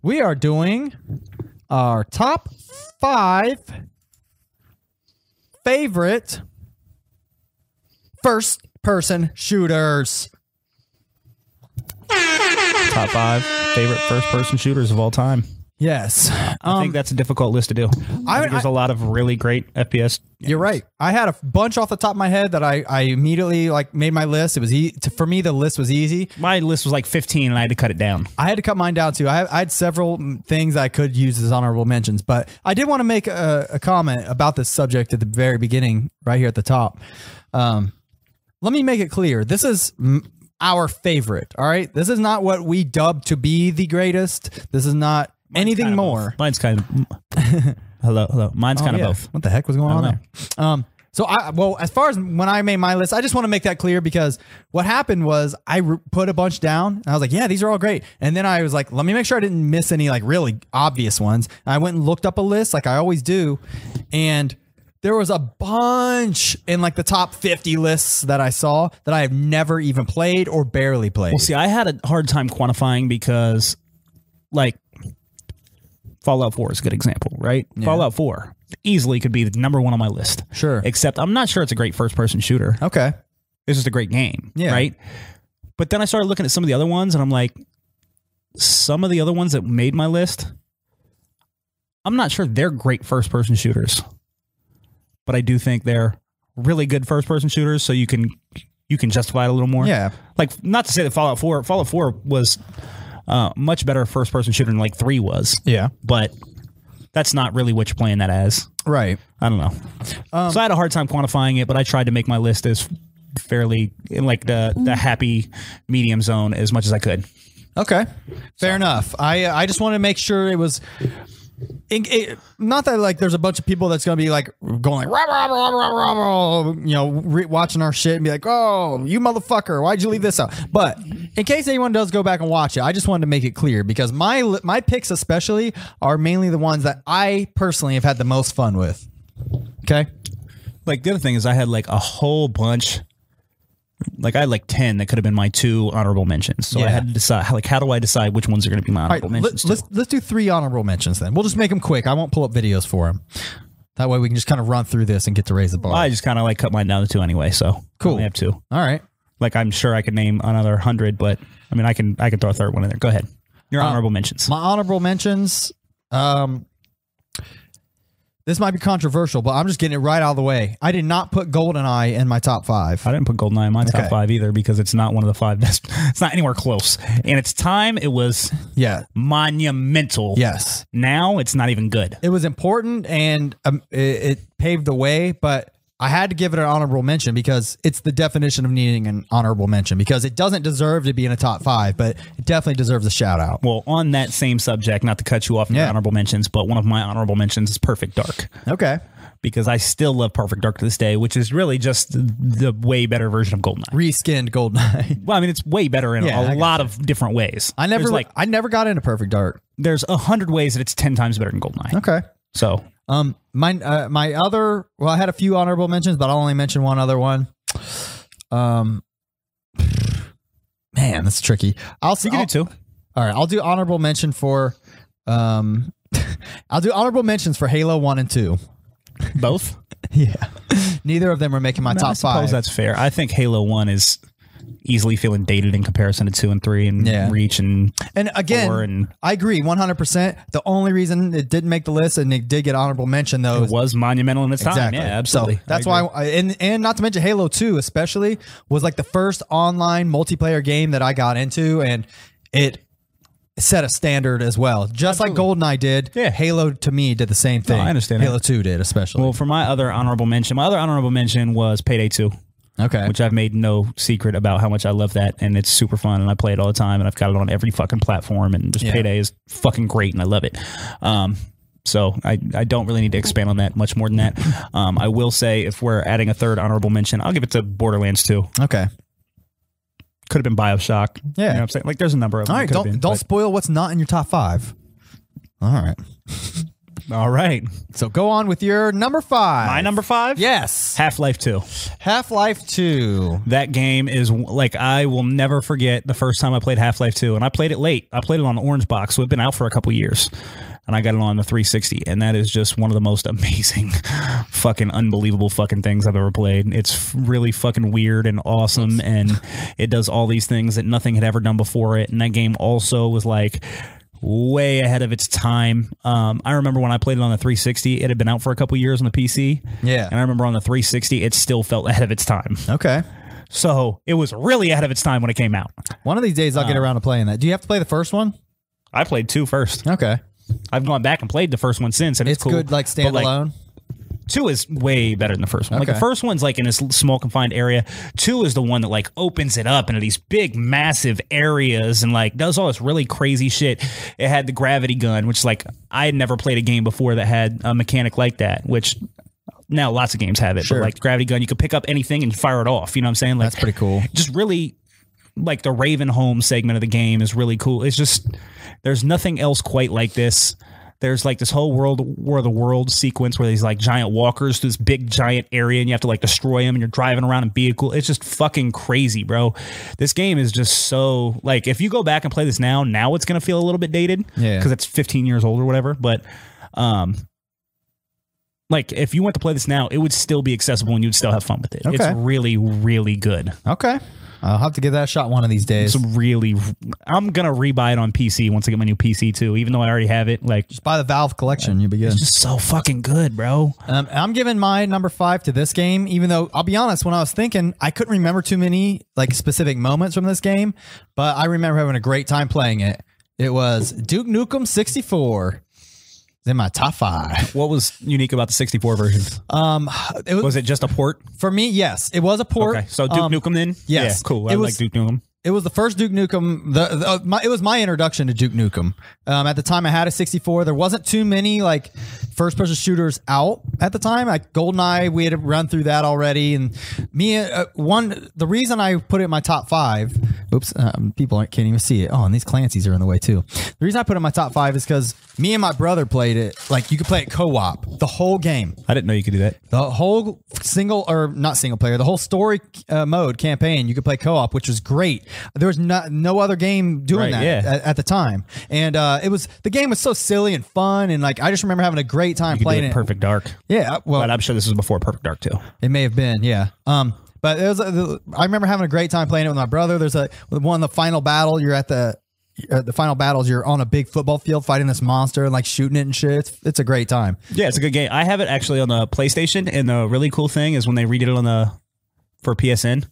S1: we are doing our top five favorite first person shooters.
S2: Top five favorite first person shooters of all time.
S1: Yes. um,
S2: I think that's a difficult list to do. Um, I,
S1: I-
S2: think there's a lot of really great FPS.
S1: You're right. I had a bunch off the top of my head that I, I immediately like made my list. It was e- to, for me the list was easy.
S2: My list was like 15 and I had to cut it down.
S1: I had to cut mine down too. I, I had several mm, things I could use as honorable mentions, but I did want to make a, a comment about this subject at the very beginning, right here at the top. Um, let me make it clear: this is mm, our favorite. All right, this is not what we dub to be the greatest. This is not anything more.
S2: Mine's kind of. hello, hello. Mine's kind
S1: Oh, Yeah.
S2: of both.
S1: What the heck was going on
S2: know.
S1: there? Um, So I well, as far as when I made my list, I just want to make that clear because what happened was I re- put a bunch down and I was like, yeah, these are all great. And then I was like, let me make sure I didn't miss any like really obvious ones. And I went and looked up a list like I always do, and there was a bunch in like the top 50 lists that I saw that I have never even played or barely played.
S2: Well, see, I had a hard time quantifying because, like, Fallout 4 is a good example, right? Fallout 4 easily could be the number one on my list.
S1: Sure.
S2: Except I'm not sure it's a great first person shooter.
S1: okay.
S2: It's just a great game,
S1: Yeah.
S2: right? But then I started looking at some of the other ones and I'm like, some of the other ones that made my list, I'm not sure they're great first person shooters. But I do think they're really good first person shooters so you can you can justify it a little more
S1: Yeah.
S2: like not to say that Fallout Four Fallout Four was uh, much better first person shooter than like three was,
S1: Yeah.
S2: but that's not really what you're playing that as.
S1: Right.
S2: I don't know.
S1: Um,
S2: so I had a hard time quantifying it, but I tried to make my list as fairly in like the the happy medium zone as much as I could.
S1: Okay, fair enough. I uh, I just wanted to make sure it was. in- it- not that like there's a bunch of people that's gonna be like going like rah, rah, rah, rah, rah, rah, rah, you know re- watching our shit and be like oh you motherfucker why'd you leave this out but in case anyone does go back and watch it I just wanted to make it clear because my li- my picks especially are mainly the ones that I personally have had the most fun with okay
S2: Like the other thing is I had like a whole bunch. Like I had like ten that could have been my two honorable mentions. So I
S1: Yeah.
S2: had to decide like how do I decide which ones are going to be my
S1: all right
S2: honorable
S1: let's,
S2: mentions? too?
S1: let's let's do three honorable mentions then we'll just make them quick I won't pull up videos for them that way we can just kind of run through this and get to raise the bar
S2: I just kind of like cut mine down to two anyway. So
S1: Cool.
S2: I only have two.
S1: all right.
S2: like I'm sure I could name another hundred, but I mean I can I can throw a third one in there. Go ahead. Your
S1: Um,
S2: honorable mentions.
S1: My honorable mentions. Um, this might be controversial, but I'm just getting it right out of the way. I did not put Goldeneye in my top five.
S2: I didn't put Goldeneye in my top
S1: Okay.
S2: five either because it's not one of the five best. It's not anywhere close. And its time it was
S1: Yeah.
S2: monumental.
S1: Yes.
S2: Now it's not even good.
S1: It was important and um, it, it paved the way, but I had to give it an honorable mention because it's the definition of needing an honorable mention because it doesn't deserve to be in a top five, but it definitely deserves a shout out.
S2: Well, on that same subject, not to cut you off in your
S1: Yeah.
S2: honorable mentions, but one of my honorable mentions is Perfect Dark
S1: Okay.
S2: because I still love Perfect Dark to this day, which is really just the way better version of Goldeneye.
S1: Reskinned Goldeneye.
S2: Well, I mean, it's way better in
S1: Yeah, I
S2: a
S1: got
S2: lot of different ways.
S1: I never
S2: There's
S1: like
S2: like
S1: I never got into Perfect Dark.
S2: there's a hundred ways that it's ten times better than Goldeneye.
S1: Okay.
S2: So
S1: Um, my uh, my other well, I had a few honorable mentions, but I'll only mention one other one. Um, man, that's tricky. I'll see.
S2: you can do two.
S1: All right, I'll do honorable mention for, um, I'll do honorable mentions for Halo One and Two.
S2: Both.
S1: Yeah, neither of them are making my
S2: I
S1: top
S2: suppose
S1: five.
S2: that's fair. I think Halo One is easily feeling dated in comparison to two and three and
S1: Yeah.
S2: Reach and
S1: and again,
S2: four and-
S1: I agree, one hundred percent. The only reason it didn't make the list and it did get honorable mention though is
S2: was monumental in its time.
S1: Exactly.
S2: Yeah, absolutely.
S1: So that's why, I, and and not to mention Halo Two, especially was like the first online multiplayer game that I got into, and it set a standard as well. Just like GoldenEye did,
S2: Yeah.
S1: Halo to me did the same thing.
S2: I understand
S1: Halo Two did especially.
S2: Well, for my other honorable mention, my other honorable mention was Payday Two,
S1: okay,
S2: which I've made no secret about how much I love that, and it's super fun, and I play it all the time, and I've got it on every fucking platform, and just
S1: Yeah.
S2: Payday is fucking great, and I love it. Um, so I, I don't really need to expand on that much more than that. Um, I will say if we're adding a third honorable mention, I'll give it to Borderlands 2.
S1: okay.
S2: could have been Bioshock. You
S1: Yeah.
S2: know what I'm saying? Like there's a number of them.
S1: All
S2: that
S1: right,
S2: could have
S1: don't
S2: been,
S1: don't spoil what's not in your top five. All right,
S2: but- all right.
S1: so go on with your number five.
S2: My number five?
S1: Yes,
S2: Half Life 2.
S1: Half Life Two.
S2: That game is like, I will never forget the first time I played Half Life 2. And I played it late. I played it on the Orange Box. So it'd been out for a couple years. And I got it on the 360. And that is just one of the most amazing, fucking unbelievable fucking things I've ever played. It's really fucking weird and awesome. And it does all these things that nothing had ever done before it. And that game also was like, way ahead of its time. Um, I remember when I played it on the 360, it had been out for a couple years on the PC.
S1: Yeah.
S2: And I remember on the 360, it still felt ahead of its time.
S1: Okay,
S2: So it was really ahead of its time when it came out.
S1: one of these days I'll
S2: Uh,
S1: get around to playing that. Do you have to play the first one?
S2: I played two first.
S1: Okay,
S2: I've gone back and played the first one since, and it's,
S1: it's
S2: cool.
S1: good like
S2: But,
S1: standalone.
S2: two is way better than the first one. Like
S1: Okay.
S2: the first one's like in this l- small confined area. Two is the one that like opens it up into these big massive areas and like does all this really crazy shit. It had the gravity gun, which like I had never played a game before that had a mechanic like that, which now lots of games have it,
S1: Sure.
S2: but like Gravity Gun, you could pick up anything and fire it off. You know what I'm saying? Like
S1: That's pretty cool.
S2: just really like the Raven home segment of the game is really cool. It's just there's nothing else quite like this. There's like this whole world war of the world sequence where these like giant walkers through this big giant area and you have to like destroy them and you're driving around in vehicle. It's just fucking crazy, bro. This game is just so like if you go back and play this now, now it's gonna feel a little bit dated.
S1: Yeah.
S2: Because it's 15 years old or whatever. But um like if you went to play this now, it would still be accessible and you'd still have fun with it.
S1: Okay.
S2: It's really, really good.
S1: Okay. I'll have to give that a shot one of these days.
S2: It's really. I'm gonna rebuy it on PC once I get my new PC too. Even though I already have it, like
S1: Just buy the Valve collection. You'll be good.
S2: it's just so fucking good, bro.
S1: Um, I'm giving my number five to this game, even though I'll be honest, when I was thinking, I couldn't remember too many like specific moments from this game, but I remember having a great time playing it. It was Duke Nukem 64. It's in my top five.
S2: What was unique about the 64 version?
S1: Um, it was,
S2: Was it just a port?
S1: for me. Yes, it was a port.
S2: Okay, so Duke
S1: Um,
S2: Nukem then.
S1: yes.
S2: yeah, cool. I
S1: It was-
S2: like Duke Nukem.
S1: It was the first Duke Nukem. The, the uh, my, it was my introduction to Duke Nukem. Um, at the time, I had a 64. There wasn't too many like first-person shooters out at the time. Like GoldenEye, we had run through that already. And me, uh, one the reason I put it in my top five. Oops, um, people aren't, can't even see it. Oh, and these Clancy's are in the way too. The reason I put it in my top five is because me and my brother played it. Like you could play it co-op the whole game.
S2: I didn't know you could do that.
S1: The whole single or not single player, the whole story uh, mode campaign, you could play co-op, which was great. There was no, no other game doing
S2: Right,
S1: that
S2: yeah.
S1: at, at the time, and uh, it was the game was so silly and fun, and like I just remember having a great time
S2: You could
S1: playing
S2: do
S1: it.
S2: it Perfect Dark.
S1: Yeah, uh, well,
S2: But I'm sure this was before Perfect Dark too.
S1: it may have been, yeah. Um, but it was. uh, I remember having a great time playing it with my brother. There's a one the final battle. You're at the at the final battles. You're on a big football field fighting this monster and like shooting it and shit. It's, it's a great time.
S2: Yeah, it's a good game. I have it actually on the PlayStation, and the really cool thing is when they redid it on the for PSN,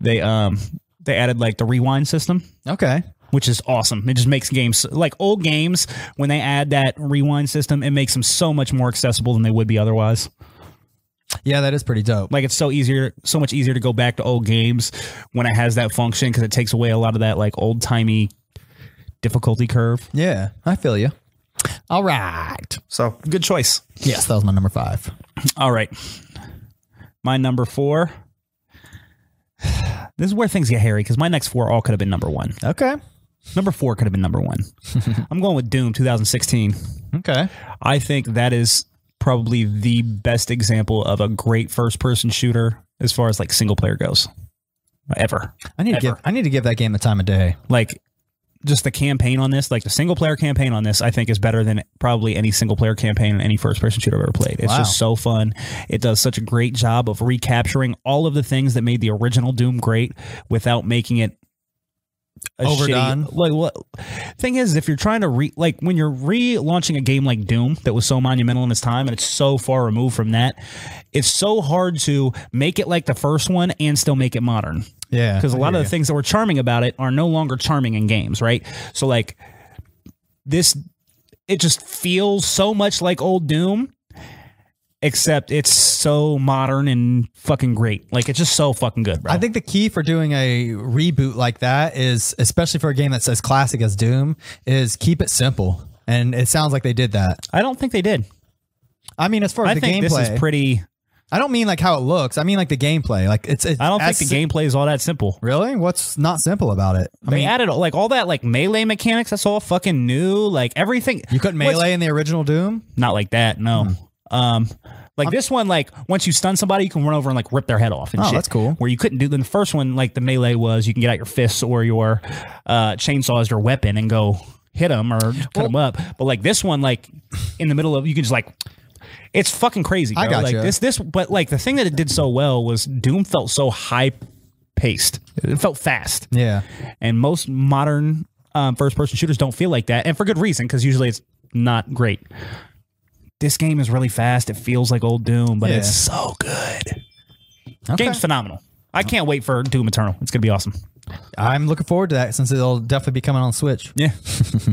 S2: they um they added like the rewind system.
S1: Okay.
S2: which is awesome. It just makes games like old games when they add that rewind system, it makes them so much more accessible than they would be otherwise.
S1: Yeah, that is pretty dope.
S2: Like it's so easier, so much easier to go back to old games when it has that function because it takes away a lot of that like old timey difficulty curve.
S1: Yeah, I feel you. All right.
S2: So good choice.
S1: Yes, that was my number five.
S2: All right, my number four. This is where things get hairy because my next four all could have been number one.
S1: Okay.
S2: Number four could have been number one. I'm going with Doom 2016.
S1: Okay.
S2: I think that is probably the best example of a great first person shooter as far as like single player goes ever.
S1: I need to
S2: Ever.
S1: give I need to give that game the time of day.
S2: Like just the campaign on this, like the single player campaign on this, I think is better than probably any single player campaign in any first person shooter I've ever played. It's
S1: Wow.
S2: just so fun. It does such a great job of recapturing all of the things that made the original Doom great without making it a shitty-
S1: Overdone.
S2: like what thing is if you're trying to re like when you're relaunching a game like Doom that was so monumental in its time and it's so far removed from that, it's so hard to make it like the first one and still make it modern
S1: Yeah.
S2: because a lot of the things that were charming about it are no longer charming in games, right? So like this, it just feels so much like old Doom, except it's so modern and fucking great. Like it's just so fucking good, bro.
S1: I think the key for doing a reboot like that is, especially for a game that's as classic as Doom, is keep it simple. And it sounds like they did that.
S2: I don't think they did.
S1: I mean, as far as
S2: I
S1: the
S2: think
S1: gameplay,
S2: this is pretty.
S1: I don't mean like how it looks. I mean like the gameplay. Like it's. it's
S2: I don't
S1: as
S2: think the
S1: si-
S2: gameplay is all that simple.
S1: Really? What's not simple about it? I
S2: They
S1: mean,
S2: added like all that like melee mechanics. That's all fucking new. Like everything
S1: you couldn't
S2: what's-
S1: melee in the original Doom.
S2: not like that. No.
S1: Hmm.
S2: Um, like this one, like once you stun somebody, you can run over and like rip their head off. And
S1: Oh,
S2: shit.
S1: that's cool.
S2: Where you couldn't do in the first one, like the melee was, you can get out your fists or your uh, chainsaw as your weapon and go hit them or cut them up. But like this one, like in the middle of, you can just like. It's fucking crazy. Bro.
S1: I gotcha.
S2: Like this, this, but like the thing that it did so well was Doom felt so high paced. It felt fast.
S1: Yeah.
S2: And most modern um, first person shooters don't feel like that. And for good reason, because usually it's not great. This game is really fast. It feels like old Doom, but
S1: Yeah.
S2: it's so good.
S1: Okay.
S2: Game's phenomenal. I can't wait for Doom Eternal. It's going to be awesome.
S1: I'm looking forward to that since it'll definitely be coming on Switch.
S2: Yeah.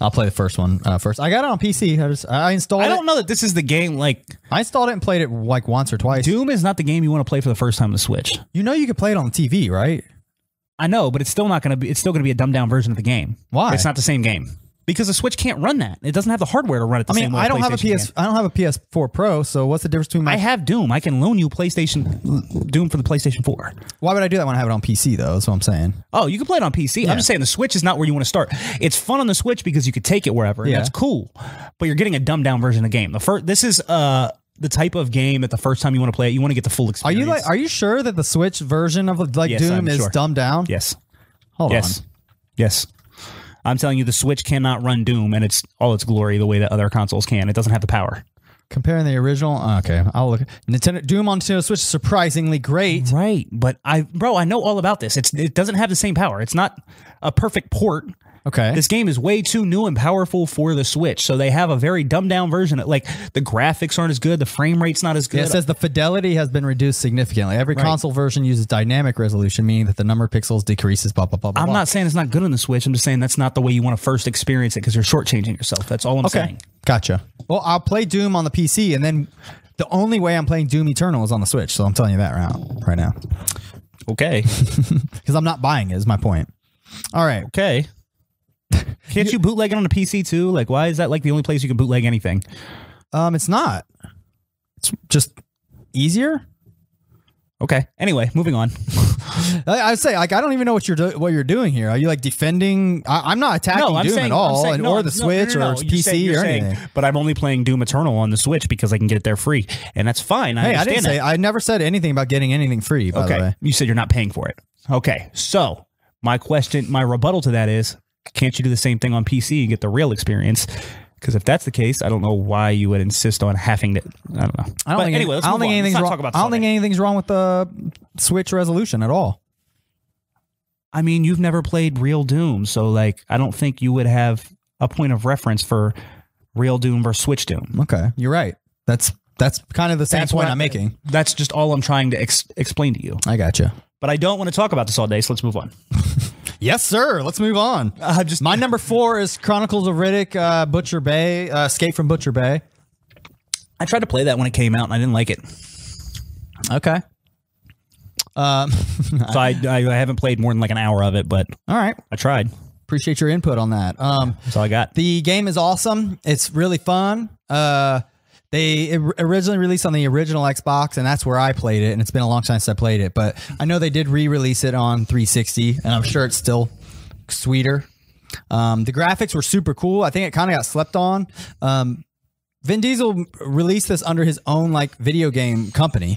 S1: I'll play the first one uh, first. I got it on PC. I just I installed
S2: I
S1: it.
S2: don't know that this is the game. Like,
S1: I installed it and played it like once or twice.
S2: Doom is not the game you want to play for the first time on the Switch.
S1: You know you could play it on TV, right?
S2: I know, but it's still not going to be, it's still going to be a dumbed down version of the game.
S1: Why?
S2: It's not the same game. because the Switch can't run that. It doesn't have the hardware to run it. The
S1: I
S2: same
S1: mean,
S2: way
S1: I don't have a
S2: PlayStation
S1: PS.
S2: can.
S1: I don't have a PS4 Pro. So what's the difference between my?
S2: I have Doom. I can loan you PlayStation Doom for the PlayStation Four.
S1: why would I do that when I have it on PC though? That's what I'm saying.
S2: Oh, you can play it on PC. I'm just saying the Switch is not where you want to start. It's fun on the Switch because you could take it wherever. And
S1: Yeah.
S2: That's cool. But you're getting a dumbed down version of the game. The first this is uh the type of game that the first time you want to play it, you want to get the full
S1: Are
S2: experience.
S1: you like? Are you sure that the Switch version of like
S2: Yes,
S1: Doom
S2: I'm
S1: is
S2: sure.
S1: dumbed down?
S2: Yes.
S1: Hold
S2: Yes.
S1: on.
S2: Yes. I'm telling you the Switch cannot run Doom and it's all its glory the way that other consoles can. It doesn't have the power.
S1: Comparing the original. Okay, I'll look. Nintendo Doom on Nintendo Switch is surprisingly great.
S2: Right. But I bro, I know all about this. It's it doesn't have the same power. It's not a perfect port.
S1: Okay.
S2: This game is way too new and powerful for the Switch, so they have a very dumbed down version. Like the graphics aren't as good, the frame rate's not as good.
S1: Yeah, it says the fidelity has been reduced significantly. Every console version uses dynamic resolution, meaning that the number of pixels decreases. Blah blah blah. blah
S2: I'm
S1: blah.
S2: not saying it's not good on the Switch. I'm just saying that's not the way you want to first experience it because you're shortchanging yourself. That's all I'm saying.
S1: Gotcha. Well, I'll play Doom on the PC, and then the only way I'm playing Doom Eternal is on the Switch. So I'm telling you that right now, right now,
S2: Okay.
S1: because I'm not buying it. Is my point. All right.
S2: Okay. Can't you bootleg it on a PC too? Like, why is that like the only place you can bootleg anything?
S1: Um, it's not. It's just easier.
S2: Okay. Anyway, moving on.
S1: I, I say like I don't even know what you're do- what you're doing here. Are you like defending? I, I'm not attacking
S2: No, I'm
S1: Doom
S2: saying
S1: at all,
S2: I'm saying-
S1: and,
S2: no,
S1: or the
S2: no, no,
S1: Switch
S2: no, no,
S1: or
S2: you're
S1: PC
S2: saying- you're
S1: or
S2: saying,
S1: anything.
S2: But I'm only playing Doom Eternal on the Switch because I can get it there free, and that's fine. I
S1: Hey, I
S2: understand
S1: didn't say
S2: that.
S1: I never said anything about getting anything free. By the
S2: Okay.
S1: way.
S2: You said you're not paying for it. Okay. So my question, my rebuttal to that is, can't you do the same thing on PC and get the real experience? Because if that's the case, I don't know why you would insist on having to. I don't
S1: I
S2: know.
S1: don't
S2: but
S1: think
S2: anyway, let's
S1: I don't think
S2: move on. Let's
S1: anything's
S2: not
S1: wrong.
S2: talk about
S1: I don't think
S2: Sonic.
S1: anything's wrong with the Switch resolution at all.
S2: I mean, you've never played real Doom, so like, I don't think you would have a point of reference for real Doom versus Switch Doom.
S1: Okay, you're right. That's that's kind of the same
S2: That's
S1: point I'm,
S2: what I-
S1: making.
S2: That's just all I'm trying to ex- explain to you.
S1: I gotcha.
S2: But I don't want to talk about this all day, so let's move on.
S1: Yes, sir. Let's move on.
S2: I'm just
S1: My number four is Chronicles of Riddick, uh, Butcher Bay, uh, Escape from Butcher Bay.
S2: I tried to play that when it came out, and I didn't like it,
S1: Okay.
S2: Um, so I, I, I haven't played more than like an hour of it. But
S1: All right.
S2: I tried.
S1: Appreciate your input on that. Um,
S2: That's all I got.
S1: The game is awesome. It's really fun. Uh, they or- originally released on the original Xbox, and that's where I played it. And it's been a long time since I played it, but I know they did re-release it on 360, and I'm sure it's still sweeter. Um, the graphics were super cool. I think it kind of got slept on. Um, Vin Diesel released this under his own like video game company,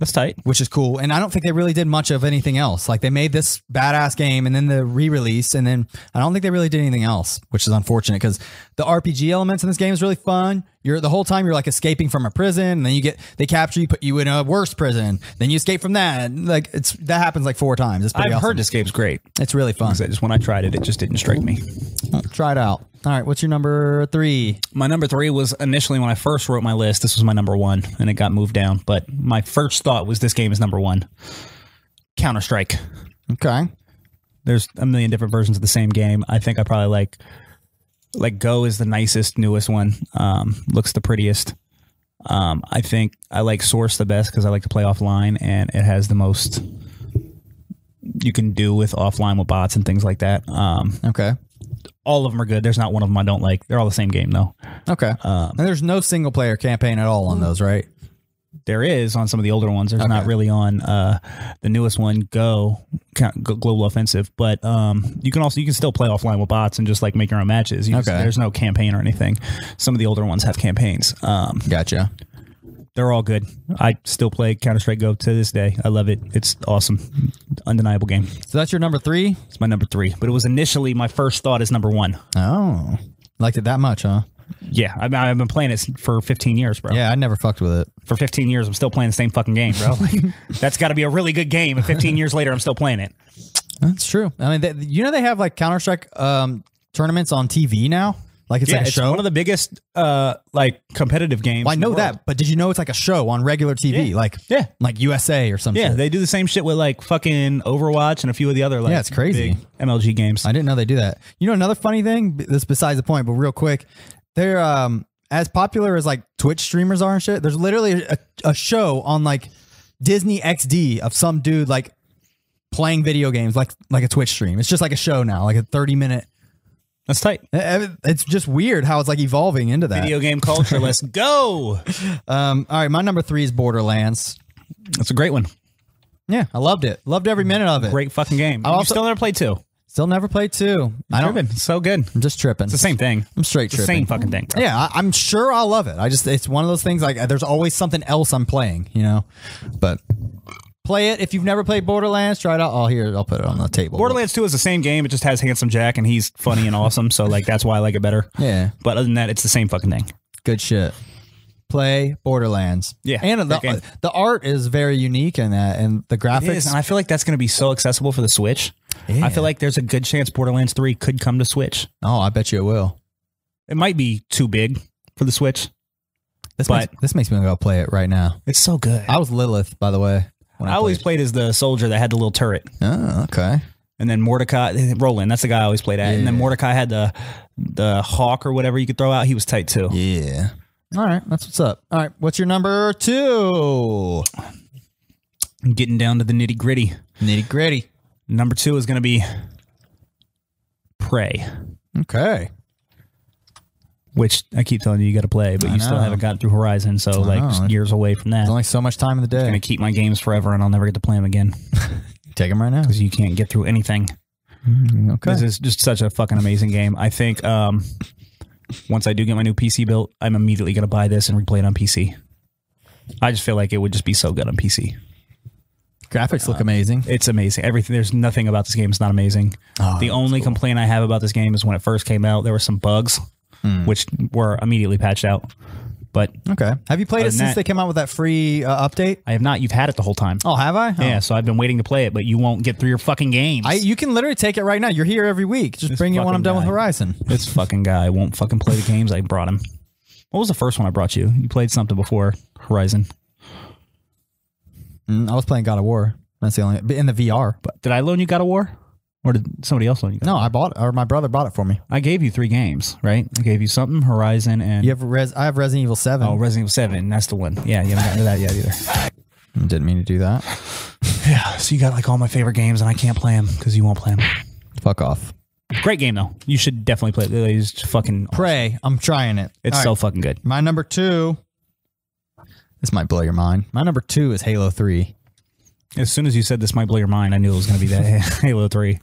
S2: That's tight.
S1: which is cool. And I don't think they really did much of anything else. Like they made this badass game and then the re-release, and then I don't think they really did anything else, which is unfortunate because the RPG elements in this game is really fun. You're the whole time you're like escaping from a prison, and then you get they capture you, put you in a worse prison, then you escape from that. And, Like it's that happens like four times. It's pretty
S2: I've
S1: awesome.
S2: heard this game's great.
S1: It's really fun.
S2: So just when I tried it, it just didn't strike me.
S1: Try it out. All right, what's your number three?
S2: My number three was initially when I first wrote my list. This was my number one, and it got moved down. But my first thought was this game is number one. Counter Strike.
S1: Okay.
S2: There's a million different versions of the same game. I think I probably like like Go is the nicest, newest one. Um, looks the prettiest. Um, I think I like Source the best because I like to play offline, and it has the most you can do with offline with bots and things like that. Um,
S1: Okay.
S2: all of them are good. There's not one of them I don't like. They're all the same game though.
S1: Okay.
S2: Um,
S1: and there's no single player campaign at all on
S2: Hmm.
S1: those, right?
S2: There is on some of the older ones. There's not really on uh, the newest one. Go, Ca- Go- Global Offensive, but um, you can also you can still play offline with bots and just like make your own matches. You just-
S1: Okay.
S2: there's no campaign or anything. Some of the older ones have campaigns. Um,
S1: Gotcha.
S2: they're all good. I still play Counter Strike Go to this day. I love it. It's awesome, undeniable game.
S1: So that's your number three?
S2: It's my number three, but it was initially my first thought is number one.
S1: Oh. Liked it that much, huh?
S2: Yeah, I mean, I've been playing it for 15 years, bro.
S1: Yeah, I never fucked with it.
S2: for 15 years, I'm still playing the same fucking game, bro. Like, that's got to be a really good game. And 15 years later, I'm still playing it.
S1: That's true. I mean, they, you know, they have like Counter Strike um, tournaments on TV now. Like it's
S2: yeah,
S1: like a
S2: it's
S1: show.
S2: one of the biggest uh, like competitive games.
S1: Well, I
S2: in the
S1: know
S2: world.
S1: that, but did you know it's like a show on regular TV?
S2: Yeah.
S1: Like
S2: Yeah.
S1: like USA or something.
S2: Yeah, they do the same shit with like fucking Overwatch and a few of the other like
S1: Yeah, it's crazy.
S2: big MLG games.
S1: I didn't know they do that. You know, another funny thing. b- This besides the point, but real quick, they're um as popular as like Twitch streamers are and shit. There's literally a, a show on like Disney XD of some dude like playing video games like like a Twitch stream. It's just like a show now, like a 30 minute
S2: That's tight.
S1: Eh, It's just weird how it's like evolving into that.
S2: Video game culture. Let's go.
S1: Um, all right, my number three is Borderlands.
S2: That's a great one.
S1: Yeah, I loved it. Loved every minute of it.
S2: Mm-hmm. Great fucking game.
S1: I'll
S2: You
S1: also-
S2: still never played two.
S1: Still never played two. I don't.
S2: Driven. So good. It's
S1: I'm just tripping.
S2: the same thing.
S1: I'm straight
S2: It's the
S1: tripping.
S2: same fucking thing. Bro.
S1: Yeah, I, I'm sure I'll love it. I just it's one of those things like there's always something else I'm playing, you know. But play it if you've never played Borderlands. Try it out. I'll here. I'll put it on the table.
S2: Borderlands 2 is the same game. It just has Handsome Jack and he's funny and awesome. So, like, that's why I like it better.
S1: Yeah,
S2: But other than that, it's the same fucking thing.
S1: good shit. Play Borderlands.
S2: Yeah,
S1: and
S2: great game.
S1: the, the art is very unique in that, and the
S2: It is,
S1: graphics.
S2: and I feel like that's going to be so accessible for the Switch.
S1: Yeah.
S2: I feel like there's a good chance Borderlands 3 could come to Switch.
S1: oh, I bet you it will.
S2: It might be too big for the Switch.
S1: This
S2: But-
S1: makes, this makes me go play it right now.
S2: It's so good. I,
S1: I was Lilith, by the way. when
S2: always
S1: played.
S2: played as the soldier that had the little turret.
S1: Oh, okay.
S2: And then Mordecai, Roland, that's the guy I always played at. And then
S1: Yeah.
S2: Mordecai had the the hawk or whatever you could throw out. He was tight too.
S1: Yeah. All right, that's what's up. All right, what's your number two?
S2: Getting down to the nitty gritty.
S1: Nitty gritty.
S2: Number two is going to be Prey,
S1: Okay.
S2: which I keep telling you you got to play, but you still
S1: know.
S2: haven't gotten through Horizon, so like
S1: know.
S2: years away from that.
S1: There's
S2: I'm
S1: only so much time in the
S2: going
S1: day.
S2: to keep my games forever, and I'll never get to play them again
S1: Take them right now.
S2: because you can't get through anything.
S1: Okay.
S2: This is just such a fucking amazing game. I think um, once I do get my new PC built, I'm immediately going to buy this and replay it on PC. I just feel like it would just be so good on PC.
S1: Graphics
S2: uh,
S1: look amazing.
S2: It's amazing. Everything there's nothing about this game is not amazing.
S1: Oh,
S2: the only complaint I have about this game is when it first came out, there were some bugs
S1: Hmm.
S2: which were immediately patched out. But
S1: Okay. Have you played
S2: Other
S1: it
S2: than
S1: since
S2: that-
S1: they came out with that free uh, update?
S2: I have not. You've had it the whole time.
S1: Oh, have I? Oh.
S2: Yeah, so I've been waiting to play it, but you won't get through your fucking games.
S1: I, you can literally take it right now. You're here every week. Just bring it when
S2: fucking
S1: I'm done with
S2: guy.
S1: Horizon.
S2: this fucking guy won't fucking play the games I brought him. What was the first one I brought you? You played something before Horizon.
S1: Mm, I was playing God of War. That's the only but in the VR. But
S2: Did I loan you God of War? Or did somebody else loan you? God of
S1: no, I bought it, or my brother bought it for me.
S2: War? I gave you three games, right? I gave you something, Horizon, and
S1: You have Res, I have Resident Evil Seven.
S2: oh, Resident Evil Seven. That's the one. Yeah, you haven't gotten to that yet either.
S1: Didn't mean to do that.
S2: Yeah, so you got like all my favorite games, and I can't play them because you won't play them.
S1: Fuck off.
S2: Great game though. You should definitely play it. It's just fucking.
S1: Pray. I'm trying it.
S2: It's
S1: All
S2: so
S1: right,
S2: fucking good.
S1: my number two. This might blow your mind. My number two is Halo Three.
S2: As soon as you said this might blow your mind, I knew it was going to be that Halo Three.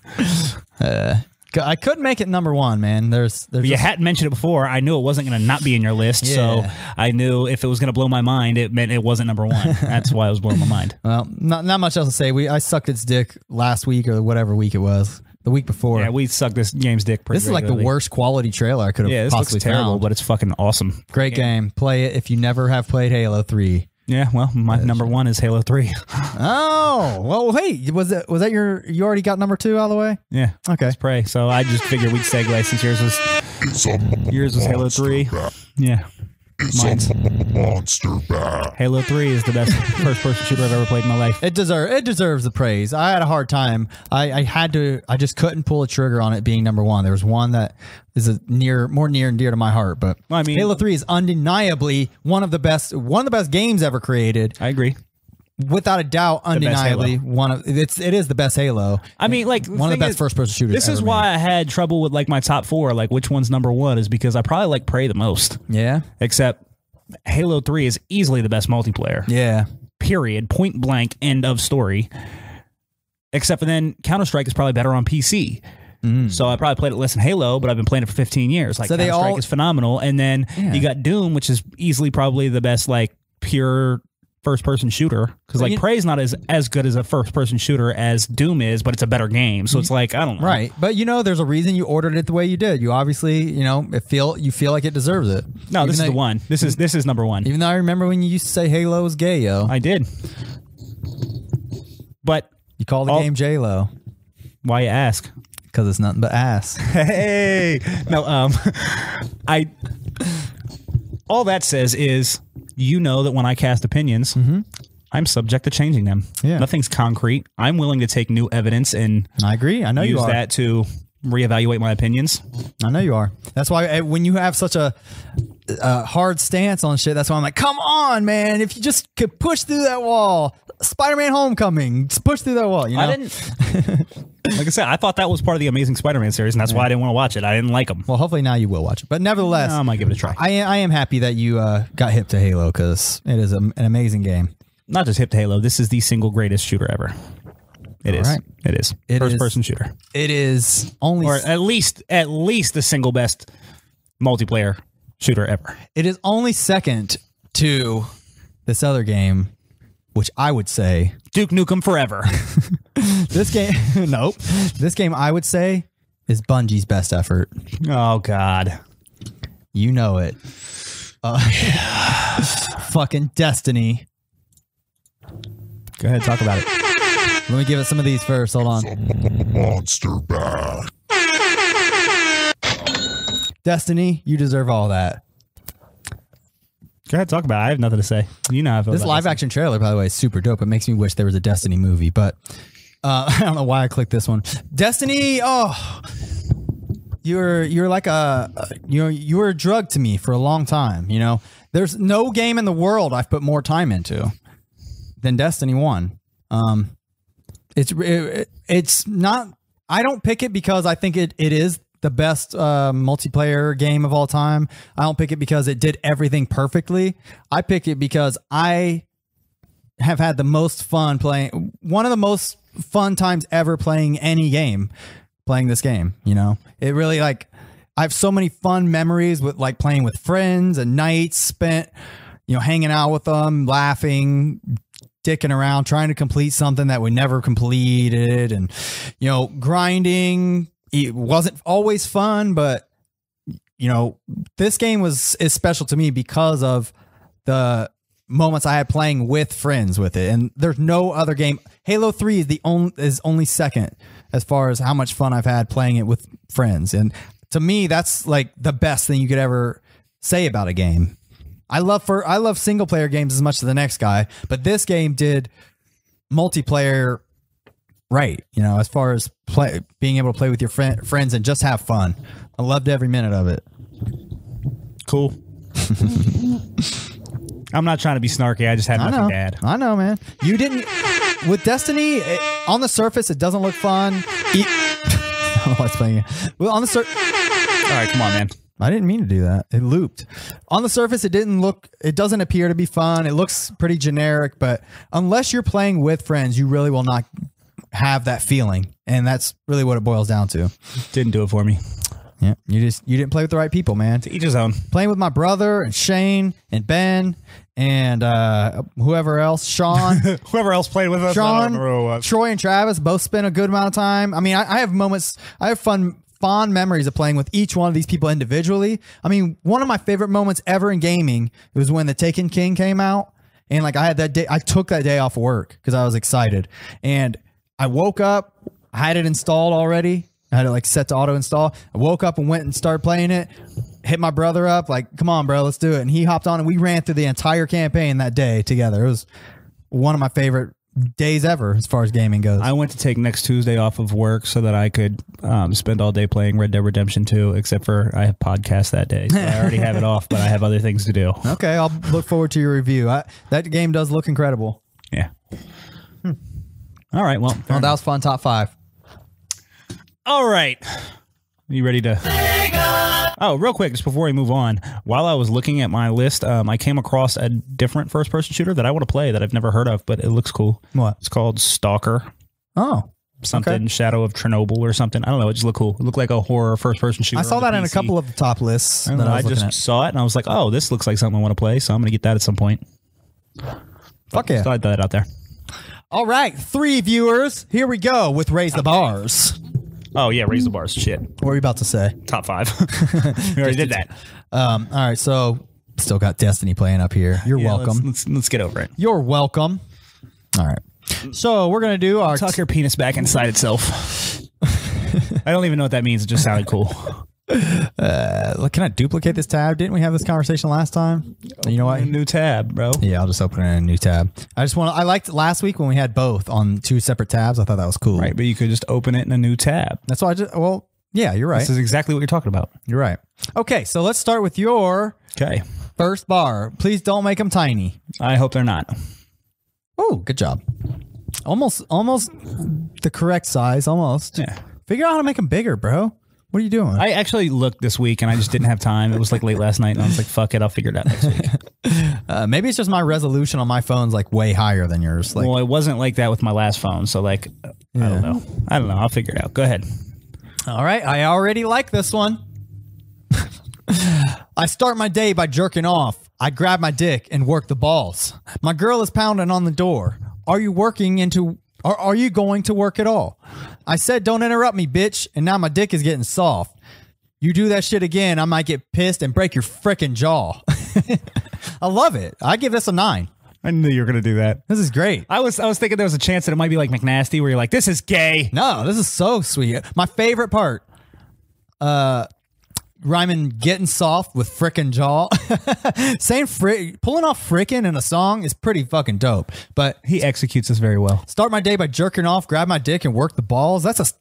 S1: C- I couldn't make it number one, man. There's there's
S2: But you
S1: just-
S2: hadn't mentioned it before. I knew it wasn't going to not be in your list. So
S1: Yeah.
S2: I knew if it was going to blow my mind, it meant it wasn't number one. That's why it was blowing my mind.
S1: well, not not much else to say. We I sucked its dick last week or whatever week it was, the week before.
S2: Yeah, we sucked this game's dick. Pretty
S1: this is like the
S2: regularly.
S1: worst quality trailer I could have
S2: Yeah, this looks
S1: possibly
S2: terrible,
S1: found.
S2: but it's fucking awesome.
S1: Great game. Play it if you never have played Halo Three.
S2: Yeah, well, my number one is Halo Three.
S1: Oh well, hey, was that was that your you already got number two out of the way?
S2: yeah,
S1: Okay,
S2: pray. So I just figured we'd segue since yours was
S4: It's a m-
S2: yours was Halo Three. Yeah, mine's
S4: monster back.
S2: Halo Three is the best first person shooter I've ever played in my life.
S1: it deserve it deserves the praise. I had a hard time. I, I had to. I just couldn't pull a trigger on it being number one. There was one that is a near more near and dear to my heart, but
S2: Well, I mean-
S1: Halo Three is undeniably one of the best one of the best games ever created.
S2: I agree.
S1: without a doubt,
S2: best Halo.
S1: undeniably one of it's it is the best Halo.
S2: I mean, like the
S1: One of the
S2: thing
S1: best
S2: is-
S1: first person shooters.
S2: This is
S1: ever
S2: why I had trouble with like my top four. Like which one's number one is because I probably like Prey the most.
S1: made. Yeah,
S2: Except Halo Three is easily the best multiplayer.
S1: yeah.
S2: Period. Point blank. End of story. Except for then Counter Strike is probably better on PC.
S1: Mm-hmm.
S2: So I probably played it less than Halo, but I've been playing it for 15 years. Like
S1: Hmm. So they
S2: Counter Strike
S1: all-
S2: is phenomenal, and then
S1: Yeah.
S2: you got Doom, which is easily probably the best like pure first person shooter because like
S1: you-
S2: Prey's not as as good as a first person shooter as Doom is, but it's a better game. So it's like I don't know.
S1: Mm-hmm. Right, but you know, there's a reason you ordered it the way you did. You obviously, you know, it feel you feel like it deserves it.
S2: No, this
S1: Even
S2: is the
S1: though-
S2: one. This is this is number one.
S1: Even though I remember when you used to say Halo was gay, yo,
S2: I did. But
S1: you call the
S2: All-
S1: game J Lo
S2: why you ask?
S1: because it's nothing but ass.
S2: Hey, no. Um, I. All that says is, you know that when I cast opinions, I'm subject to changing them.
S1: Mm-hmm. Yeah.
S2: nothing's concrete. I'm willing to take new evidence and
S1: I agree. I know you
S2: use
S1: are.
S2: that to reevaluate my opinions.
S1: I know you are. That's why eh, when you have such a, a hard stance on shit, that's why I'm like, come on, man. If you just could push through that wall, Spider-Man: Homecoming, just push through that wall. You know,
S2: I didn't. Like I said, I thought that was part of the Amazing Spider-Man series, and that's why I didn't want to watch it. I didn't like him.
S1: Well, hopefully now you will watch it. But nevertheless,
S2: I might give it a try.
S1: I am, I am happy that you uh, got hip to Halo because it is a, an amazing game.
S2: Not just hip to Halo. This is the single greatest shooter ever. It is.
S1: right.
S2: It is.
S1: It
S2: First
S1: is.
S2: person shooter,
S1: It is only
S2: or uh, at least at least the single best multiplayer shooter ever.
S1: it is only second to this other game, which I would say
S2: Duke Nukem Forever.
S1: this game. nope, this game I would say is Bungie's best effort.
S2: oh God.
S1: You know it. Uh, fucking Destiny.
S2: Go ahead, talk about it.
S1: Let me give it some of these first. Hold on.
S4: Monster bash.
S1: Destiny, you deserve all that.
S2: Go ahead, talk about it. I have nothing to say. You know how I feel
S1: This
S2: about
S1: live action trailer, by the way, is super dope. It makes me wish there was a Destiny movie, but uh, I don't know why I clicked this one. Destiny, oh, you're you're like a you you were a drug to me for a long time. You know, there's no game in the world I've put more time into than Destiny One. Um, it's it, it's not. I don't pick it because I think it, it is the best uh, multiplayer game of all time. I don't pick it because it did everything perfectly. I pick it because I have had the most fun playing one of the most fun times ever playing any game playing this game you know it really like i have so many fun memories with like playing with friends and nights spent you know hanging out with them laughing dicking around trying to complete something that we never completed and you know grinding it wasn't always fun but you know this game was is special to me because of the moments I had playing with friends with it, and there's no other game. Halo Three is the only is only second as far as how much fun I've had playing it with friends, and to me, that's like the best thing you could ever say about a game. I love for I love single player games as much as the next guy, but this game did multiplayer right. You know, as far as play being able to play with your friend, friends and just have fun. I loved every minute of it.
S2: Cool. I'm not trying to be snarky. I just have
S1: I
S2: nothing
S1: know.
S2: to add.
S1: I know, man. You didn't with Destiny. It, on the surface, it doesn't look fun. E- Oh, I don't know why it's playing. Well, on the sur-
S2: All right, come on, man.
S1: I didn't mean to do that. It looped. On the surface, it didn't look. It doesn't appear to be fun. It looks pretty generic. But unless you're playing with friends, you really will not have that feeling. And that's really what it boils down to.
S2: Didn't do it for me.
S1: Yeah, you just you didn't play with the right people, man.
S2: To each his own.
S1: Playing with my brother and Shane and Ben and uh, whoever else, Sean.
S3: Whoever else played with us, I don't
S1: Sean,
S3: remember who it was.
S1: Troy, and Travis both spent a good amount of time. I mean, I, I have moments, I have fun, fond memories of playing with each one of these people individually. I mean, one of my favorite moments ever in gaming was when the Taken King came out, and like I had that day, I took that day off work because I was excited, and I woke up, I had it installed already. I had it like set to auto install. I woke up and went and started playing it. Hit my brother up, like, come on, bro, let's do it. And he hopped on and we ran through the entire campaign that day together. It was one of my favorite days ever as far as gaming goes.
S2: I went to take next Tuesday off of work so that I could um, spend all day playing Red Dead Redemption 2, except for I have podcasts that day. So I already have it off, but I have other things to do.
S1: okay, I'll look forward to your review. I, that game does look incredible.
S2: Yeah. Hmm. All right. Well,
S1: Well, Oh, that was fun. Top five.
S2: all right. You ready to? Oh, real quick, just before we move on, while I was looking at my list, um, I came across a different first person shooter that I want to play that I've never heard of, but it looks cool.
S1: What?
S2: It's called Stalker.
S1: Oh,
S2: Something
S1: Okay.
S2: Shadow of Chernobyl or something. I don't know. It just looked cool. It looked like a horror first person shooter.
S1: I saw
S2: on the
S1: that in a
S2: PC.
S1: couple of the top lists
S2: I, don't
S1: that
S2: know,
S1: I
S2: I
S1: was
S2: just
S1: looking at.
S2: saw it and I was like, oh, this looks like something I want to play, so I'm gonna get that at some point.
S1: Fuck yeah!
S2: So I thought that out there.
S1: All right, three viewers. Here we go with raise the bars.
S2: Oh yeah, raise the bars. Shit.
S1: What were you about to say?
S2: Top five. we already did that.
S1: Um, all right, so still got Destiny playing up here. You're
S2: Yeah, let's-
S1: welcome.
S2: Let's, let's get over it.
S1: You're welcome. All right. So we're gonna do our
S2: Tuck your penis back inside itself. I don't even know what that means. It just sounded cool.
S1: uh, Can I duplicate this tab? Didn't we have this conversation last time? You know what?
S2: New tab, bro.
S1: Yeah, I'll just open it in a new tab. I just want to, I liked last week when we had both on two separate tabs. I thought that was cool.
S2: Right, but you could just open it in a new tab.
S1: That's why I just, well, yeah, you're right.
S2: This is exactly what you're talking about.
S1: you're right. Okay, so let's start with your
S2: Okay.
S1: first bar. Please don't make them tiny.
S2: I hope they're not.
S1: Oh, good job. almost almost the correct size. Almost.
S2: Yeah.
S1: Figure out how to make them bigger, bro. What are you doing?
S2: I actually looked this week and I just didn't have time. It was like late last night and I was like, fuck it, I'll figure it out next week.
S1: uh, maybe it's just my resolution on my phone's like way higher than yours. Like
S2: well, it wasn't like that with my last phone. So, like, I don't know. I don't know. I'll figure it out. Go ahead.
S1: All right, I already like this one. I start my day by jerking off. I grab my dick and work the balls. My girl is pounding on the door. Are you working into or are you going to work at all? I said don't interrupt me, bitch, and now my dick is getting soft. You do that shit again, I might get pissed and break your frickin' jaw. I love it. I give this a 9.
S3: I knew you were gonna do that.
S1: This is great.
S2: I was I was thinking there was a chance that it might be like McNasty where you're like, this is gay.
S1: No, this is so sweet. My favorite part, uh, rhyming getting soft with frickin' jaw. Saying frick, pulling off frickin' in a song is pretty fucking dope. But
S2: He executes this very well.
S1: start my day by jerking off, grab my dick, and work the balls. That's a s-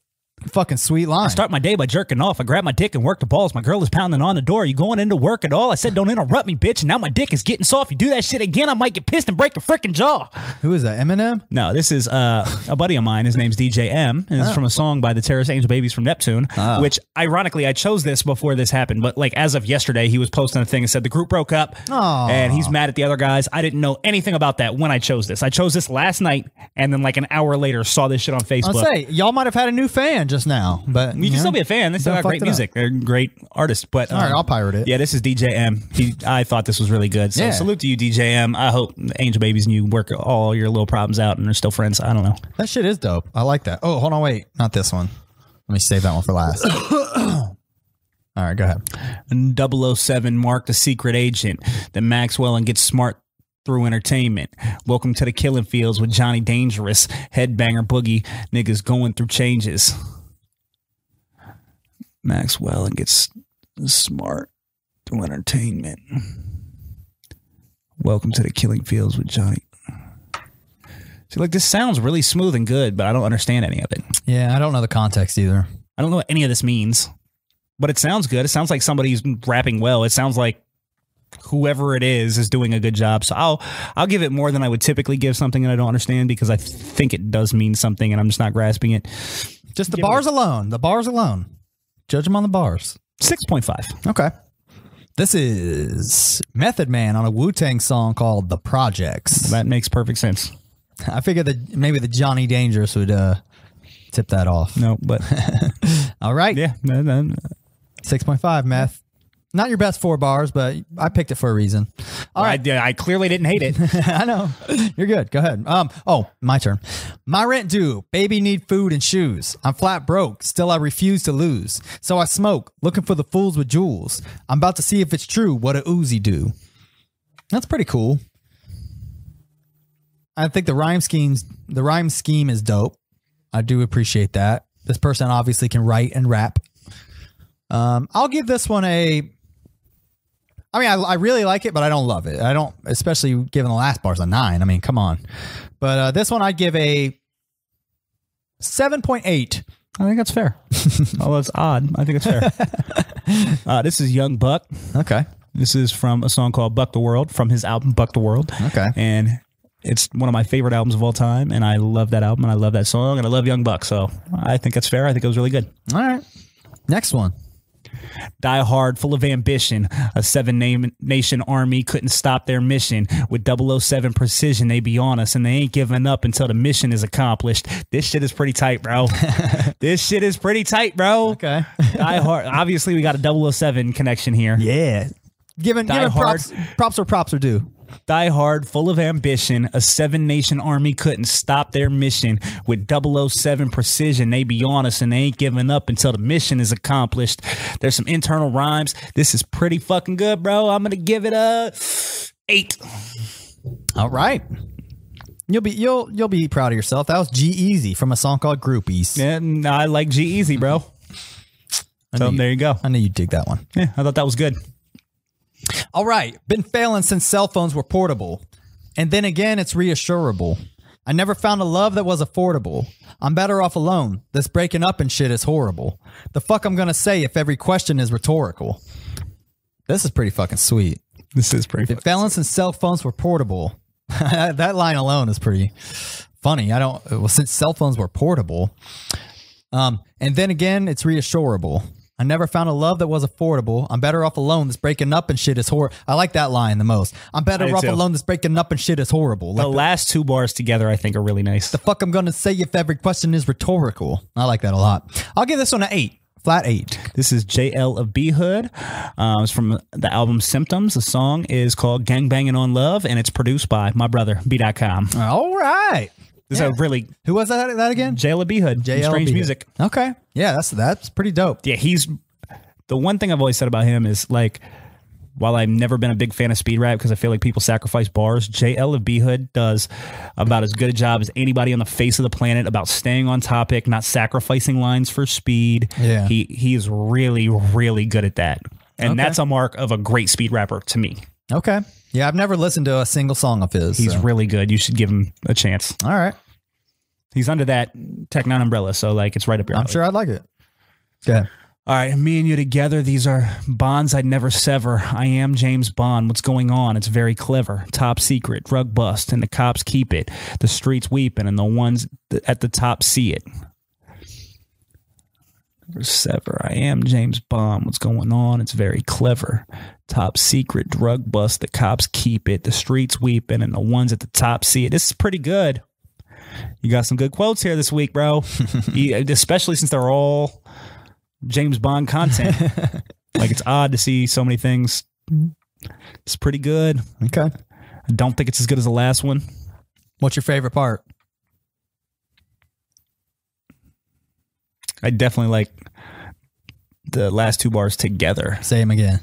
S1: fucking sweet line.
S2: Start my day by jerking off. I grab my dick and work the balls. My girl is pounding on the door. You going into work at all? I said, don't interrupt me, bitch. And now my dick is getting soft. You do that shit again, I might get pissed and break your freaking jaw.
S1: Who is that? Eminem?
S2: No, this is uh, a buddy of mine. His name's DJ M, and it's from a song by the Terrorist Angel Babies from Neptune. Which, ironically, I chose this before this happened. But like as of yesterday, he was posting a thing and said the group broke up,
S1: Aw.
S2: and he's mad at the other guys. I didn't know anything about that when I chose this. I chose this last night, and then like an hour later, saw this shit on
S1: I'll
S2: Facebook.
S1: say y'all might have had a new fan just now, but
S2: You can still be a fan. They still
S1: Don't
S2: got great
S1: fuck it up.
S2: music. They're great artists. But
S1: All right,
S2: um,
S1: I'll pirate it.
S2: Yeah, this is DJ M. He, I thought this was really good. So
S1: Yeah.
S2: salute to you, DJ M. I hope Angel Babies and you work all your little problems out and are still friends. I don't know.
S1: That shit is dope. I like that. Oh, hold on, wait, not this one. Let me save that one for last. All right, go ahead.
S2: 007 marked a secret agent that Maxwell and gets smart through entertainment. Welcome to the killing fields with Johnny Dangerous, headbanger boogie, niggas going through changes. Maxwell and gets smart through entertainment. Welcome to the killing fields with Johnny. See, like this sounds really smooth and good, but I don't understand any of it.
S1: Yeah, I don't know the context either.
S2: I don't know what any of this means, but it sounds good. It sounds like somebody's rapping well. It sounds like whoever it is is doing a good job. So I'll I'll give it more than I would typically give something that I don't understand because I think it does mean something and I'm just not grasping it.
S1: Just the bars alone. The bars alone. Judge them on the bars.
S2: Six point five.
S1: Okay. This is Method Man on a Wu Tang song called "The Projects."
S2: That makes perfect sense.
S1: I figured that maybe the Johnny Dangerous would uh, tip that off.
S2: No, but
S1: All right,
S2: yeah, no, no.
S1: six point five meth. Not your best four bars, but I picked it for a reason. All right.
S2: I, I clearly didn't hate it.
S1: I know. You're good. Go ahead. Um. Oh, my turn. My rent due. Baby need food and shoes. I'm flat broke. Still, I refuse to lose. So I smoke, looking for the fools with jewels. I'm about to see if it's true. What a Uzi do. That's pretty cool. I think the rhyme schemes. The rhyme scheme is dope. I do appreciate that. This person obviously can write and rap. Um, I'll give this one a I mean, I, I really like it, but I don't love it. I don't, especially given the last bar's a nine. I mean, come on. But uh, this one I'd give a 7.8.
S2: I think that's fair. Although it's odd, I think it's fair. Uh, this is Young Buck.
S1: Okay.
S2: This is from a song called Buck the World from his album Buck the World.
S1: Okay.
S2: And it's one of my favorite albums of all time. And I love that album and I love that song and I love Young Buck. So I think that's fair. I think it was really good.
S1: All right. Next one.
S2: Die Hard, full of ambition. A seven name, nation army couldn't stop their mission. With 007 precision, they be on us and they ain't giving up until the mission is accomplished. This shit is pretty tight, bro. this shit is pretty tight, bro.
S1: Okay.
S2: Die Hard. Obviously, we got a 007 connection here.
S1: Yeah. Given,
S2: Die
S1: given
S2: Hard.
S1: props, props or props are due.
S2: Die Hard, full of ambition, a seven nation army couldn't stop their mission. With 007 precision, they be on us and they ain't giving up until the mission is accomplished. There's some internal rhymes. This is pretty fucking good, bro. I'm gonna give it a eight.
S1: All right. You'll be you'll you'll be proud of yourself. That was G Easy from a song called Groupies.
S2: And I like G Easy, bro. So there you go.
S1: I know you dig that one.
S2: Yeah, I thought that was good.
S1: All right, been failing since cell phones were portable. And then again, it's reassurable. I never found a love that was affordable. I'm better off alone. This breaking up and shit is horrible. The fuck I'm gonna say if every question is rhetorical. This is pretty fucking sweet.
S2: This is pretty.
S1: Been failing since cell phones were portable. that line alone is pretty funny. I don't. Well, since cell phones were portable, um, and then again, it's reassurable. I never found a love that was affordable. I'm better off alone. This breaking up and shit is horrible. I like that line the most. I'm better
S2: do
S1: off
S2: too. Oh.
S1: alone. This breaking up and shit is horrible. Like
S2: The last two bars together, I think, are really nice.
S1: the fuck I'm gonna say if every question is rhetorical. I like that a lot. I'll give this one an eight, flat eight.
S2: This is JL of B Hood. Um, it's from the album Symptoms. The song is called Gang Banging on Love, and it's produced by my brother, B.com.
S1: All right.
S2: Uh, This is a really
S1: Who was that? That again?
S2: JL of B Hood. from
S1: JL
S2: Strange
S1: Beat It.
S2: Music.
S1: Okay. Yeah, that's that's pretty dope.
S2: Yeah, he's the one thing I've always said about him is like, while I've never been a big fan of speed rap because I feel like people sacrifice bars, JL of B Hood does about as good a job as anybody on the face of the planet about staying on topic, not sacrificing lines for speed.
S1: Yeah.
S2: He he is really, really good at that. And that's a mark of a great speed rapper to me.
S1: Okay. Yeah, I've never listened to a single song of his.
S2: He's
S1: so.
S2: really good. You should give him a chance.
S1: all right.
S2: He's under that Tech Nine umbrella, so like it's right up your
S1: I'm
S2: alley.
S1: sure I'd like it. Okay.
S2: All right, me and you together, these are bonds I'd never sever. I am James Bond. What's going on? It's very clever. Top secret, drug bust, and the cops keep it. The streets weeping, and the ones th- at the top see it. Never sever. I am James Bond. What's going on? It's very clever. Top secret, drug bust, the cops keep it. The streets weeping, and the ones at the top see it. This is pretty good. You got some good quotes here this week, bro. You- especially since they're all James Bond content. like it's odd to see so many things. It's pretty good.
S1: Okay.
S2: I don't think it's as good as the last one.
S1: What's your favorite part?
S2: I definitely like the last two bars together.
S1: Same again.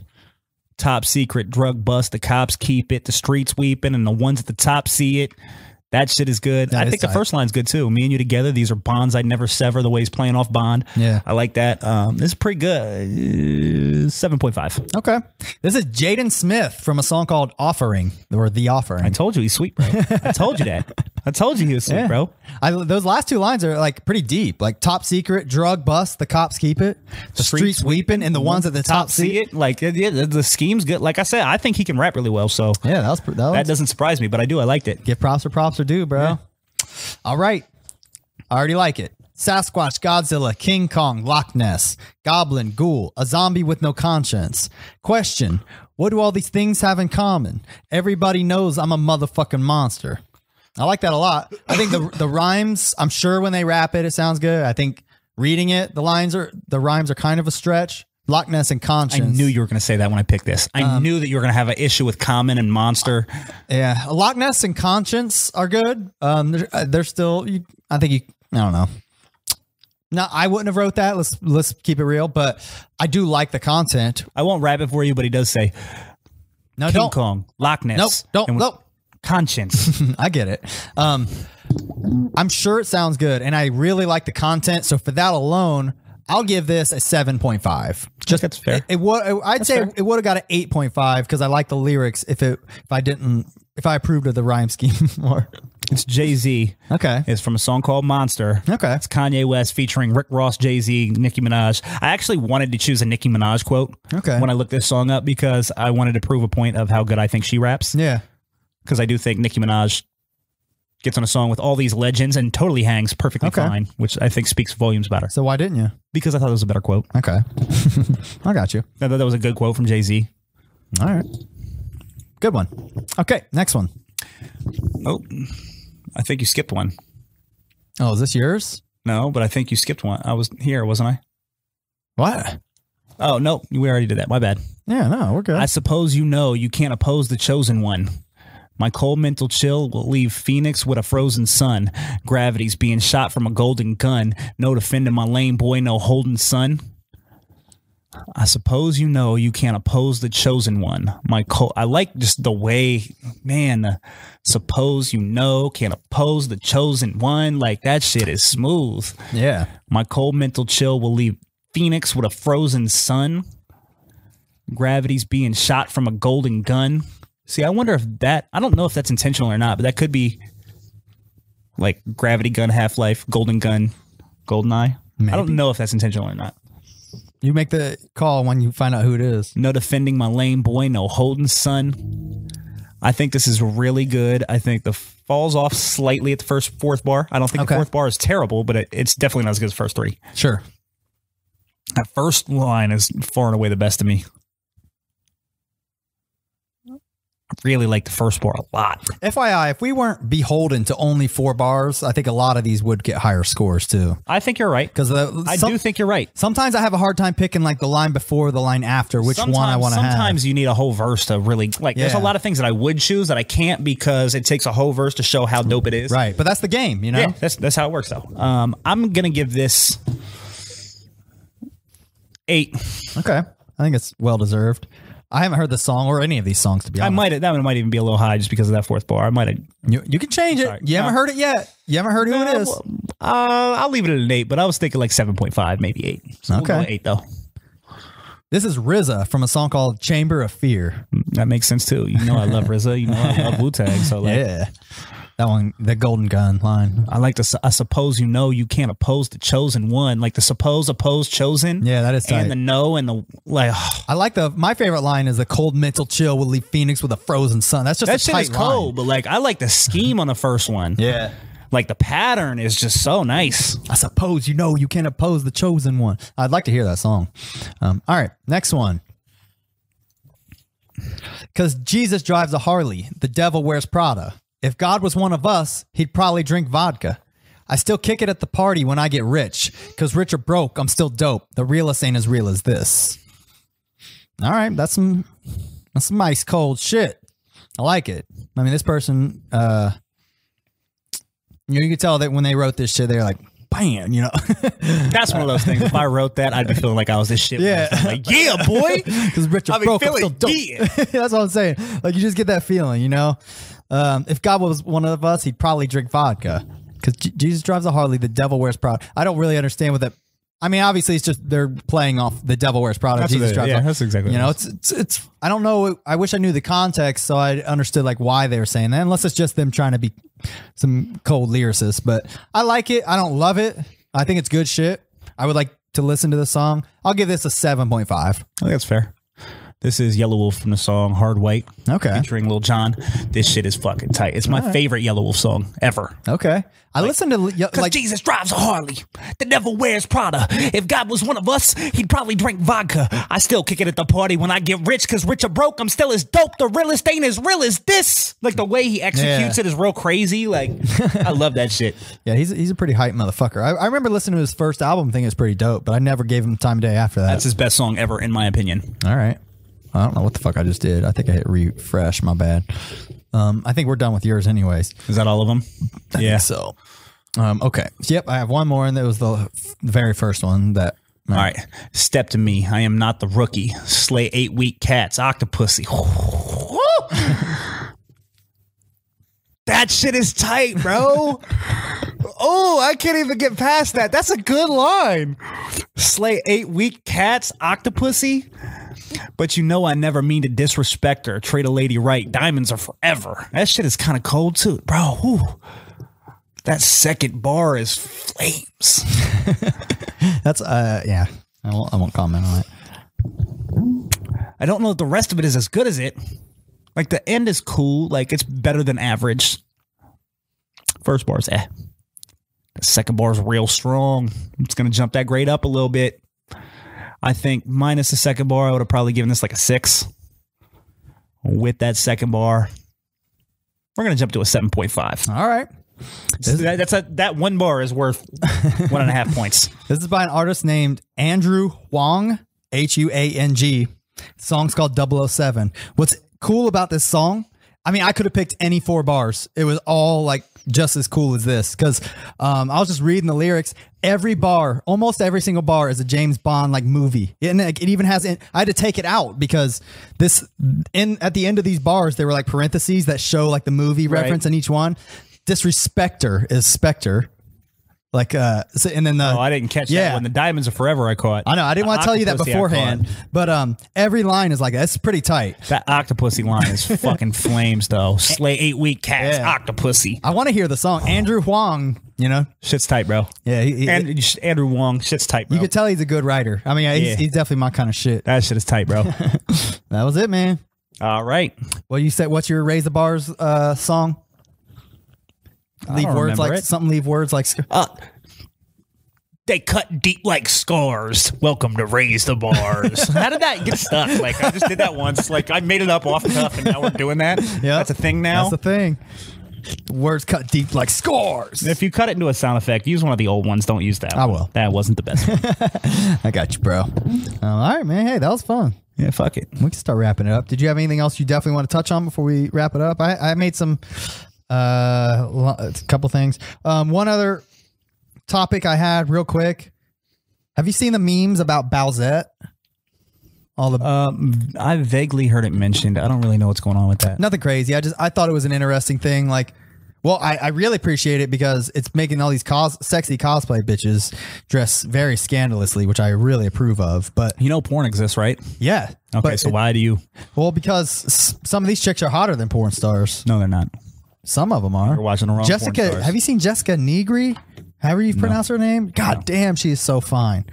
S2: Top secret drug bust. The cops keep it. The streets weeping, and the ones at the top see it. That shit is good.
S1: That
S2: I
S1: is
S2: think the
S1: tight.
S2: first line's good too. Me and you together. These are bonds I'd never sever. The way he's playing off Bond.
S1: Yeah.
S2: I like that. Um, this is pretty good. Uh, Seven point five.
S1: Okay. This is Jaden Smith from a song called Offering or The
S2: I
S1: Offering.
S2: told you he's sweet, bro. I told you that. I told you he was sweet,
S1: Yeah.
S2: bro.
S1: I, those last two lines are like pretty deep. Like top secret, drug bust, the cops keep it, the streets, weeping, and the ones at the top,
S2: see it. Like it- yeah, the, the scheme's good. Like I said, I think he can rap really well. So
S1: Yeah, that was pre- that,
S2: that
S1: was,
S2: doesn't surprise me. But I do. I liked it.
S1: give props or props are due, bro. All right. I already like it. Sasquatch, Godzilla, King Kong, Loch Ness, Goblin, Ghoul, a zombie with no conscience. Question What do all these things have in common? Everybody knows I'm a motherfucking monster. I like that a lot. I think the the rhymes, I'm sure when they rap it, it sounds good. I think reading it, the lines are the rhymes are kind of a stretch. Loch Ness and
S2: I
S1: conscience.
S2: knew you were going to say that when I picked this. I
S1: Um,
S2: knew that you were going to have an issue with Common and Monster.
S1: Yeah, Loch Ness and Conscience are good. Um, they're, uh, they're still. You, I think you. I don't know. No, I wouldn't have wrote that. Let's let's keep it real. But I do like the content.
S2: I won't rap it for you, but he does say
S1: No,
S2: King
S1: don't.
S2: Kong, Loch Ness.
S1: Nope. Don't.
S2: and
S1: Nope.
S2: Conscience.
S1: I get it. Um, I'm sure it sounds good, and I really like the content. So for that alone, I'll give this a 7.5. Just
S2: that's fair.
S1: It, it would. I'd say it would have got an 8.5 because I like the lyrics. If it if I didn't if I approved of the rhyme scheme more.
S2: it's Jay Z.
S1: Okay.
S2: It's from a song called Monster.
S1: Okay.
S2: It's Kanye West featuring Rick Ross, Jay Z, Nicki Minaj. I actually wanted to choose a Nicki Minaj quote
S1: Okay.
S2: when I looked this song up because I wanted to prove a point of how good I think she raps.
S1: Yeah.
S2: because I do think Nicki Minaj gets on a song with all these legends and totally hangs perfectly
S1: Okay.
S2: fine, which I think speaks volumes about her.
S1: So why didn't you?
S2: Because I thought it was a better quote.
S1: Okay. I got you.
S2: I thought that was a good quote from Jay Z.
S1: All right. Good one. Okay. Next one.
S2: Oh, I think you skipped one.
S1: Oh, is this yours?
S2: No, but I think you skipped one. I was here, wasn't I?
S1: What?
S2: Oh no, we already did that. My bad.
S1: Yeah, no, we're good.
S2: I suppose you know you can't oppose the chosen one. My cold mental chill will leave Phoenix with a frozen sun. Gravity's being shot from a golden gun. No defending my lame boy, no holding son. I suppose you know you can't oppose the chosen one. My cold, I like just the way, man. uh, suppose you know can't oppose the chosen one. Like that shit is smooth.
S1: yeah.
S2: My cold mental chill will leave Phoenix with a frozen sun. Gravity's being shot from a golden gun. See, I wonder if that, I don't know if that's intentional or not, but that could be like gravity gun half life, golden gun, golden eye. I don't know if that's intentional or not.
S1: You make the call when you find out who it is.
S2: No defending my lame boy, no holding son. I think this is really good. I think the f- falls off slightly at the first fourth bar. I don't think
S1: Okay.
S2: the fourth bar is terrible, but it, it's definitely not as good as the first three.
S1: Sure.
S2: That first line is far and away the best to me. I really like the first bar a lot.
S1: FYI, if we weren't beholden to only four bars, I think a lot of these would get higher scores too.
S2: I think you're right.
S1: Because
S2: I do think you're right.
S1: sometimes I have a hard time picking like the line before, the line after, which one I
S2: Sometimes-
S1: want to have.
S2: Sometimes you need a whole verse to really like. There's a
S1: Yeah.
S2: lot of things that I would choose that I can't because it takes a whole verse to show how dope it is.
S1: Right, but that's the game, you know.
S2: Yeah, that's that's how it works though. Um, I'm gonna give this eight.
S1: Okay, I think it's well deserved. I haven't heard the song or any of these songs to be honest.
S2: I might that one might even be a little high just because of that fourth bar. I might have.
S1: You, you can change it. You haven't
S2: No.
S1: heard it yet. You haven't heard who it is.
S2: Uh, I'll leave it at an eight, but I was thinking like seven point five, maybe eight. So we'll
S1: Okay.
S2: go with eight though.
S1: This is RZA from a song called "Chamber of Fear."
S2: Mm, That makes sense too. You know, I love RZA. You know, I love Wu Tang. So like,
S1: Yeah, that one, the Golden Gun line.
S2: I like to. s- I suppose you know you can't oppose the chosen one, like the suppose oppose chosen.
S1: Yeah, that is tight.
S2: and the no and the like.
S1: I like the. My favorite line is the cold mental chill will leave Phoenix with a frozen sun. That's just
S2: that
S1: a
S2: shit
S1: tight
S2: is cold, but like I like the scheme on the first one.
S1: Line. Yeah.
S2: Like the pattern is just so nice.
S1: I suppose you know you can't oppose the chosen one. I'd like to hear that song. Um, all right, next one. Because Jesus drives a Harley, the devil wears Prada. If God was one of us, he'd probably drink vodka. I still kick it at the party when I get rich. Because rich or broke, I'm still dope. The realest ain't as real as this. All right, that's some that's some ice cold shit. I like it. I mean, this person uh, you, know, you could tell that when they wrote this shit, they're like, bam, you know.
S2: That's one of those things. If I wrote that, I'd be feeling like I was this shit. when I was
S1: Yeah.
S2: like yeah, boy.
S1: Because Richard
S2: I mean,
S1: broke I'm
S2: Philly
S1: still dope.
S2: did.
S1: That's what I'm saying. Like you just get that feeling, you know. Um, if God was one of us, he'd probably drink vodka. Because Jesus drives a Harley, the devil wears Prada. I don't really understand what that. I mean, obviously, it's just they're playing off the devil wears Prada.
S3: That's what
S1: Jesus
S3: it-
S1: drives. a-
S3: yeah, that's exactly
S1: You
S3: what
S1: know,
S3: it
S1: it's, it's it's. I don't know. I wish I knew the context so I understood like why they were saying that. Unless it's just them trying to be some cold lyricists. But I like it. I don't love it. I think it's good shit. I would like to listen to the song. I'll give this a seven point five.
S2: I think that's fair. This is Yellow Wolf from the song Hard White
S1: Okay.
S2: featuring Lil Jon. This shit is fucking tight. It's my favorite Yellow Wolf song ever.
S1: Okay. I listened to yeah,
S2: Cause
S1: like
S2: Jesus drives a Harley that never wears Prada. If God was one of us, he'd probably drink vodka. I still kick it at the party when I get rich, cause rich or broke, I'm still as dope. The realest ain't as real as this. Like the way he executes
S1: Yeah.
S2: it is real crazy. Like I love that shit.
S1: yeah, he's he's a pretty hype motherfucker. I, I remember listening to his first album, thinking it was pretty dope, but I never gave him time of day after that.
S2: That's his best song ever, in my opinion.
S1: All right. I don't know what the fuck I just did. I think I hit refresh. My bad. Um, I think we're done with yours, anyways.
S2: Is that all of them? Yeah.
S1: So, um, okay. Yep. I have one more, and that was the f- very first one that.
S2: All right, step to me. I am not the rookie. Slay eight weak cats, octopussy. that shit is tight, bro. oh, I can't even get past that. That's a good line. Slay eight weak cats, octopussy. But you know, I never mean to disrespect her. Treat a lady right. Diamonds are forever. That shit is kind of cold too, bro. Whew. That second bar is flames.
S1: That's uh, yeah. I won't, I won't comment on it.
S2: I don't know if the rest of it is as good as it. Like the end is cool. Like it's better than average. First bar's eh. The second bar's real strong. It's gonna jump that grade up a little bit. I think minus the second bar, I would have probably given this like a six. With that second bar, we're gonna jump to a seven point five.
S1: All right.
S2: That, that's a, that one bar is worth one and a half points.
S1: This is by an artist named Andrew Huang, H U A N G. Song's called 007. What's cool about this song? I mean, I could have picked any four bars. It was all like just as cool as this because um, I was just reading the lyrics. Every bar, almost every single bar, is a James Bond like movie, and like, it even has. In, I had to take it out because this in at the end of these bars there were like parentheses that show like the movie reference in each one. Disrespector is Spectre, like uh, so, and then the
S2: Oh, I didn't catch that
S1: Yeah.
S2: one. The diamonds are forever. I caught.
S1: I know. I didn't
S2: The
S1: want to tell you that
S2: octopus, yeah, I caught.
S1: beforehand, but um, every line is like that's pretty tight.
S2: That octopussy line is fucking flames though. Slay eight week cats,
S1: Yeah.
S2: octopussy.
S1: I want to hear the song Andrew Huang. You know,
S2: Shit's tight, bro.
S1: yeah, he, he-
S2: And Andrew Wong, shit's tight, bro.
S1: you could tell he's a good writer. I mean, yeah, he's,
S2: Yeah.
S1: he's definitely my kind of shit.
S2: that shit is tight, bro.
S1: That was it, man.
S2: All right.
S1: Well, you said what's your raise the bars uh song? leave
S2: don't
S1: words
S2: remember
S1: like
S2: it.
S1: something. Leave words like sc-
S2: Uh, They cut deep like scars. Welcome to raise the bars. How did that get stuck? Like I just did that once. Like I made it up off the cuff, and now we're doing that.
S1: Yep.
S2: that's a thing now.
S1: that's the thing. Words cut deep like scores.
S2: if you cut it into a sound effect, use one of the old ones. Don't use that.
S1: I
S2: one.
S1: will.
S2: That wasn't the best. one.
S1: I got you, bro. Um, all right, man. Hey, that was fun.
S2: yeah, fuck it.
S1: We can start wrapping it up. Did you have anything else you definitely want to touch on before we wrap it up? I, I made some uh lo- a couple things. Um, one other topic I had real quick. Have you seen the memes about Bowsette? All the
S2: Um, I vaguely heard it mentioned. I don't really know what's going on with that.
S1: nothing crazy. I just I thought it was an interesting thing. Like, well, I, I really appreciate it because it's making all these cos sexy cosplay bitches dress very scandalously, which I really approve of. But
S2: You know, porn exists, right?
S1: yeah,
S2: Okay,
S1: but
S2: so why do you?
S1: well, because s- some of these chicks are hotter than porn stars.
S2: No, they're not.
S1: Some of them are.
S2: You're watching the wrong porn
S1: Jessica,
S2: stars.
S1: have you seen Jessica Negri? However you pronounce her name. God damn, she is so fine.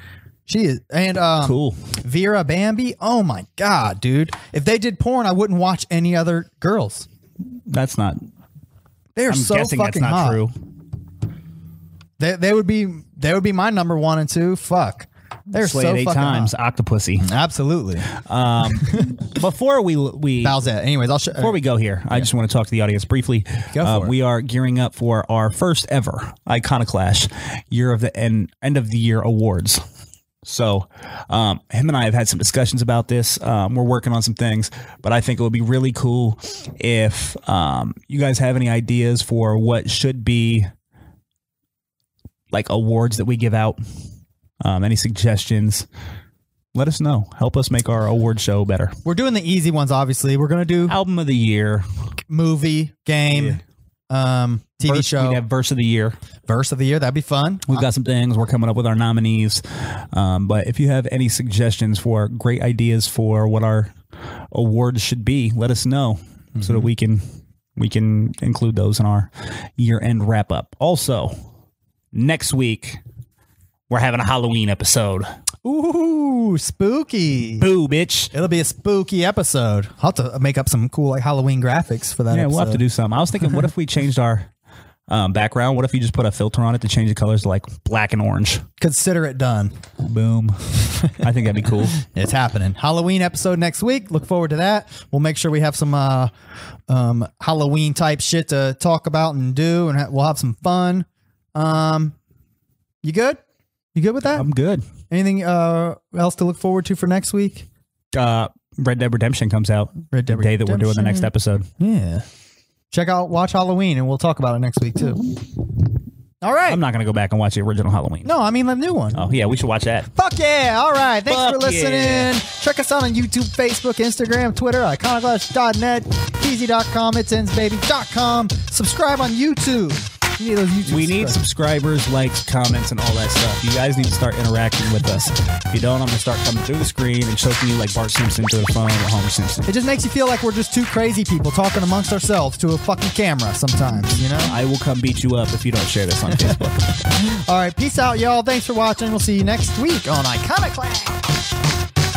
S1: She is, and um,
S2: Cool.
S1: Vera Bambi. Oh my god, dude! If they did porn, I wouldn't watch any other girls.
S2: That's not.
S1: They are
S2: I'm
S1: so
S2: guessing
S1: fucking
S2: that's not
S1: hot.
S2: true.
S1: They, they would be they would be my number one and two. Fuck, they're
S2: Slayed
S1: so
S2: eight
S1: fucking
S2: times,
S1: hot.
S2: octopussy.
S1: Absolutely,
S2: Before we we
S1: how's that? Anyways, I'll show.
S2: Before we go here, I just want to talk to the audience briefly. Uh,
S1: Go for it.
S2: We are gearing up for our first ever Iconoclash Year of the End End of the Year Awards. So, um, him and I have had some discussions about this. Um, we're working on some things, but I think it would be really cool if um, you guys have any ideas for what should be like awards that we give out. Um, any suggestions? Let us know. Help us make our award show better.
S1: We're doing the easy ones. Obviously, we're gonna do
S2: Album of the year,
S1: movie, game, um, TV
S2: Verse-
S1: show,
S2: We'd have verse of the year.
S1: verse of the year. That'd be fun.
S2: We've got some things. We're coming up with our nominees. Um, but if you have any suggestions for great ideas for what our awards should be, let us know so that
S1: Mm-hmm.
S2: we can we can include those in our year end wrap up. Also, next week we're having a Halloween episode.
S1: Ooh, spooky.
S2: Boo, bitch.
S1: It'll be a spooky episode. I'll have to make up some cool like Halloween graphics for that.
S2: Yeah, we'll have to
S1: episode.
S2: do something. I was thinking, what if we changed our um, background? What if you just put a filter on it to change the colors to like black and orange?
S1: Consider it done.
S2: Boom. I think that'd be cool.
S1: It's happening. Halloween episode next week. Look forward to that. We'll make sure we have some uh, um, Halloween type shit to talk about and do, and ha- we'll have some fun. Um, you good? You good with that?
S2: I'm good.
S1: Anything uh, else to look forward to for next week?
S2: uh, Red Dead Redemption comes out
S1: Red Dead
S2: the day that we're doing the next
S1: Redemption.
S2: episode.
S1: Yeah. Check out Watch Halloween, and we'll talk about it next week too. All right.
S2: I'm not gonna go back and watch the original Halloween.
S1: no, I mean the new one.
S2: Oh yeah, we should watch that.
S1: Fuck yeah. All right. Thanks
S2: Fuck
S1: for listening.
S2: yeah.
S1: Check us out on YouTube, Facebook, Instagram, Twitter, iconoclash.net, peasy.com, it's ends baby.com. Subscribe on YouTube. You need those YouTube
S2: We need
S1: subscribers.
S2: subscribers, likes, comments, and all that stuff. You guys need to start interacting with us. If you don't, I'm gonna start coming through the screen and choking you like Bart Simpson to the phone or Homer Simpson.
S1: It just makes you feel like we're just two crazy people talking amongst ourselves to a fucking camera sometimes, you know?
S2: I will come beat you up if you don't share this on Facebook.
S1: All right. Peace out, y'all. Thanks for watching. We'll see you next week on Iconoclash.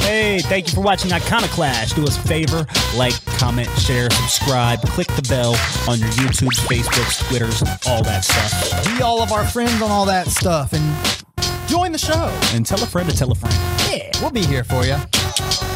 S2: hey, thank you for watching Iconoclash. Do us a favor, like, comment, share, subscribe, click the bell on your YouTubes, Facebooks, Twitters, all that stuff.
S1: Be all of our friends on all that stuff and join the show.
S2: And tell a friend to tell a friend.
S1: Yeah, we'll be here for you.